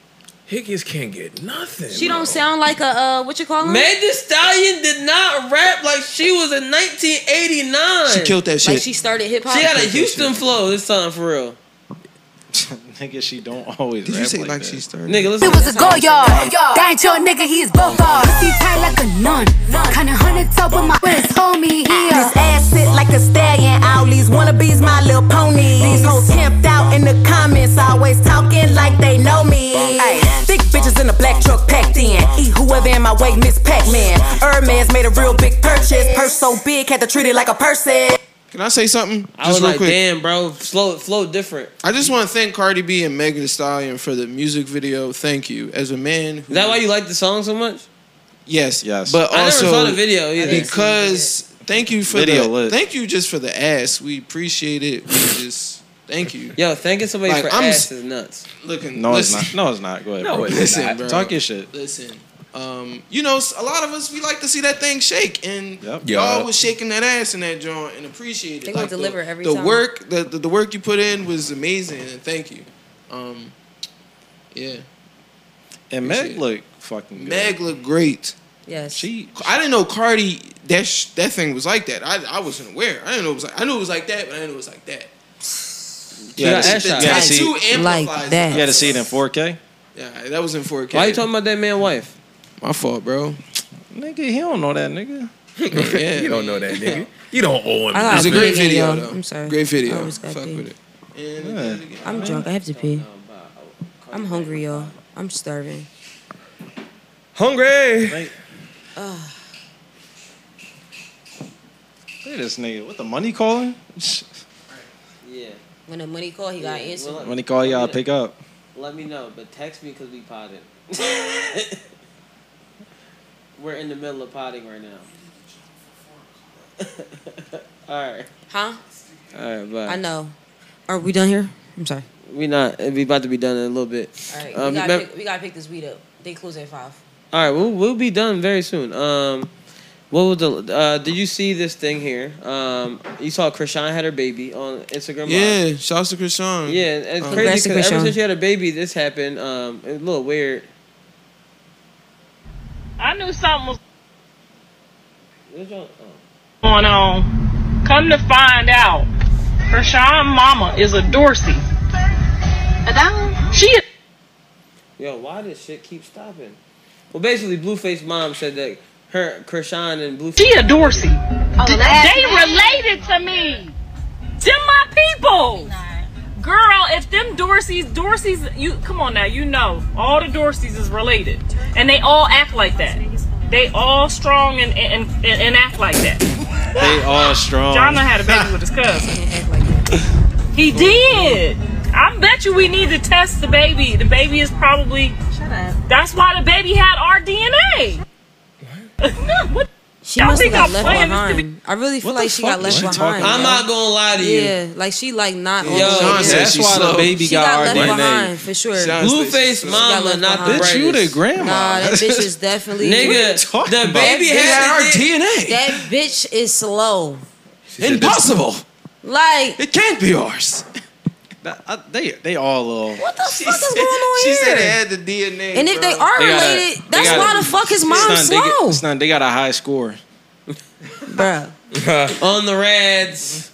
Speaker 10: Hickeys can't get nothing.
Speaker 2: She don't sound like a uh, what you call her?
Speaker 1: Meg The Stallion did not rap like she was in 1989.
Speaker 7: She killed that Like shit.
Speaker 2: she started hip hop.
Speaker 1: She had a
Speaker 2: Killed that
Speaker 1: Houston
Speaker 2: shit.
Speaker 1: flow this time for real.
Speaker 9: Nigga, she don't always.
Speaker 7: Did you say like she started?
Speaker 1: Nigga,
Speaker 17: It was a go yard. That ain't your nigga, he is both off. Pussy tight like a nun. Kinda hundred top with my wrist, homie here.
Speaker 18: This ass sit like a stallion. All these wannabes, my little pony. These hoes camped out in the comments, always talking like they know me. Ay, thick bitches in a black truck packed in. Eat whoever in my way, Miss Pac-Man. Hermes made a real big purchase. Purse so big, had to treat it like a person.
Speaker 7: Can I say something? Just
Speaker 1: I was
Speaker 7: real
Speaker 1: like,
Speaker 7: quick.
Speaker 1: damn, bro, flow flow different.
Speaker 7: I just want to thank Cardi B and Megan Thee Stallion for the music video. Thank you. As a man, who,
Speaker 1: Is that why you like the song so much?
Speaker 7: yes, yes, but
Speaker 1: I never
Speaker 7: also
Speaker 1: saw the video either.
Speaker 7: because thank you for
Speaker 1: Video
Speaker 7: the
Speaker 1: lit.
Speaker 7: thank you just for the ass. We appreciate it. We just thank you.
Speaker 1: Yo, thanking somebody
Speaker 7: Like,
Speaker 1: for
Speaker 7: I'm
Speaker 1: ass
Speaker 7: s-
Speaker 1: is nuts.
Speaker 7: Looking,
Speaker 9: No,
Speaker 7: listen.
Speaker 9: it's not. No, it's not. Go ahead.
Speaker 7: No,
Speaker 9: bro.
Speaker 7: it's
Speaker 9: listen,
Speaker 7: not,
Speaker 9: bro.
Speaker 7: bro.
Speaker 9: Talk your shit.
Speaker 7: Listen, um, you know, a lot of us we like to see that thing shake, and
Speaker 9: Yep.
Speaker 7: y'all
Speaker 9: Yup.
Speaker 7: was shaking that ass in that joint and appreciate it.
Speaker 2: They gonna
Speaker 7: the-
Speaker 2: deliver every
Speaker 7: the
Speaker 2: time.
Speaker 7: work, the, the the work you put in was amazing, and thank you. Um, yeah,
Speaker 9: And Meg look fucking. Good.
Speaker 7: Meg looked great.
Speaker 2: Yes,
Speaker 9: she.
Speaker 7: I didn't know Cardi that sh- that thing was like that. I I wasn't aware. I didn't know it was like I knew it was like that, but I didn't know it was like that.
Speaker 9: Yeah,
Speaker 7: that
Speaker 9: you gotta see-
Speaker 7: tattoo amplifies
Speaker 9: You
Speaker 7: it.
Speaker 9: gotta see it in 4K.
Speaker 7: Yeah, that was in 4K.
Speaker 9: Why you talking
Speaker 1: about that man wife?
Speaker 7: My fault, bro.
Speaker 9: Nigga, he don't know that nigga.
Speaker 7: Yeah.
Speaker 10: you don't know that nigga. You don't owe him.
Speaker 2: I
Speaker 7: It's a
Speaker 2: gotta
Speaker 7: great
Speaker 2: pee again,
Speaker 7: video,
Speaker 2: y'all.
Speaker 7: though.
Speaker 2: I'm sorry.
Speaker 7: Great video.
Speaker 2: I always gotta
Speaker 7: Fuck
Speaker 2: pee.
Speaker 7: with it.
Speaker 2: I'm drunk. I have to pee. I'm hungry, y'all. I'm starving.
Speaker 10: Hungry.
Speaker 2: Ugh.
Speaker 9: Look at this nigga. What the money calling?
Speaker 1: Yeah.
Speaker 2: When the money call, he gotta
Speaker 1: Yeah,
Speaker 2: answer.
Speaker 1: well,
Speaker 9: Money call y'all pick up.
Speaker 1: Let me know, but text me because we potted. We're in the middle of potting right now. All right.
Speaker 2: Huh?
Speaker 1: All right, bye.
Speaker 2: I know. Are we done here? I'm sorry.
Speaker 1: We not. We about to be done in a little bit.
Speaker 2: All right,
Speaker 1: Um,
Speaker 2: we, gotta
Speaker 1: remem-
Speaker 2: pick, we gotta pick this weed up. They close at five.
Speaker 1: All right, we'll we'll be done very soon. Um, what was the? Uh, did you see this thing here? Um, you saw Krishan had her baby on Instagram. Live.
Speaker 7: Yeah, shouts to Krishan.
Speaker 1: Yeah, and it's
Speaker 7: Um, Congrats
Speaker 1: crazy because
Speaker 7: to
Speaker 1: ever
Speaker 7: Krishan.
Speaker 1: since she had a baby, this happened. Um, it's a little weird.
Speaker 19: I knew something was going on. Come to find out, Krishan Mama is a Dorsey. She is.
Speaker 1: Yo, why does shit keep stopping? Well, basically, Blueface mom said that her Krishan and Blueface.
Speaker 19: She a Dorsey.
Speaker 2: Oh,
Speaker 1: that's-
Speaker 19: they related to me. Them my people. Girl, if them Dorseys, Dorseys, you come on now, you know all the Dorseys is related, and they all act like that. They all strong and and, and, and act like that.
Speaker 9: They all strong.
Speaker 19: John done had a baby with his cousin. he did. I bet you we need to test the baby. The baby is probably. Shut up. That's why the baby had our DNA. What?
Speaker 2: She
Speaker 19: Y'all
Speaker 2: must have
Speaker 19: think
Speaker 2: got
Speaker 19: I'm
Speaker 2: left
Speaker 19: playing this to be-
Speaker 2: behind. I really feel like she got left
Speaker 1: What?
Speaker 2: behind.
Speaker 1: I'm
Speaker 2: yo.
Speaker 1: not gonna lie to you.
Speaker 2: Yeah, like she like not.
Speaker 1: Yo,
Speaker 2: on
Speaker 1: Sean
Speaker 2: it.
Speaker 1: said That's she why the slow. baby
Speaker 2: She
Speaker 1: got
Speaker 2: got
Speaker 1: our
Speaker 2: left
Speaker 1: DNA.
Speaker 2: behind for sure.
Speaker 1: Blueface mama, not the brightest.
Speaker 9: Bitch, you the grandma.
Speaker 2: Nah, that bitch is definitely
Speaker 1: Nigga, the
Speaker 2: That
Speaker 1: baby
Speaker 2: bitch-
Speaker 1: had our
Speaker 7: DNA.
Speaker 2: That bitch is slow.
Speaker 7: Impossible.
Speaker 2: Like
Speaker 7: It can't be ours.
Speaker 9: That- I- they they all uh, little.
Speaker 2: what the fuck is going on
Speaker 7: She
Speaker 2: here?
Speaker 7: said it had the DNA.
Speaker 2: And if they
Speaker 7: bro.
Speaker 2: are
Speaker 9: They gotta-
Speaker 2: related,
Speaker 9: they
Speaker 2: that's
Speaker 9: gotta-
Speaker 2: why the fuck his mom
Speaker 9: Son,
Speaker 2: slow.
Speaker 9: They, get- son, they got a high score.
Speaker 2: Bruh.
Speaker 1: on the Reds.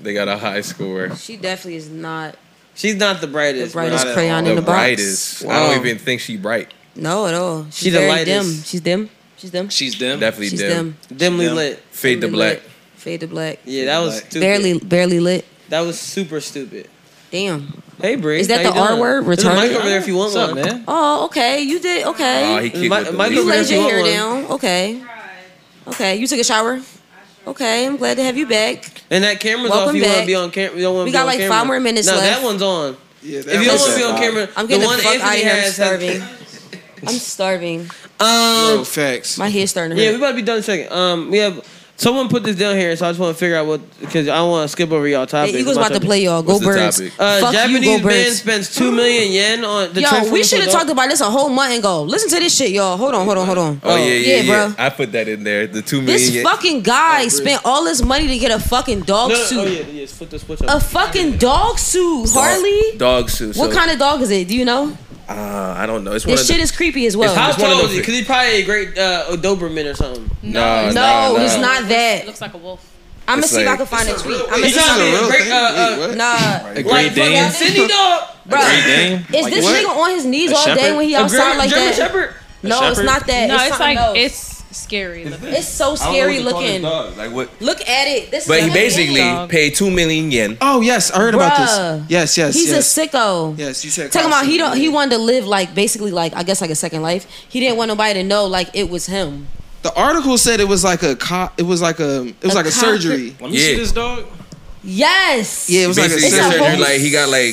Speaker 10: they got a high score.
Speaker 2: She definitely is not.
Speaker 1: She's not the brightest.
Speaker 2: The brightest Not at crayon all. in the box.
Speaker 10: brightest. I
Speaker 2: Wow.
Speaker 10: don't even think she bright.
Speaker 2: No, at all. She's
Speaker 10: She the
Speaker 2: very
Speaker 10: lightest.
Speaker 2: dim. She's dim. She's dim.
Speaker 9: She's dim.
Speaker 10: Definitely
Speaker 2: She's
Speaker 10: dim.
Speaker 2: dim.
Speaker 1: Dimly lit.
Speaker 10: Fade to
Speaker 2: Dimly
Speaker 10: black.
Speaker 2: lit. Fade to black.
Speaker 1: Yeah, that was stupid.
Speaker 2: barely barely lit.
Speaker 1: That was super stupid.
Speaker 2: Damn.
Speaker 1: Hey, Bree.
Speaker 2: Is that
Speaker 1: how
Speaker 2: the
Speaker 1: you
Speaker 2: R
Speaker 1: doing?
Speaker 2: word?
Speaker 1: There's a
Speaker 2: Retarded.
Speaker 1: mic over there if you want
Speaker 2: What's up,
Speaker 1: one.
Speaker 2: man? Oh, okay. You did. Okay.
Speaker 1: Oh, he kicked with the mic
Speaker 2: you
Speaker 1: over there
Speaker 2: laid
Speaker 1: if you
Speaker 2: your hair
Speaker 1: want
Speaker 2: down. Okay. Okay. You took a shower. Okay. I'm glad to have you back.
Speaker 1: And that camera's
Speaker 2: Welcome
Speaker 1: off. You
Speaker 2: back.
Speaker 1: want to be on camera? You don't want to
Speaker 2: We
Speaker 1: be
Speaker 2: got
Speaker 1: on
Speaker 2: like
Speaker 1: camera.
Speaker 2: five more minutes
Speaker 1: no,
Speaker 2: left.
Speaker 1: that one's on.
Speaker 7: Yeah,
Speaker 1: if you don't want to be on camera,
Speaker 2: I'm
Speaker 1: the
Speaker 2: getting
Speaker 1: one
Speaker 2: the fuck
Speaker 1: Anthony
Speaker 2: out of here. I'm
Speaker 1: has has-
Speaker 2: starving. I'm starving.
Speaker 1: Um,
Speaker 7: no facts.
Speaker 2: My head's starting to
Speaker 1: Yeah, we
Speaker 2: hurt.
Speaker 1: about to be done in a second. Um, we have someone put this down here, so I just want to figure out what because I want to skip over y'all topic.
Speaker 2: Eagles about to play y'all. Go What's the Birds. topic?
Speaker 1: Uh,
Speaker 2: Fuck you,
Speaker 1: Japanese
Speaker 2: go
Speaker 1: band
Speaker 2: Birds.
Speaker 1: spends two million yen on the
Speaker 2: Yo,
Speaker 1: transfer
Speaker 2: we
Speaker 1: to
Speaker 2: should have
Speaker 1: adult-
Speaker 2: talked about this a whole month ago. Listen to this shit, y'all. Hold on, hold on, hold on.
Speaker 10: Oh, yeah, yeah, yeah.
Speaker 2: bro.
Speaker 10: I put that in there. The two million.
Speaker 2: This fucking guy spent all his money to get a fucking dog
Speaker 1: No, no,
Speaker 2: suit.
Speaker 1: oh yeah, yeah. Flip the switch
Speaker 2: A
Speaker 1: up.
Speaker 2: fucking dog suit, Harley.
Speaker 10: dog suit.
Speaker 2: What kind of dog is it? Do you know?
Speaker 10: of? Uh, I don't know. It's one
Speaker 2: This
Speaker 10: of the-
Speaker 2: shit is creepy as well.
Speaker 1: How
Speaker 10: It's one of
Speaker 1: tall
Speaker 10: those-
Speaker 1: is he? Because he's probably a great uh, a Doberman or something.
Speaker 10: No,
Speaker 2: no,
Speaker 10: nah, nah.
Speaker 2: he's Oh, not that. Looks
Speaker 19: like a wolf.
Speaker 2: I'm gonna
Speaker 10: It's
Speaker 2: see if I
Speaker 10: like-
Speaker 2: can find a
Speaker 10: It's a
Speaker 2: tweet.
Speaker 10: real-
Speaker 2: I'm gonna
Speaker 10: He's
Speaker 2: see if
Speaker 10: not
Speaker 2: I
Speaker 10: a
Speaker 2: can
Speaker 10: real
Speaker 1: Great, uh, uh,
Speaker 2: Nah,
Speaker 10: A Great Dane.
Speaker 1: Cindy dog.
Speaker 2: bro.
Speaker 10: Great Dane?
Speaker 2: Is
Speaker 10: Like
Speaker 2: this
Speaker 10: what?
Speaker 2: nigga on his knees
Speaker 10: A
Speaker 2: all day
Speaker 10: shepherd?
Speaker 2: when he
Speaker 10: A
Speaker 2: outside
Speaker 10: German-
Speaker 2: like
Speaker 10: German
Speaker 2: that?
Speaker 10: shepherd? A
Speaker 2: No, it's
Speaker 10: shepherd?
Speaker 2: not that.
Speaker 10: No,
Speaker 2: it's,
Speaker 10: it's
Speaker 2: something
Speaker 10: like-
Speaker 2: else.
Speaker 19: it's scary.
Speaker 2: It's so scary looking.
Speaker 10: Like what?
Speaker 2: Look at it. This
Speaker 10: But
Speaker 2: is
Speaker 10: he
Speaker 2: a
Speaker 10: basically
Speaker 2: dog.
Speaker 10: paid two million yen.
Speaker 7: Oh yes, I heard
Speaker 2: about this. Bruh.
Speaker 7: Yes, yes,
Speaker 2: He's
Speaker 7: yes.
Speaker 2: a
Speaker 6: Oh.
Speaker 2: sicko.
Speaker 7: Yes, you said
Speaker 2: Talking about he don't
Speaker 7: constantly.
Speaker 2: he wanted to live like basically like I guess like a second life. He didn't want nobody to know like it was him.
Speaker 7: The article said it was like a co- it was like a it was
Speaker 2: A
Speaker 7: like a
Speaker 2: co-
Speaker 7: surgery.
Speaker 2: Let me see Yeah. this
Speaker 7: dog.
Speaker 2: Yes.
Speaker 7: Yeah, it was like a
Speaker 10: Basically,
Speaker 7: surgery.
Speaker 10: surgery, like he got like.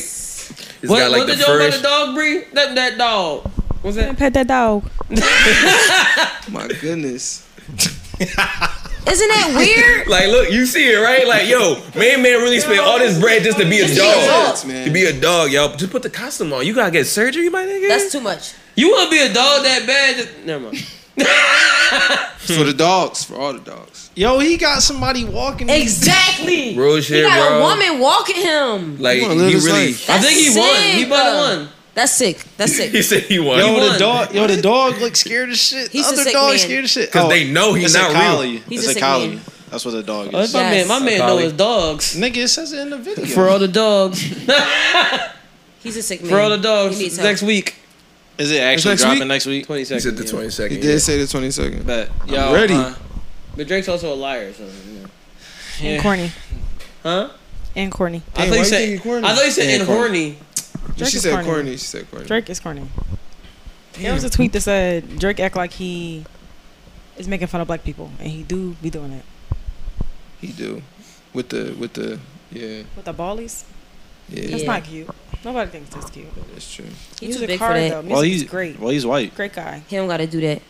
Speaker 10: He's
Speaker 1: What,
Speaker 10: got like
Speaker 1: what
Speaker 10: the
Speaker 1: did y'all about the
Speaker 10: first.
Speaker 1: dog breed? That that dog. What's that?
Speaker 2: Pet that dog.
Speaker 7: My goodness.
Speaker 2: Isn't that weird?
Speaker 10: Like, look, you see it, right? Like, yo, man, man, really spent all this bread just to be a
Speaker 2: Just to be a
Speaker 10: dog.
Speaker 2: dog.
Speaker 10: To be a dog, y'all. Just put the costume on. You gotta get surgery, my nigga.
Speaker 2: That's too much.
Speaker 1: You want to be a dog that bad? Just, never mind.
Speaker 7: for the dogs, for all the dogs.
Speaker 3: Yo, he got somebody walking. him.
Speaker 2: Exactly.
Speaker 10: Real
Speaker 2: he
Speaker 10: shit,
Speaker 2: got a
Speaker 10: bro.
Speaker 2: woman walking him.
Speaker 10: Like,
Speaker 3: wanna live
Speaker 10: he
Speaker 3: his
Speaker 10: really.
Speaker 2: That's sick, bro. That's sick. That's sick.
Speaker 10: He said he won.
Speaker 3: Yo, the dog. Yo, the dog looks scared as shit. The
Speaker 2: He's a
Speaker 3: other
Speaker 2: sick
Speaker 3: dog
Speaker 2: man.
Speaker 3: scared as shit.
Speaker 9: Because
Speaker 3: Oh,
Speaker 9: they know he's
Speaker 3: it's
Speaker 9: not
Speaker 3: a
Speaker 9: real.
Speaker 3: collie.
Speaker 9: He's
Speaker 2: It's a
Speaker 9: a
Speaker 2: sick collie.
Speaker 9: collie.
Speaker 2: man.
Speaker 9: That's what a dog is.
Speaker 1: Oh, that's my man. My man knows dogs.
Speaker 3: Nigga, it says it in the video.
Speaker 1: For all the dogs.
Speaker 2: He's a sick man.
Speaker 1: For all the dogs
Speaker 2: He needs help.
Speaker 1: next week.
Speaker 9: Is it actually
Speaker 1: next
Speaker 9: dropping
Speaker 1: week?
Speaker 9: next week?
Speaker 1: Twenty
Speaker 10: He
Speaker 1: second.
Speaker 10: said the
Speaker 1: yeah.
Speaker 10: twenty
Speaker 7: He
Speaker 10: second.
Speaker 7: did say the twenty second.
Speaker 9: But
Speaker 7: I'm
Speaker 9: yo,
Speaker 7: ready.
Speaker 9: uh,
Speaker 1: But Drake's also a liar, so yeah.
Speaker 9: Yeah.
Speaker 4: And corny.
Speaker 1: huh?
Speaker 4: And corny.
Speaker 1: I thought you said. I thought you said and horny.
Speaker 4: Drake
Speaker 7: she
Speaker 4: is
Speaker 7: said
Speaker 4: corny.
Speaker 7: corny. She said corny.
Speaker 4: Drake is corny. There
Speaker 7: Damn.
Speaker 4: was a tweet that said Drake act like he is making fun of black people, and he do be doing it
Speaker 7: He do with the with the yeah
Speaker 4: with the ballies.
Speaker 7: yeah.
Speaker 4: That's not cute. Nobody thinks that's cute.
Speaker 7: That's true.
Speaker 2: He
Speaker 4: Music
Speaker 2: too big for
Speaker 4: hard
Speaker 2: that.
Speaker 4: though. Music
Speaker 9: Well,
Speaker 4: is
Speaker 9: he's-
Speaker 4: great.
Speaker 9: well, he's white.
Speaker 4: Great guy.
Speaker 2: He don't got to do that.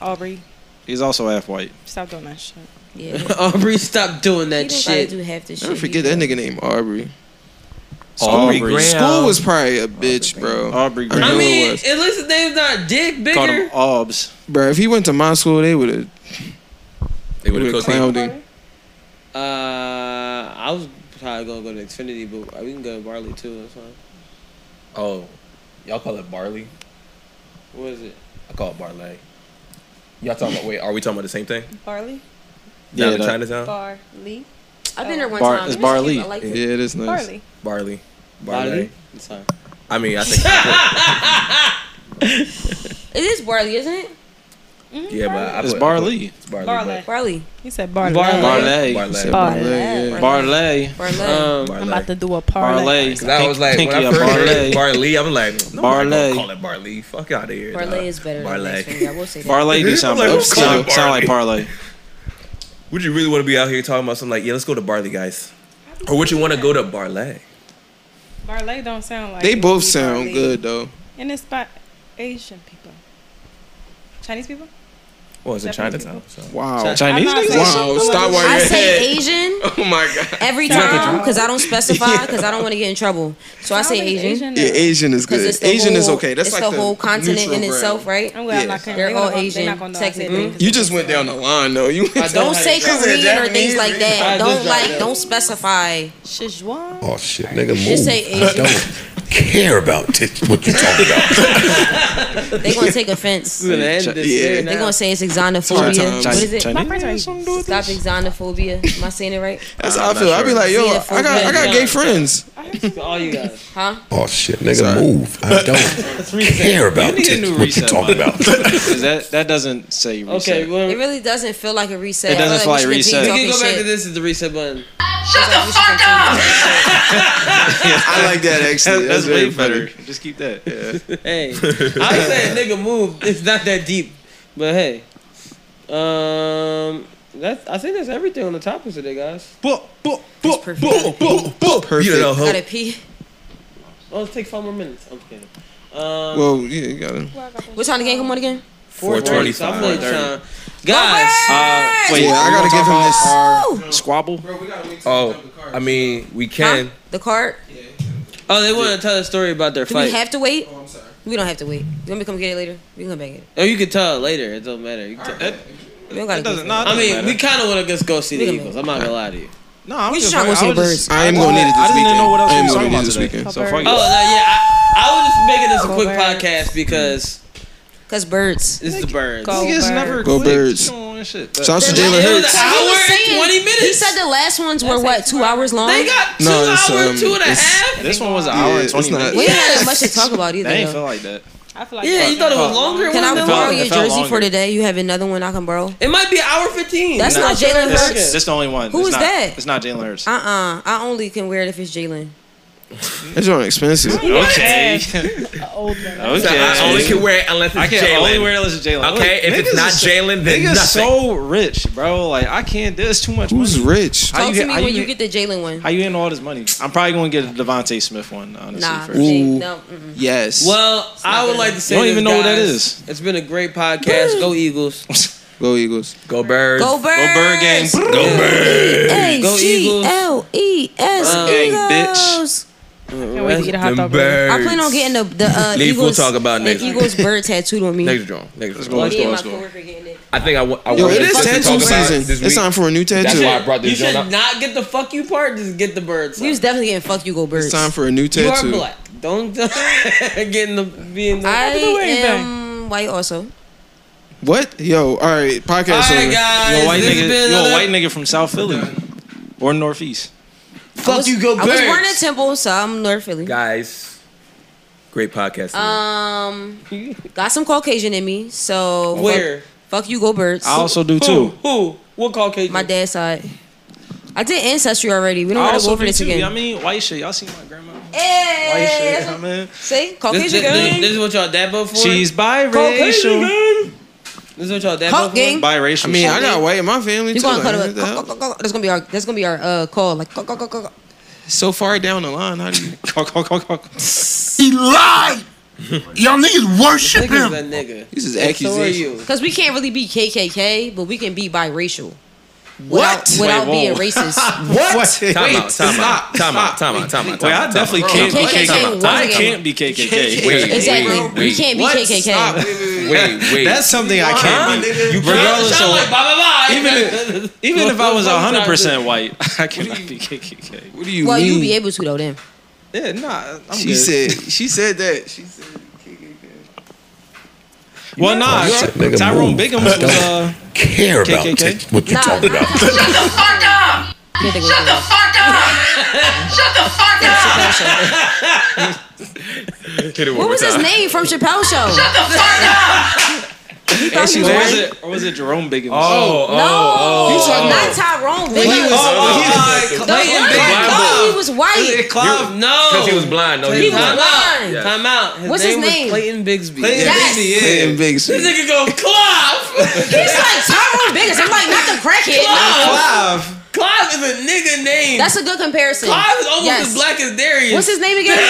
Speaker 4: Aubrey,
Speaker 9: He's also half white.
Speaker 4: stop doing that shit.
Speaker 2: Yeah.
Speaker 1: Aubrey, stop doing
Speaker 2: He
Speaker 1: that
Speaker 2: don't gotta
Speaker 1: shit.
Speaker 2: do half the
Speaker 7: Never
Speaker 2: shit.
Speaker 7: forget that nigga named Aubrey.
Speaker 10: Aubrey Graham.
Speaker 7: School was probably a bitch, bro.
Speaker 9: Aubrey
Speaker 7: I,
Speaker 1: I
Speaker 7: know it
Speaker 1: mean,
Speaker 7: was.
Speaker 1: at least his name's not Dick
Speaker 9: Called
Speaker 1: Bigger.
Speaker 9: him Aubs.
Speaker 7: bro. If he went to my school, they would have.
Speaker 10: They would have cooked him.
Speaker 7: clowned him.
Speaker 1: Uh, I was probably gonna go to Xfinity, but we can go to Barley too. That's fine.
Speaker 10: Oh, y'all call it barley.
Speaker 1: What is it?
Speaker 10: I call it barley. Y'all talking about? Wait, are we talking about the same thing?
Speaker 4: Barley.
Speaker 10: Yeah,
Speaker 9: Yeah,
Speaker 10: in
Speaker 9: that-
Speaker 10: Chinatown.
Speaker 4: Barley.
Speaker 2: I've been there one
Speaker 9: Bar-
Speaker 2: time.
Speaker 9: it's
Speaker 2: It was cute.
Speaker 9: barley.
Speaker 2: I like
Speaker 9: yeah,
Speaker 2: it.
Speaker 9: it is nice.
Speaker 4: Barley.
Speaker 10: Barley.
Speaker 1: Barley?
Speaker 10: Barley.
Speaker 1: Sorry.
Speaker 10: I mean, I think.
Speaker 2: It is barley, isn't it?
Speaker 9: Mm-hmm.
Speaker 10: yeah, but I
Speaker 9: It's
Speaker 10: put-
Speaker 9: barley.
Speaker 10: It's barley.
Speaker 4: Barley.
Speaker 2: Barley.
Speaker 4: He said barley.
Speaker 9: Barley.
Speaker 10: Barley.
Speaker 4: Barley.
Speaker 9: Barley. Barley. Um,
Speaker 2: Barley.
Speaker 1: Um,
Speaker 4: I'm about to do a parlay.
Speaker 9: Barley.
Speaker 10: Cause I was like,
Speaker 9: Pinky
Speaker 10: when I
Speaker 9: up
Speaker 10: first heard
Speaker 9: barley.
Speaker 10: it, barley, I'm like, no,
Speaker 9: Barley.
Speaker 10: barley. Gonna call it barley. Fuck out of here.
Speaker 2: Parlay
Speaker 10: dog.
Speaker 2: is better than
Speaker 10: Barley.
Speaker 2: Xfinity, I will say that.
Speaker 9: Barley do sound,
Speaker 10: I'm like,
Speaker 9: like,
Speaker 10: what's going on,
Speaker 9: sound, sound like
Speaker 10: Barley?
Speaker 9: parlay.
Speaker 10: Would you really want to be out here talking about something like, yeah, let's go to barley, guys, or would you want to go to barley?
Speaker 4: Barley don't sound like.
Speaker 7: They
Speaker 4: it
Speaker 7: both
Speaker 4: would be
Speaker 7: sound
Speaker 4: barley.
Speaker 7: good though.
Speaker 4: And it's by Asian people, Chinese people.
Speaker 10: Well, it's in
Speaker 4: Japanese
Speaker 10: Chinatown. So.
Speaker 7: Wow,
Speaker 4: Chinese I'm not niggas? saying
Speaker 7: Wow,
Speaker 4: shit.
Speaker 7: stop while
Speaker 2: I
Speaker 7: you're
Speaker 2: say
Speaker 7: ahead.
Speaker 2: Asian
Speaker 7: Oh my god.
Speaker 2: every
Speaker 7: You got the
Speaker 2: time
Speaker 7: drop?
Speaker 2: because I don't specify because I don't want to get in trouble. So I say Asian.
Speaker 7: Yeah, Asian is
Speaker 2: 'Cause
Speaker 7: good.
Speaker 2: it's the
Speaker 7: Asian is
Speaker 2: whole-
Speaker 7: okay. That's
Speaker 2: it's
Speaker 7: like
Speaker 2: the whole continent
Speaker 7: neutral
Speaker 2: in
Speaker 7: ground.
Speaker 2: itself, right? I'm
Speaker 4: glad I'm not
Speaker 2: They're all Asian, technically.
Speaker 7: You just went down the line though. You went
Speaker 2: Don't say
Speaker 7: You said
Speaker 2: Korean or things
Speaker 7: Japanese,
Speaker 2: like
Speaker 7: nigga.
Speaker 2: that.
Speaker 7: I just
Speaker 2: Don't
Speaker 7: dropped
Speaker 2: like,
Speaker 7: that.
Speaker 2: don't specify.
Speaker 20: Oh shit, nigga, move.
Speaker 2: Just say
Speaker 20: I
Speaker 2: Asian.
Speaker 20: don't care about this, what you talking about.
Speaker 2: They gonna take offense.
Speaker 20: We're gonna end this Yeah. here
Speaker 2: They
Speaker 20: now.
Speaker 2: gonna say it's exonophobia.
Speaker 20: Sometimes.
Speaker 2: What is it?
Speaker 20: Chinese?
Speaker 2: Stop exonophobia. Am I saying it right?
Speaker 7: That's how I feel. I'd be like, yo, I got I got gay friends.
Speaker 1: All you guys.
Speaker 2: Huh?
Speaker 20: Oh shit, nigga, move. I don't care about
Speaker 9: You need a
Speaker 20: this,
Speaker 9: new
Speaker 20: what you
Speaker 9: reset
Speaker 20: talking
Speaker 9: button.
Speaker 20: about.
Speaker 9: 'Cause that that doesn't say reset.
Speaker 2: it really doesn't feel like a reset.
Speaker 9: It doesn't
Speaker 2: I
Speaker 9: feel like
Speaker 2: we should
Speaker 9: reset.
Speaker 2: continue
Speaker 9: We can
Speaker 1: Go
Speaker 2: talking
Speaker 1: back to
Speaker 2: shit.
Speaker 1: this is the reset button.
Speaker 6: Shut the fuck up!
Speaker 7: I like that actually.
Speaker 9: That's,
Speaker 7: That's,
Speaker 9: way
Speaker 7: very funny.
Speaker 9: better. Just keep that.
Speaker 1: hey, I was saying nigga move. It's not that deep, but hey, um, that's I think that's everything on the topics today, guys.
Speaker 7: Boop boop boop boop boop boop. Perfect.
Speaker 1: You know,
Speaker 2: Got to pee.
Speaker 1: Oh, let's take five more minutes. I'm kidding. Um,
Speaker 7: Well, yeah, you got him.
Speaker 2: What time the game come on again?
Speaker 1: 4:20, so I'm late,
Speaker 7: 4:25.
Speaker 1: Sean. Guys,
Speaker 7: Uh, wait, I gotta give him this.
Speaker 9: squabble.
Speaker 10: Oh, I mean, we can.
Speaker 2: The card?
Speaker 1: Oh, they want to tell a story about their
Speaker 2: Do
Speaker 1: fight.
Speaker 2: we have to wait? Oh, I'm sorry. We don't have to wait. You want me to come get it later? We can come back and get it.
Speaker 1: oh, you can tell it later. It don't matter. You can tell-
Speaker 2: We don't gotta
Speaker 1: Doesn't- I mean, we kind of want to just go see the
Speaker 2: We can-
Speaker 1: Eagles. I'm not gonna lie to you.
Speaker 9: No, I'm
Speaker 2: We just trying to go see the birds.
Speaker 7: I am gonna need it this
Speaker 9: I didn't
Speaker 7: weekend.
Speaker 9: know what else
Speaker 7: I am
Speaker 9: we was
Speaker 7: gonna
Speaker 9: talking
Speaker 7: need
Speaker 9: about
Speaker 7: it this
Speaker 9: today.
Speaker 7: weekend.
Speaker 9: So fuck
Speaker 1: Oh, no, yeah. I, I was just making this a quick podcast because.
Speaker 2: Because birds.
Speaker 1: It's the birds.
Speaker 9: Niggas never
Speaker 7: Go
Speaker 9: quit.
Speaker 7: birds.
Speaker 9: Come on, shit.
Speaker 7: Shout out to Jalen Hurts.
Speaker 2: He was
Speaker 1: hour and 20 minutes.
Speaker 2: He said the last ones were what, two hours long?
Speaker 1: They got
Speaker 7: No, two it's, hour, um, two and a it's- half?
Speaker 9: This one was an
Speaker 7: Yeah,
Speaker 9: hour and
Speaker 7: it's
Speaker 9: 20
Speaker 7: not-
Speaker 9: minutes.
Speaker 2: We didn't have that much to talk about either.
Speaker 9: I ain't
Speaker 2: though.
Speaker 9: feel like that.
Speaker 1: I feel
Speaker 9: like
Speaker 1: yeah,
Speaker 9: that.
Speaker 1: you thought it was
Speaker 9: Fuck.
Speaker 1: longer.
Speaker 2: Can I
Speaker 1: One
Speaker 9: It
Speaker 1: than-
Speaker 9: felt-
Speaker 2: borrow
Speaker 9: it
Speaker 2: your
Speaker 9: felt
Speaker 2: jersey
Speaker 9: longer.
Speaker 2: for today? You have another one I can borrow?
Speaker 1: It might be hour 15.
Speaker 2: That's not Jalen
Speaker 9: This-
Speaker 2: Hurts.
Speaker 9: This the only one.
Speaker 2: Who
Speaker 9: It's
Speaker 2: is
Speaker 9: not-
Speaker 2: that?
Speaker 9: It's not Jalen Hurts.
Speaker 2: Uh uh I only can wear it if it's Jalen.
Speaker 7: That's not expensive.
Speaker 9: Okay.
Speaker 10: So I only can wear it unless it's
Speaker 9: I can
Speaker 10: Jalen.
Speaker 9: only wear it unless it's Jalen.
Speaker 10: Okay, if it's
Speaker 9: niggas
Speaker 10: not
Speaker 9: is-
Speaker 10: Jalen, then
Speaker 9: niggas
Speaker 10: nothing.
Speaker 9: so rich, bro. Like I can't. There's too much.
Speaker 7: Who's
Speaker 9: money.
Speaker 7: rich?
Speaker 9: How
Speaker 2: Talk
Speaker 9: you,
Speaker 2: to me
Speaker 9: how
Speaker 2: when
Speaker 9: you,
Speaker 2: you get the Jalen one.
Speaker 9: how you in all this money? I'm probably gonna get a Devonte Smith one. Honestly,
Speaker 2: Nah,
Speaker 9: first.
Speaker 2: Ooh. no, mm-mm.
Speaker 7: Yes.
Speaker 1: Well, I would like to say
Speaker 9: You don't
Speaker 1: this,
Speaker 9: even know what that
Speaker 1: guys.
Speaker 9: is.
Speaker 1: It's been a great podcast. Go Eagles.
Speaker 7: Go Eagles.
Speaker 10: Go Birds.
Speaker 2: Go Birds. Go Bird
Speaker 9: game.
Speaker 10: Go Birds.
Speaker 1: Go Eagles.
Speaker 2: L E S
Speaker 1: Um,
Speaker 2: Eagles.
Speaker 1: Can't wait to eat a hot
Speaker 10: Them
Speaker 1: dog later.
Speaker 10: Birds.
Speaker 2: I plan on getting the the uh,
Speaker 10: Leaf, we'll
Speaker 2: Eagles.
Speaker 10: talk about
Speaker 2: the
Speaker 10: next week.
Speaker 2: Eagles bird tattooed on me.
Speaker 10: Next drawing. Next
Speaker 9: Let's
Speaker 10: drawing.
Speaker 2: Me and my
Speaker 10: I think I wa- I
Speaker 7: Yo, it
Speaker 10: wanted
Speaker 7: is
Speaker 10: to talk
Speaker 7: tattoo
Speaker 10: about
Speaker 7: season.
Speaker 10: this
Speaker 7: It's
Speaker 10: week.
Speaker 7: time for a new tattoo.
Speaker 10: That's why I brought
Speaker 1: You
Speaker 10: this
Speaker 1: should
Speaker 10: joint up.
Speaker 1: not get the fuck you part. Just get the birds.
Speaker 2: You was definitely getting fuck you go birds.
Speaker 7: It's time for a new
Speaker 1: You are
Speaker 7: tattoo.
Speaker 1: black. Don't get in the being. The,
Speaker 2: I
Speaker 1: Don't do anything.
Speaker 2: am white also.
Speaker 7: What? Yo, all right, podcast.
Speaker 2: All right,
Speaker 7: over.
Speaker 2: guys,
Speaker 9: You a white
Speaker 2: this has
Speaker 9: nigga?
Speaker 2: been
Speaker 9: You a
Speaker 2: another-
Speaker 9: white nigga from South Philly or Northeast?
Speaker 2: Fuck you go I was born in Temple, so I'm North Philly.
Speaker 10: Guys, great podcast.
Speaker 2: Um, got some Caucasian in me, so fuck-
Speaker 1: Where?
Speaker 2: Fuck, you go birds.
Speaker 9: I also do too.
Speaker 1: Who? What Caucasian?
Speaker 2: My dad's side. I did ancestry already. We don't
Speaker 9: I
Speaker 2: gotta
Speaker 9: also
Speaker 2: go for
Speaker 9: do
Speaker 2: this
Speaker 9: too.
Speaker 2: again.
Speaker 9: I mean, white shit. Y'all see my grandma?
Speaker 2: Hey,
Speaker 9: White shit. I mean,
Speaker 2: see,
Speaker 1: This,
Speaker 2: Caucasian
Speaker 1: this- this-
Speaker 2: girl.
Speaker 1: this is what y'all dabo for.
Speaker 9: she's
Speaker 1: Caucasian
Speaker 9: biracial.
Speaker 1: girl. This is what y'all dabo
Speaker 2: Cock
Speaker 1: for.
Speaker 2: gang.
Speaker 9: Biracial.
Speaker 7: I mean, I got
Speaker 9: shit.
Speaker 7: white in my family
Speaker 2: You
Speaker 7: too.
Speaker 2: gonna
Speaker 7: Like,
Speaker 2: cut
Speaker 7: what
Speaker 2: it?
Speaker 7: the hell?
Speaker 2: That's gonna be our. That's gonna be our uh, call. Like, go, go, go, go, go.
Speaker 7: So far down the line, how do you?
Speaker 20: He lied. Y'all niggas worship
Speaker 1: Nigga's
Speaker 20: him.
Speaker 1: a nigga.
Speaker 7: This
Speaker 1: And
Speaker 7: is
Speaker 1: So are
Speaker 7: accusation.
Speaker 1: you?
Speaker 2: Because we can't really be KKK, but we can be biracial.
Speaker 7: What?
Speaker 2: Without, without
Speaker 7: Wait,
Speaker 2: being
Speaker 7: whoa.
Speaker 2: racist.
Speaker 7: What?
Speaker 10: Time out, time out, time out, time out, time out,
Speaker 9: Wait,
Speaker 10: time
Speaker 9: I
Speaker 10: out,
Speaker 9: definitely
Speaker 10: time
Speaker 9: can't
Speaker 10: out.
Speaker 9: be
Speaker 2: KKK
Speaker 9: KKK.
Speaker 2: once
Speaker 9: I
Speaker 2: again.
Speaker 9: can't be KKK.
Speaker 10: Wait,
Speaker 2: Exactly.
Speaker 10: wait,
Speaker 2: We
Speaker 10: wait.
Speaker 2: can't be
Speaker 7: What?
Speaker 2: KKK.
Speaker 7: Stop. Wait, wait, wait.
Speaker 10: Wait, wait.
Speaker 9: That's something I can't be.
Speaker 7: Nigga.
Speaker 9: Regardless
Speaker 1: Sound
Speaker 9: of
Speaker 1: like
Speaker 9: even
Speaker 1: bye bye
Speaker 9: if, even if I was hundred percent white, I cannot be KKK.
Speaker 7: What do you
Speaker 2: well,
Speaker 7: mean?
Speaker 2: you'll be able to though then.
Speaker 9: Yeah, nah. I'm
Speaker 7: she
Speaker 9: good.
Speaker 7: said. She said that. She said.
Speaker 9: Well, nah.
Speaker 20: Nigga,
Speaker 9: Tyrone
Speaker 20: move.
Speaker 9: Biggums was uh,
Speaker 20: Care about
Speaker 9: KKK.
Speaker 20: t- what you talking about.
Speaker 6: Shut the fuck up! Shut the fuck up! Shut the fuck up!
Speaker 10: Hit it one
Speaker 2: What
Speaker 10: more
Speaker 2: was his
Speaker 10: time.
Speaker 1: Uh,
Speaker 2: name from Chappelle Show?
Speaker 6: Shut the fuck up!
Speaker 9: and she was, was it, or was it Jerome Biggums?
Speaker 10: Oh, oh,
Speaker 2: no,
Speaker 10: oh.
Speaker 2: not Tyrone.
Speaker 1: He
Speaker 2: Biggins.
Speaker 1: was-
Speaker 9: oh,
Speaker 1: Clayton
Speaker 2: The
Speaker 1: Biggins.
Speaker 2: black-
Speaker 1: Biggins.
Speaker 2: no, he was white.
Speaker 1: Clive, no.
Speaker 10: Because he was blind. No, he,
Speaker 2: He
Speaker 10: was
Speaker 2: was
Speaker 10: blind.
Speaker 2: blind.
Speaker 10: Yes.
Speaker 1: Time out. His
Speaker 2: What's his
Speaker 1: name
Speaker 2: name?
Speaker 1: was Clayton Bigsby.
Speaker 2: Yes.
Speaker 7: Clinton Biggs.
Speaker 1: This nigga go Clive.
Speaker 2: He's like Tyrone Biggins. I'm like not the crackhead. No.
Speaker 9: Clive.
Speaker 1: Clive is a nigga name.
Speaker 2: That's a good comparison.
Speaker 1: Clive is almost
Speaker 2: Yes.
Speaker 1: as black as Darius.
Speaker 2: What's his name again?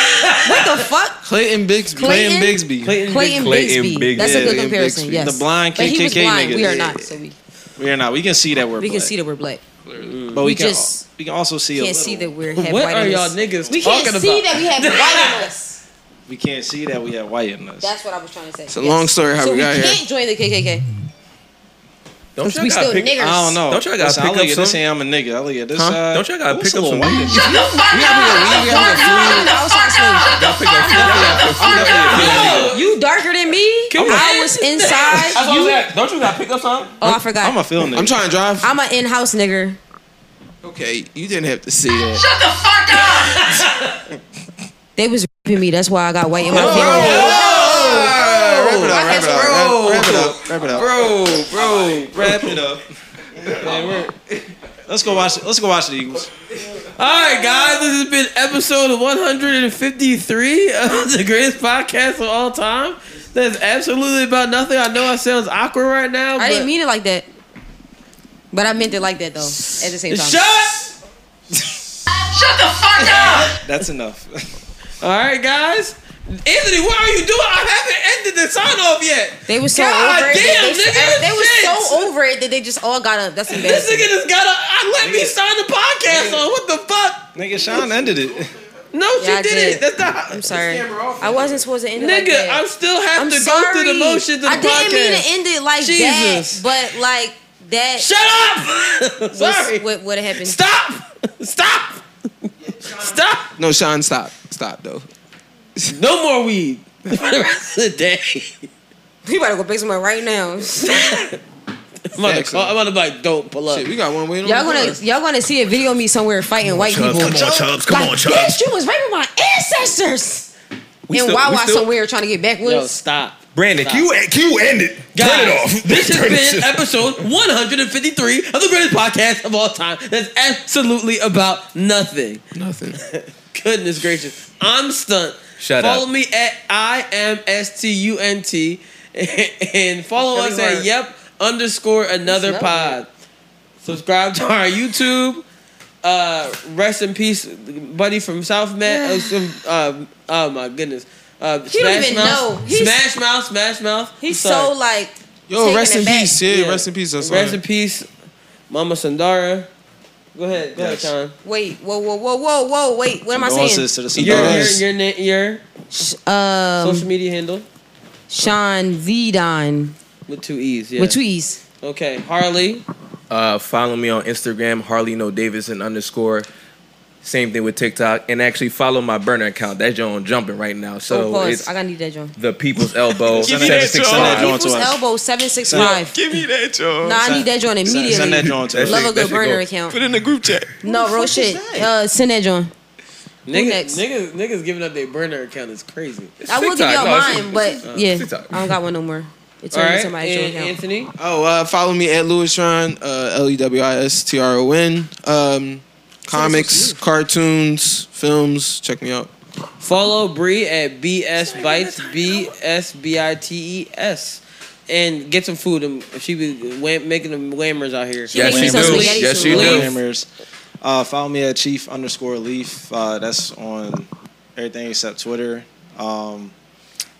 Speaker 2: what the fuck?
Speaker 7: Clayton Biggs.
Speaker 2: Clayton
Speaker 9: Bigsby.
Speaker 1: Clayton,
Speaker 2: Clayton
Speaker 10: Clayton
Speaker 2: Bigsby.
Speaker 10: Bigsby.
Speaker 2: That's a good
Speaker 7: Clayton
Speaker 2: comparison.
Speaker 7: Bigsby.
Speaker 2: Yes.
Speaker 9: The blind
Speaker 2: But he was
Speaker 9: KKK
Speaker 2: blind.
Speaker 9: nigga.
Speaker 2: We are not. So we
Speaker 9: We are not. oh. We can see that we're
Speaker 2: we can
Speaker 9: black.
Speaker 2: see that we're black.
Speaker 9: but we
Speaker 2: we
Speaker 9: can
Speaker 2: just
Speaker 9: we can also see a
Speaker 2: Can't
Speaker 9: little.
Speaker 2: see that we're have
Speaker 1: What
Speaker 2: white
Speaker 1: are
Speaker 2: on
Speaker 1: y'all
Speaker 2: us.
Speaker 1: niggas
Speaker 2: We
Speaker 1: talking
Speaker 2: can't see
Speaker 1: about?
Speaker 2: that we have white on us.
Speaker 9: we can't see that we have white in us.
Speaker 2: That's what I was trying to say.
Speaker 7: It's a long story how
Speaker 2: so
Speaker 7: we got
Speaker 2: we
Speaker 7: here.
Speaker 2: can't join the KKK.
Speaker 10: Don't y'all
Speaker 2: We
Speaker 10: gotta
Speaker 2: still
Speaker 10: pick,
Speaker 2: niggers.
Speaker 9: I don't know.
Speaker 10: Don't y'all gotta
Speaker 9: Listen, I
Speaker 10: pick
Speaker 9: look
Speaker 10: up
Speaker 9: at this
Speaker 10: some-
Speaker 9: and I'm a nigga. I look at this
Speaker 10: Huh?
Speaker 9: side.
Speaker 10: Don't y'all gotta
Speaker 9: Ooh,
Speaker 10: pick
Speaker 9: it's a
Speaker 10: up
Speaker 9: little
Speaker 10: some-
Speaker 9: white.
Speaker 6: Shut the fuck up!
Speaker 7: we have
Speaker 2: Outside
Speaker 10: Pick up some-
Speaker 2: sleep. You darker than me. I was
Speaker 10: That's what
Speaker 2: inside.
Speaker 10: I'm
Speaker 2: You,
Speaker 10: saying. Don't you gotta pick up some?
Speaker 2: oh, I
Speaker 9: I'm
Speaker 2: forgot.
Speaker 9: a film nigga.
Speaker 7: I'm trying to drive.
Speaker 2: I'm an in-house nigger.
Speaker 7: Okay, you didn't have to see that.
Speaker 6: Shut the fuck up!
Speaker 2: They was ripping me. That's why I got white in my family.
Speaker 7: Wrap it up. Wrap it up. Wrap it up.
Speaker 1: Bro, bro.
Speaker 9: Wrap it up. Let's go watch. Let's go watch the Eagles.
Speaker 1: All right, guys, this has been episode 153 of the greatest podcast of all time. That's absolutely about nothing. I know it sounds awkward right now.
Speaker 2: I
Speaker 1: but-
Speaker 2: didn't mean it like that. But I meant it like that though. At the same time.
Speaker 1: Shut!
Speaker 6: Shut the fuck up!
Speaker 9: That's enough.
Speaker 1: All right, guys. Anthony, what are you doing? I haven't ended the sign off yet.
Speaker 2: They were so
Speaker 1: God
Speaker 2: over it.
Speaker 1: damn,
Speaker 2: that
Speaker 1: nigga,
Speaker 2: they, they were
Speaker 1: shit.
Speaker 2: so over it that they just all got up. That's
Speaker 1: This
Speaker 2: embarrassing.
Speaker 1: nigga just got a. I let me sign the podcast on. What the fuck?
Speaker 9: Nigga, Sean ended it.
Speaker 1: No, she
Speaker 2: Yeah, I
Speaker 1: did, it.
Speaker 2: did.
Speaker 1: That's not.
Speaker 2: I'm sorry. I wasn't supposed to end it like
Speaker 1: Nigga,
Speaker 2: that.
Speaker 1: I still have
Speaker 2: I'm
Speaker 1: to go through the
Speaker 2: sorry.
Speaker 1: motions of the
Speaker 2: I didn't mean to
Speaker 1: podcast.
Speaker 2: end it like
Speaker 1: Jesus.
Speaker 2: that. But like that.
Speaker 1: Shut up!
Speaker 2: sorry. What would have happened?
Speaker 1: Stop! Stop! Stop!
Speaker 7: No, Sean, stop. Stop, though.
Speaker 1: No more weed for the rest of the day.
Speaker 2: You better go pick someone right now.
Speaker 1: I'm about to call. I'm about to like, don't pull up.
Speaker 7: Shit, we got one waiting
Speaker 2: Y'all gonna y'all gonna see a video of me somewhere fighting white
Speaker 1: Chubbs, come
Speaker 2: people.
Speaker 1: on, Chubbs, come
Speaker 2: Like,
Speaker 1: on, Chubbs.
Speaker 2: Bitch, you was raping my ancestors.
Speaker 1: We
Speaker 2: and
Speaker 1: still-
Speaker 2: why
Speaker 1: we
Speaker 2: why
Speaker 1: still-
Speaker 2: somewhere trying to get
Speaker 1: Yo,
Speaker 2: backwards?
Speaker 1: stop.
Speaker 20: Brandon,
Speaker 1: Stop.
Speaker 20: can you, can you end it? Turn it off.
Speaker 1: This has
Speaker 20: Turn this
Speaker 1: been
Speaker 20: shit-
Speaker 1: episode 153 of the greatest podcast of all time. That's absolutely about nothing.
Speaker 7: Nothing.
Speaker 1: Goodness gracious. I'm stunt.
Speaker 10: Shut
Speaker 1: follow
Speaker 10: up.
Speaker 1: me at I am S T U N T and follow
Speaker 10: Really
Speaker 1: us at
Speaker 10: hard.
Speaker 1: yep underscore another
Speaker 10: That's
Speaker 1: pod. Subscribe to our YouTube. Uh, rest in peace, buddy from South Met. uh, some- um, oh my goodness. Uh,
Speaker 2: He don't even know. He's-
Speaker 1: Smash Mouth, Smash Mouth.
Speaker 2: He's
Speaker 1: I'm sorry.
Speaker 2: so like
Speaker 7: Yo,
Speaker 2: taken
Speaker 7: rest in
Speaker 2: aback.
Speaker 7: peace. Yeah, rest in peace. I saw
Speaker 1: Rest
Speaker 7: it.
Speaker 1: in peace, Mama Sandara. Go ahead, go
Speaker 7: Yes.
Speaker 1: ahead, Sean.
Speaker 2: Wait, whoa, whoa, whoa, whoa, whoa, wait. What am I saying?
Speaker 1: Your-
Speaker 2: Sandaras.
Speaker 1: Your, your, na- your,
Speaker 2: Um,
Speaker 1: social media handle
Speaker 2: Sean Vidon
Speaker 1: with two E's. Yeah.
Speaker 2: with two E's.
Speaker 1: Okay, Harley.
Speaker 10: Uh, follow me on Instagram, Harley No Davidson underscore. Same thing with TikTok, and actually follow my burner account. That's your own jumping right now. So
Speaker 2: oh, pause.
Speaker 10: it's Oh,
Speaker 2: I gotta need that John.
Speaker 10: the People's Elbow.
Speaker 9: Give me that
Speaker 10: 765.
Speaker 9: Send that joint
Speaker 2: People's
Speaker 9: to us.
Speaker 2: elbow seven six five.
Speaker 9: Give me that, John.
Speaker 2: Nah, I need that joint immediately.
Speaker 9: Send that joint to us.
Speaker 2: Love a good burner account.
Speaker 9: Put it in the group chat.
Speaker 2: No, real shit. Uh, send that John.
Speaker 1: Niggas, niggas, niggas giving up their burner account is crazy.
Speaker 2: I will give y'all mine, but
Speaker 1: Uh,
Speaker 2: yeah,
Speaker 1: TikTok.
Speaker 2: I don't got one no more. It's
Speaker 1: All
Speaker 2: only
Speaker 1: right,
Speaker 2: somebody's joint
Speaker 1: and
Speaker 2: account.
Speaker 1: Anthony.
Speaker 7: Oh, uh, follow me at Lewistron, uh, L E W I S T R O N. Um, comics, cartoons, films. Check me out.
Speaker 1: Follow Bree at BS Bites B S B I T E S. And get some food. And she be wham- making them whammers out here.
Speaker 9: Hammers. Uh, follow me at chief underscore leaf. Uh, that's on everything except Twitter. Um,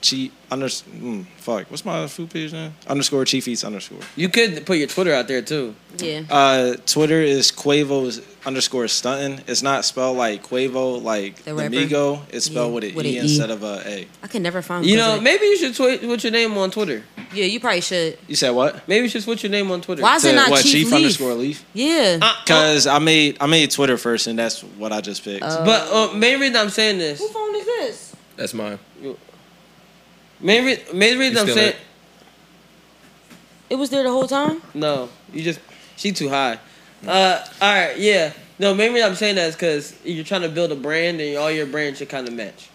Speaker 9: chief under mm, fuck. What's my food page now? Underscore chief eats underscore.
Speaker 1: You could put your Twitter out there too.
Speaker 2: Yeah.
Speaker 9: Uh, Twitter is Quavo underscore stunting. It's not spelled like Quavo, like the,
Speaker 2: The rapper?
Speaker 9: Migo. It's spelled
Speaker 2: Yeah,
Speaker 9: with an
Speaker 2: with
Speaker 9: e
Speaker 2: an E.
Speaker 9: instead of a a.
Speaker 2: I can never find.
Speaker 1: You know,
Speaker 2: Quizlet.
Speaker 1: maybe you should tweet what's your name on Twitter.
Speaker 2: yeah, you probably should.
Speaker 9: You said what?
Speaker 1: Maybe you should switch your name on Twitter.
Speaker 2: Why is it
Speaker 9: To
Speaker 2: not
Speaker 9: what,
Speaker 2: Chief,
Speaker 9: Chief
Speaker 2: Leaf?
Speaker 9: underscore Leaf?
Speaker 2: Yeah.
Speaker 1: Uh,
Speaker 9: Cause I made I made Twitter first, and that's what I just picked.
Speaker 1: but uh, main reason I'm saying this.
Speaker 2: Who phone is this?
Speaker 10: That's mine.
Speaker 1: Main, re- main reason I'm
Speaker 10: still
Speaker 1: saying
Speaker 2: It was there the whole time.
Speaker 1: no. You just she too high. Uh, all right, yeah. No, main reason I'm saying that is because you're trying to build a brand, and all your brands should kind of match.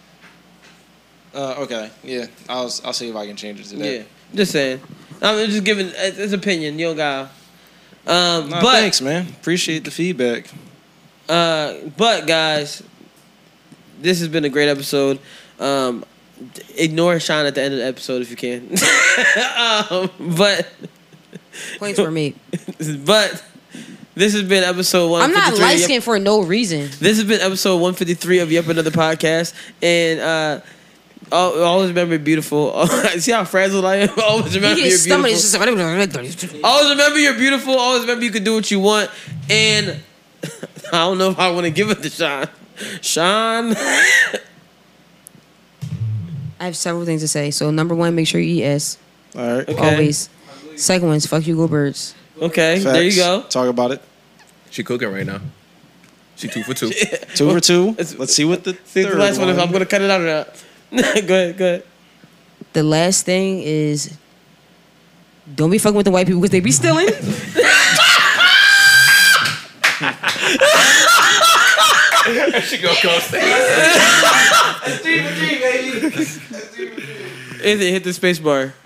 Speaker 9: Uh, okay, yeah. I'll I'll see if I can change it today.
Speaker 1: Yeah, just saying. I'm just giving it's, it's opinion. You don't got. Um,
Speaker 9: Nah,
Speaker 1: but
Speaker 9: thanks, man. Appreciate the feedback.
Speaker 1: Uh, but guys, this has been a great episode. Um, d- ignore Sean at the end of the episode if you can. um, but
Speaker 2: points were made.
Speaker 1: But this has been episode one.
Speaker 2: I'm not light skinned for no reason.
Speaker 1: This has been episode 153 of Yep Another Podcast. And uh, al- always remember beautiful. See how frazzled I am? Always remember
Speaker 2: He
Speaker 1: you're
Speaker 2: is- somebody
Speaker 1: beautiful.
Speaker 2: is just-
Speaker 1: Always remember you're beautiful. Always remember you can do what you want. And I don't know if I want to give it to Sean. Sean.
Speaker 2: I have several things to say. So number one, make sure you eat ass.
Speaker 9: All right.
Speaker 10: Okay.
Speaker 2: Always. Second one's fuck you, go birds.
Speaker 1: Okay,
Speaker 9: there you go. Talk about it.
Speaker 10: She cooking right now. She two for two.
Speaker 9: Two for two. Let's see what the
Speaker 1: See
Speaker 9: third
Speaker 1: the last one. if I'm
Speaker 9: one-
Speaker 1: going to cut it out or not. go ahead, go ahead.
Speaker 2: The last thing is don't be fucking with the white people because they be stealing.
Speaker 10: she gonna come
Speaker 1: Anthony, hit the space bar.